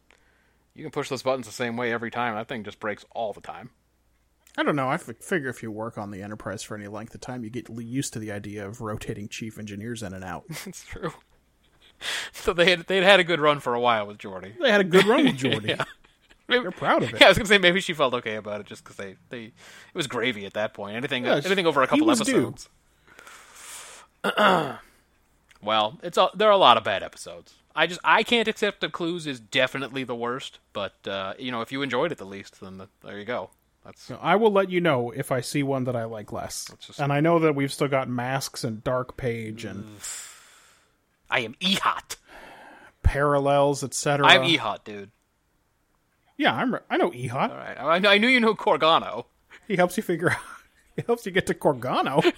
Speaker 2: you can push those buttons the same way every time. and That thing just breaks all the time. [LAUGHS]
Speaker 3: I don't know. I fi- figure if you work on the Enterprise for any length of time, you get l- used to the idea of rotating chief engineers in
Speaker 2: [LAUGHS]
Speaker 3: and out.
Speaker 2: It's true. So they had they'd had a good run for a while with Jordy.
Speaker 3: they had a good run
Speaker 2: [LAUGHS]
Speaker 3: with Jordy.
Speaker 2: Maybe-
Speaker 3: They're proud of
Speaker 2: [LAUGHS]
Speaker 3: it.
Speaker 2: Yeah, I was gonna say maybe she felt okay about it just because they, they it was gravy at that point. Anything
Speaker 3: Yeah, she-
Speaker 2: anything over a
Speaker 3: he
Speaker 2: couple
Speaker 3: was due.
Speaker 2: episodes. well, it's all, there are a lot of bad episodes. I just I can't accept that Clues is definitely the worst, but uh, you know if you enjoyed it the least, then the, there you go. That's
Speaker 3: So I will let you know if I see one that I like less.
Speaker 2: just-
Speaker 3: And I know that we've still got Masks and Dark Page and
Speaker 2: Mm. I am e hot.
Speaker 3: Parallels, etc.
Speaker 2: I'm e hot, dude.
Speaker 3: Yeah, I'm. I know Ehot.
Speaker 2: All right, I, I knew you knew Corgano.
Speaker 3: He helps you figure [LAUGHS] out. He helps you get
Speaker 2: [LAUGHS]
Speaker 3: to Corgano.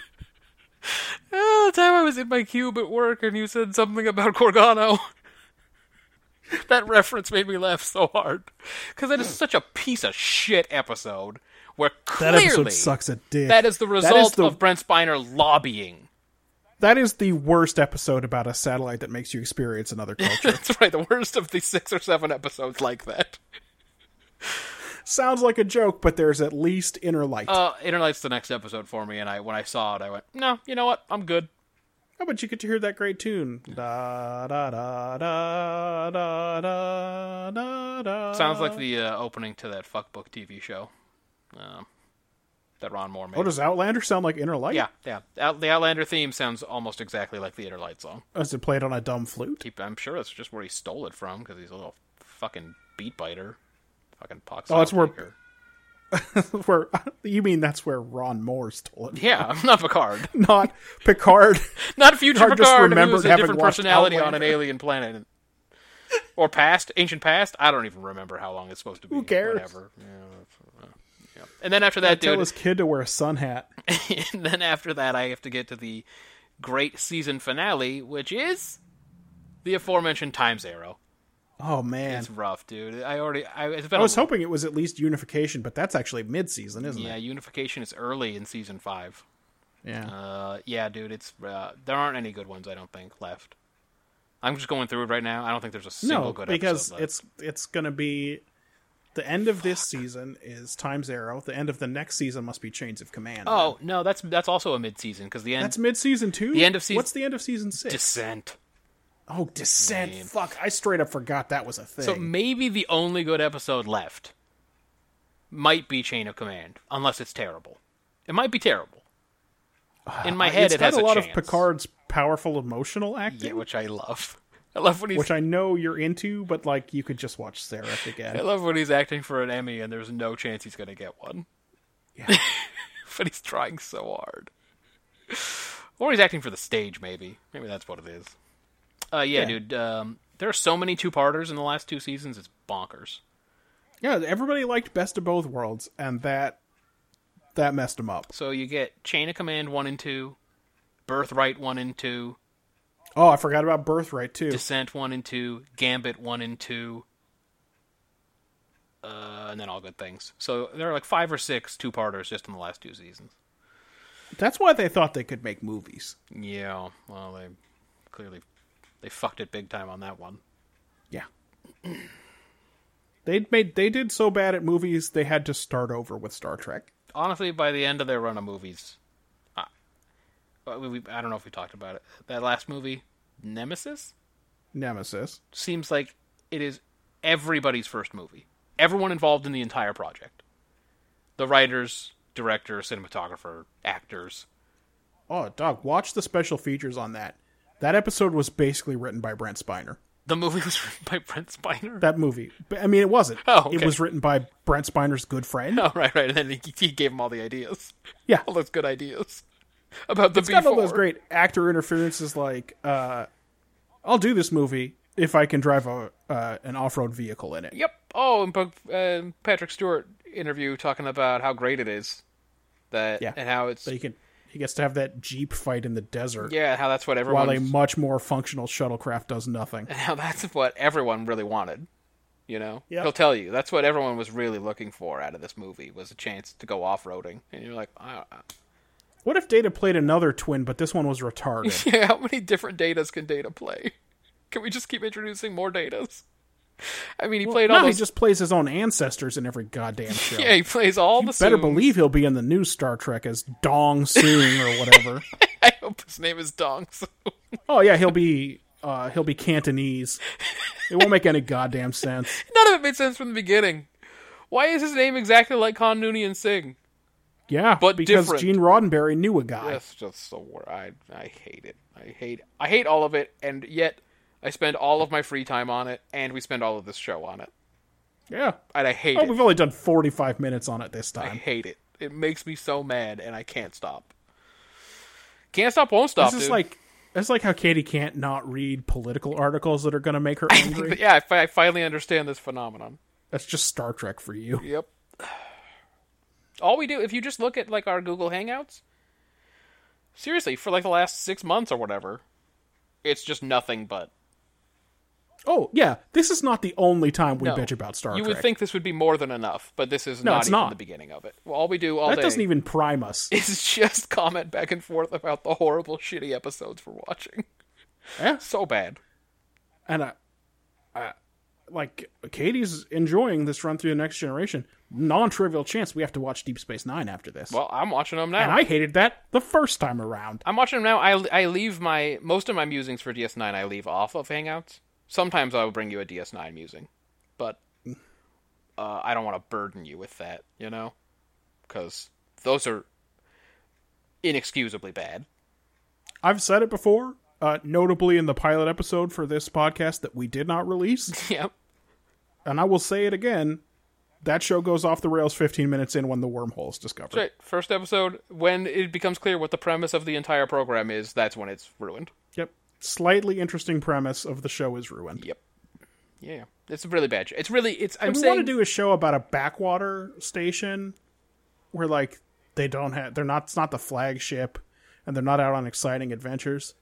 Speaker 2: Oh, the time I was in my cube at work and you said something about Corgano. [LAUGHS] that reference made me laugh so hard. Because that is such a piece of shit episode where
Speaker 3: That
Speaker 2: clearly
Speaker 3: episode sucks a dick.
Speaker 2: that is the result
Speaker 3: the-
Speaker 2: of Brent Spiner lobbying.
Speaker 3: That is the worst episode about a satellite that makes you experience
Speaker 2: [LAUGHS]
Speaker 3: another culture.
Speaker 2: That's right, the worst of the six or seven episodes like that.
Speaker 3: Sounds like a joke, but there's at least inner light.
Speaker 2: Uh, Interlight's the next episode for me, and I when I saw it, I went, no, you know what? I'm good.
Speaker 3: How about Oh, you get to hear that great tune? Da da da da da da da da.
Speaker 2: Sounds like the uh, opening to that fuckbook TV show um, that Ron Moore made.
Speaker 3: Oh, does Outlander sound like Inner Light?
Speaker 2: Yeah, yeah. Out, the Outlander theme sounds almost exactly like the Interlight song.
Speaker 3: Is it played on a dumb flute?
Speaker 2: He, I'm sure that's just where he stole it from because he's a little fucking beat biter. Fucking pox.
Speaker 3: Oh, that's where- [LAUGHS] where you mean that's where Ron Moore stole it?
Speaker 2: [LAUGHS] Yeah, [LAUGHS] I'm not Picard.
Speaker 3: Not Picard.
Speaker 2: Not future
Speaker 3: Picard just
Speaker 2: Picard who
Speaker 3: remembered
Speaker 2: was a
Speaker 3: having
Speaker 2: different
Speaker 3: watched
Speaker 2: personality on an
Speaker 3: Outlander.
Speaker 2: alien planet. Or past, ancient past. I don't even remember how long it's supposed to be.
Speaker 3: Who cares?
Speaker 2: Whatever. Yeah, that's- uh, yeah. And then after that, [LAUGHS]
Speaker 3: Tell
Speaker 2: dude,
Speaker 3: his kid to wear a sun hat.
Speaker 2: [LAUGHS] and then after that, I have to get to the great season finale, which is the aforementioned Times Arrow.
Speaker 3: Oh man,
Speaker 2: It's rough, dude. I already. I, it's been
Speaker 3: I
Speaker 2: a
Speaker 3: was hoping it was at least unification, but that's actually mid-season, isn't
Speaker 2: Yeah,
Speaker 3: it?
Speaker 2: unification is early in season five.
Speaker 3: Yeah.
Speaker 2: Uh, yeah, dude, it's uh, there aren't any good ones. I don't think left. I'm just going through it right now. I don't think there's a single
Speaker 3: no,
Speaker 2: good
Speaker 3: because
Speaker 2: episode left.
Speaker 3: it's it's gonna be the end of this season is Time's Arrow. The end of the next season must be Chains of Command.
Speaker 2: oh no, that's that's also a mid season because the end
Speaker 3: That's mid season two.
Speaker 2: The end of season-
Speaker 3: What's the end of season six?
Speaker 2: descent.
Speaker 3: oh, Descent.
Speaker 2: Man.
Speaker 3: Fuck, I straight up forgot that was a thing.
Speaker 2: So maybe the only good episode left might be Chain of Command, unless it's terrible. It might be terrible. In my
Speaker 3: Uh,
Speaker 2: head,
Speaker 3: it's
Speaker 2: it
Speaker 3: got
Speaker 2: has
Speaker 3: a lot
Speaker 2: chance.
Speaker 3: of Picard's powerful emotional acting,
Speaker 2: yeah, which I love. [LAUGHS] I love when he's
Speaker 3: which I know you're into, but like you could just watch Sarek
Speaker 2: I [LAUGHS]
Speaker 3: again.
Speaker 2: love when he's acting for an Emmy and there's no chance he's going to get one.
Speaker 3: Yeah.
Speaker 2: [LAUGHS] but he's trying so hard. Or he's acting for the stage, maybe. Maybe that's what it is. Uh, yeah,
Speaker 3: Yeah.
Speaker 2: dude. Um, there are so many two-parters in the last two seasons. It's bonkers.
Speaker 3: yeah, everybody liked Best of Both Worlds, and that that messed him up.
Speaker 2: So you get Chain of Command one and two, Birthright one and two,
Speaker 3: Oh, I forgot about Birthright too.
Speaker 2: Descent one and two, Gambit one and two, uh, and then all good things. So there are like five or six two-parters just in the last two seasons.
Speaker 3: That's why they thought they could make movies.
Speaker 2: Yeah, well, they clearly they fucked it big time on that one.
Speaker 3: Yeah. They made they did so bad at movies they had to start over with Star Trek.
Speaker 2: Honestly, by the end of their run of movies, I, we, we, I don't know if we talked about it. That last movie, Nemesis,
Speaker 3: Nemesis.
Speaker 2: seems like it is everybody's first movie. Everyone involved in the entire project, the writers, director, cinematographer, actors.
Speaker 3: Oh, dog, watch the special features on that. That episode was basically written by Brent Spiner.
Speaker 2: The movie was [LAUGHS] written by Brent Spiner.
Speaker 3: That movie. But, I mean, it wasn't.
Speaker 2: Oh, okay.
Speaker 3: It was written by Brent Spiner's good friend.
Speaker 2: [LAUGHS] oh, right, right. And then he, he gave him all the ideas, [LAUGHS]
Speaker 3: Yeah.
Speaker 2: all those good ideas about the
Speaker 3: It's got all
Speaker 2: B4.
Speaker 3: those great actor interferences like, uh, I'll do this movie if I can drive a uh, an off road vehicle in it.
Speaker 2: um, Yep. Oh, and Pug- uh, Patrick Stewart interview talking about how great it is. That
Speaker 3: Yeah.
Speaker 2: and how it's
Speaker 3: So you can he gets to have that jeep fight in the desert
Speaker 2: yeah, how that's what
Speaker 3: while a
Speaker 2: everyone
Speaker 3: much more functional shuttlecraft does nothing.
Speaker 2: [LAUGHS] how that's what everyone really wanted. You know,
Speaker 3: Yep.
Speaker 2: he'll tell you that's what everyone was really looking for out of this movie was a chance to go off roading, and you're like, I, I,
Speaker 3: What if Data played another twin, but this one
Speaker 2: [LAUGHS]
Speaker 3: was retarded?
Speaker 2: yeah, how many different datas can Data play? Can we just keep introducing more datas? I mean, he played all
Speaker 3: no, he
Speaker 2: those.
Speaker 3: just plays his own ancestors in
Speaker 2: [LAUGHS]
Speaker 3: every goddamn show.
Speaker 2: Yeah, he plays all the.
Speaker 3: Better
Speaker 2: Soongs.
Speaker 3: believe he'll be in the new Star Trek as Dong Soong or whatever.
Speaker 2: [LAUGHS] [LAUGHS] I hope his name is Dong. Soong.
Speaker 3: oh yeah, he'll be uh, he'll be Cantonese. It won't make any goddamn sense.
Speaker 2: None of it made sense from the beginning. Why is his name exactly like Khan Noonien and Singh?
Speaker 3: Yeah,
Speaker 2: But
Speaker 3: because
Speaker 2: different.
Speaker 3: Gene Roddenberry knew a guy.
Speaker 2: That's just the word. I I hate it. I hate I hate all of it, and yet I spend all of my free time on it, and we spend all of this show on it,
Speaker 3: Yeah.
Speaker 2: and I hate
Speaker 3: Oh,
Speaker 2: it.
Speaker 3: we've only done forty-five minutes on it this
Speaker 2: I
Speaker 3: time.
Speaker 2: hate it. It makes me so mad, and I can't stop. Can't stop, won't stop.
Speaker 3: This is
Speaker 2: dude. [LAUGHS]
Speaker 3: like that's like how Katie can't not read political articles that are going to make her angry.
Speaker 2: yeah, [LAUGHS] I, fi- I finally understand this phenomenon.
Speaker 3: that's just Star Trek for you.
Speaker 2: Yep. All we do, if you just look at like our Google Hangouts, seriously, for like the last six months or whatever, it's just nothing but.
Speaker 3: Oh yeah, this is not the only time we
Speaker 2: No.
Speaker 3: bitch about Star
Speaker 2: you
Speaker 3: Trek.
Speaker 2: would think this would be more than enough, but this is
Speaker 3: No,
Speaker 2: not
Speaker 3: it's
Speaker 2: even
Speaker 3: not.
Speaker 2: the beginning of it. Well, all we do all
Speaker 3: that
Speaker 2: day
Speaker 3: doesn't even
Speaker 2: [LAUGHS]
Speaker 3: prime us.
Speaker 2: is just comment back and forth about the horrible, shitty episodes we're watching.
Speaker 3: Yeah.
Speaker 2: So bad.
Speaker 3: and I, I like Katie's enjoying this run through the next generation. Non-trivial chance we have to watch Deep Space Nine after this.
Speaker 2: Well, I'm watching them now.
Speaker 3: and I hated that the first time around.
Speaker 2: I'm watching them now. I, I leave my most of my musings for DS9. I leave off of Hangouts. Sometimes I will bring you a DS9 musing, but uh, I don't want to burden you with that, you know, because those are inexcusably bad. [LAUGHS]
Speaker 3: I've said it before, uh, notably in the pilot episode for this podcast that we did not release,
Speaker 2: yep.
Speaker 3: and I will say it again. That show goes off the rails 15 minutes in when the wormhole is discovered.
Speaker 2: Right. First episode, when it becomes clear what the premise of the entire program is, that's when it's ruined.
Speaker 3: Yep. Slightly interesting premise of the show is ruined.
Speaker 2: Yep. Yeah. It's really bad. sh- It's really it's. I'm
Speaker 3: we
Speaker 2: saying
Speaker 3: want to do a show about a backwater station where like they don't have they're not it's not the flagship and they're not out on exciting adventures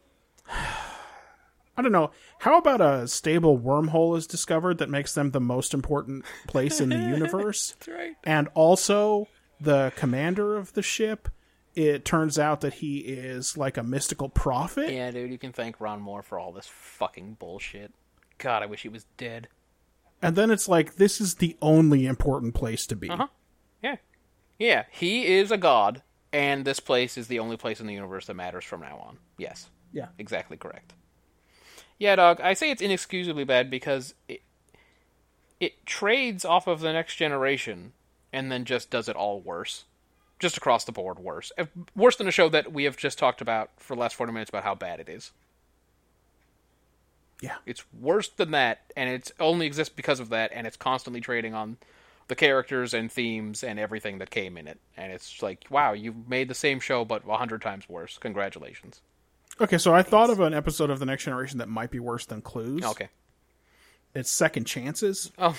Speaker 3: [SIGHS] i don't know how about a stable wormhole is discovered that makes them the most important place
Speaker 2: [LAUGHS]
Speaker 3: in the universe
Speaker 2: That's right.
Speaker 3: and also the commander of the ship it turns out that he is like a mystical prophet
Speaker 2: Yeah, dude, you can thank Ron Moore for all this fucking bullshit. God, I wish he was dead.
Speaker 3: and then it's like this is the only important place to
Speaker 2: Uh-huh.
Speaker 3: be
Speaker 2: Yeah. Yeah, he is a god, and this place is the only place in the universe that matters from now on. Yes,
Speaker 3: yeah
Speaker 2: exactly correct. Yeah, dog, I say it's inexcusably bad because it, it trades off of the next generation and then just does it all worse. Just across the board, worse. Eh, Worse than a show that we have just talked about for the last 40 minutes about how bad it is.
Speaker 3: yeah
Speaker 2: It's worse than that, and it's only exists because of that, and it's constantly trading on the characters and themes and everything that came in it. And it's like, wow, you made the same show but a hundred times worse. Congratulations.
Speaker 3: Okay, so I thought of an episode of The Next Generation that might be worse than Clues.
Speaker 2: Okay.
Speaker 3: It's Second Chances.
Speaker 2: Oh,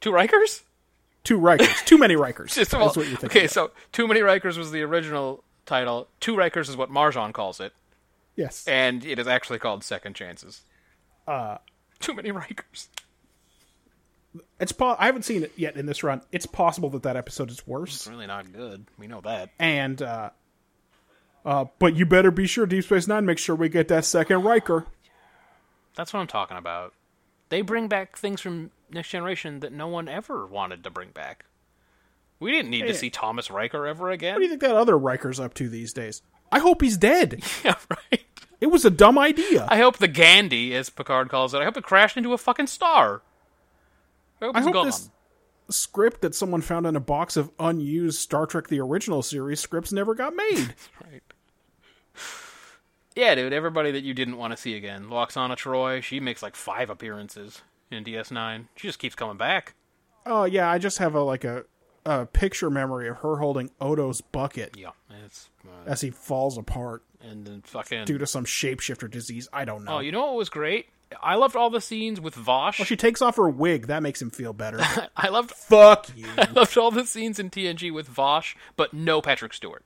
Speaker 2: two Rikers?
Speaker 3: Two Rikers. Too many
Speaker 2: [LAUGHS]
Speaker 3: Rikers.
Speaker 2: Just-
Speaker 3: [LAUGHS] That's
Speaker 2: well,
Speaker 3: what you're thinking.
Speaker 2: okay,
Speaker 3: of.
Speaker 2: so Too Many Rikers was the original title. Two Rikers is what Marjan calls it,
Speaker 3: Yes.
Speaker 2: and it is actually called Second Chances. Uh, Too Many Rikers.
Speaker 3: It's po- I haven't seen it yet in this run. It's possible that that episode is worse.
Speaker 2: Really not good. We know that.
Speaker 3: And, uh, uh, but you better be sure Deep Space Nine makes sure we get that second Riker.
Speaker 2: That's what I'm talking about. They bring back things from Next Generation that no one ever wanted to bring back. We didn't need to
Speaker 3: Yeah.
Speaker 2: see Thomas Riker ever
Speaker 3: What do you
Speaker 2: again.
Speaker 3: think that other Riker's up to these days? I hope
Speaker 2: [LAUGHS]
Speaker 3: he's dead.
Speaker 2: Yeah, right.
Speaker 3: It was a dumb idea.
Speaker 2: I hope the Gandhi, as Picard calls it, I hope it crashed into a fucking star. I hope
Speaker 3: I
Speaker 2: it's
Speaker 3: hope
Speaker 2: gone.
Speaker 3: this script that someone found in a box of unused Star Trek the Original series scripts never got made.
Speaker 2: Right. Yeah, dude, everybody that you didn't want to see again. Loxana Troy, she makes like five appearances in DS9. She just keeps coming back.
Speaker 3: Oh yeah, I just have a like a, a picture memory of her holding Odo's bucket
Speaker 2: Yeah, it's uh,
Speaker 3: as he falls apart
Speaker 2: and then fucking
Speaker 3: due to some shapeshifter disease. I don't know.
Speaker 2: Oh, you know what was great? I loved all the scenes with Vosh.
Speaker 3: Well, she takes off her wig. That makes him
Speaker 2: [LAUGHS]
Speaker 3: feel better.
Speaker 2: I loved
Speaker 3: Fuck you.
Speaker 2: [LAUGHS] I loved all the scenes in TNG with Vosh, but no Patrick Stewart.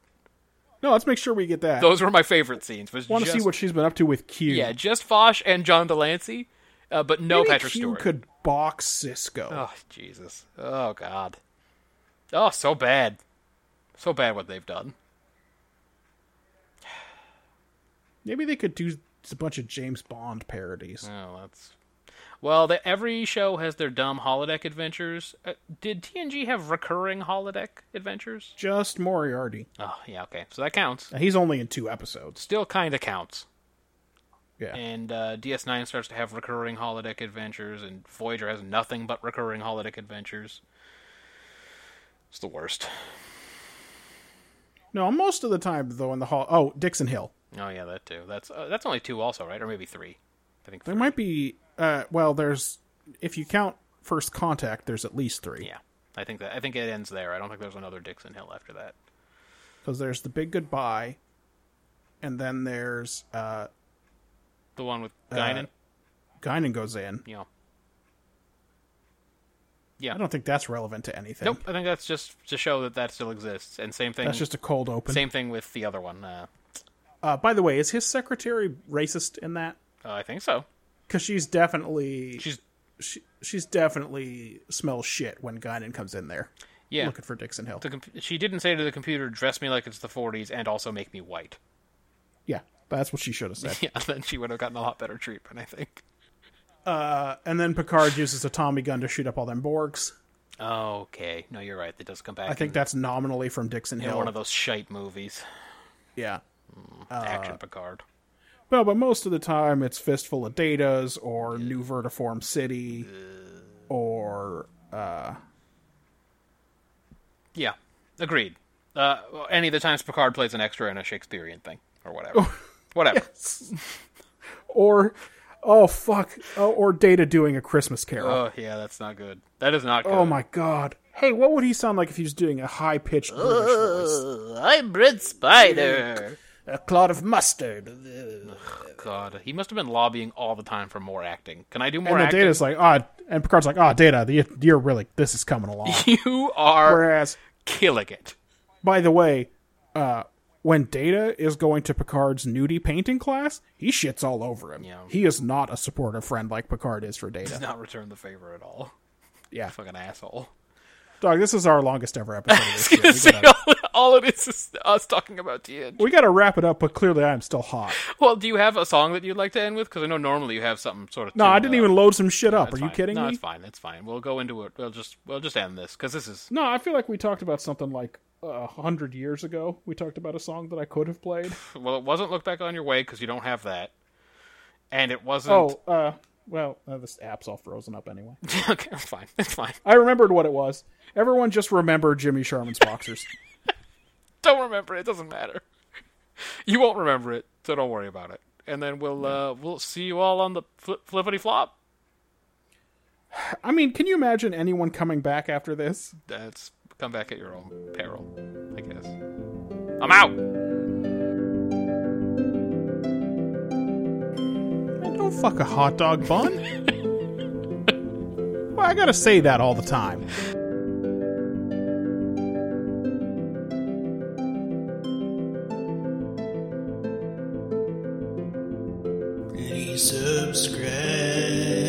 Speaker 3: No, let's make sure we get that.
Speaker 2: Those were my favorite scenes. Was
Speaker 3: Want to
Speaker 2: just,
Speaker 3: see what she's been up to with Q?
Speaker 2: Yeah, just Vosh and John Delancey, uh, but no
Speaker 3: Maybe
Speaker 2: Patrick
Speaker 3: Q
Speaker 2: Stewart.
Speaker 3: could box Cisco.
Speaker 2: Oh Jesus! Oh God! Oh, so bad, so bad what they've done.
Speaker 3: Maybe they could do a bunch of James Bond parodies.
Speaker 2: Oh, that's well. The, every show has their dumb holodeck adventures. Uh, did TNG have recurring holodeck adventures?
Speaker 3: Just Moriarty.
Speaker 2: Oh yeah, okay. So that counts.
Speaker 3: Now, he's only in two episodes.
Speaker 2: Still kind of counts.
Speaker 3: Yeah.
Speaker 2: And uh, DS9 starts to have recurring holodeck adventures, and Voyager has nothing but recurring holodeck adventures. It's the worst.
Speaker 3: No, most of the time though in the hall. Oh, Dixon Hill.
Speaker 2: Oh yeah, that too. That's uh, that's only two, also, right? Or maybe three. I think.
Speaker 3: There
Speaker 2: three.
Speaker 3: might be. Uh, well, there's if you count First Contact, there's at least three.
Speaker 2: Yeah, I think that I think it ends there. I don't think there's another Dixon Hill after that.
Speaker 3: Because there's the Big Goodbye, and then there's uh,
Speaker 2: The one with Guinan.
Speaker 3: Guinan goes in.
Speaker 2: yeah.
Speaker 3: I don't think that's relevant to anything.
Speaker 2: Nope. I think that's just to show that that still exists. And same thing.
Speaker 3: That's just a cold open.
Speaker 2: same thing with the other one. Uh,
Speaker 3: Uh, by the way, is his secretary racist in that?
Speaker 2: uh, I think so.
Speaker 3: Because she's definitely
Speaker 2: She's
Speaker 3: she, she's definitely smells shit when Guinan comes in there
Speaker 2: yeah.
Speaker 3: looking for Dixon Hill.
Speaker 2: The comp- she didn't say to the computer, "Dress me like it's the '40s and also make me white." [LAUGHS]
Speaker 3: Yeah, that's what she should have said.
Speaker 2: Yeah, then she would have gotten a lot better treatment, I think.
Speaker 3: and then Picard uses a Tommy gun to shoot up all them Borgs.
Speaker 2: Okay, no, you're right. That does come back.
Speaker 3: I think
Speaker 2: in,
Speaker 3: that's nominally from Dixon
Speaker 2: in
Speaker 3: Hill.
Speaker 2: Mm. one of those shite movies,
Speaker 3: yeah. Uh,
Speaker 2: Action Picard.
Speaker 3: No, but most of the time it's Fistful of Datas or New Vertiform City Uh, or
Speaker 2: Yeah, agreed. Uh, well, any of the times Picard plays an extra in a Shakespearean thing or
Speaker 3: [LAUGHS]
Speaker 2: whatever, whatever.
Speaker 3: or oh fuck oh, or Data doing a Christmas Carol.
Speaker 2: Oh yeah, that's not good. That is not good.
Speaker 3: oh my god. Hey, what would he sound like if he was doing a high pitched British voice?
Speaker 2: I'm Red Spider.
Speaker 3: A clod of mustard.
Speaker 2: [LAUGHS] God, he must have been lobbying all the time for more acting. Can I do more
Speaker 3: And then
Speaker 2: acting?
Speaker 3: Data's like, ah, and Picard's like, ah, Data, you- you're really, this is coming [LAUGHS] along.
Speaker 2: [LAUGHS] you are
Speaker 3: Whereas
Speaker 2: killing it.
Speaker 3: By the way, uh, when Data is going to Picard's nudie painting class, he shits all over him.
Speaker 2: Yeah.
Speaker 3: He is not a supportive friend like Picard is for
Speaker 2: Does
Speaker 3: Data.
Speaker 2: not return the favor at all. [LAUGHS]
Speaker 3: yeah,
Speaker 2: Fucking
Speaker 3: [LAUGHS]
Speaker 2: asshole.
Speaker 3: dog, this is our longest
Speaker 2: [LAUGHS]
Speaker 3: ever episode. Of this shit.
Speaker 2: to
Speaker 3: We,
Speaker 2: say
Speaker 3: gotta,
Speaker 2: all, [LAUGHS] all it is is us talking about TNG.
Speaker 3: we gotta wrap it up, but clearly I'm still hot.
Speaker 2: Well, do you have a song that you'd like to end with? Because I know normally you have something sort of.
Speaker 3: No, I
Speaker 2: tuned
Speaker 3: didn't
Speaker 2: up.
Speaker 3: even load some shit up.
Speaker 2: uh, That's
Speaker 3: Are you
Speaker 2: fine.
Speaker 3: kidding
Speaker 2: No,
Speaker 3: me?
Speaker 2: it's fine. It's fine. We'll go into it. We'll just we'll just end this because this is.
Speaker 3: No, I feel like we talked about something like uh, a hundred years ago. We talked about a song that I could
Speaker 2: [LAUGHS]
Speaker 3: have played.
Speaker 2: Well, it wasn't "Look Back on Your Way" because you don't have that, and it wasn't.
Speaker 3: Oh, uh, well, uh, this app's all frozen up anyway.
Speaker 2: [LAUGHS] okay, it's fine. It's fine.
Speaker 3: I remembered what it was. Everyone just remember Jimmy Sharman's boxers.
Speaker 2: Don't remember it. It doesn't matter. You won't remember it, so don't worry about it. And then we'll uh, we'll see you all on the fli flippity flop.
Speaker 3: I mean, can you imagine anyone coming back after this?
Speaker 2: That's come back at your own peril, I guess. I'm out.
Speaker 3: Man, Don't fuck a hot dog bun. well, I gotta say that all the time.
Speaker 4: Please subscribe.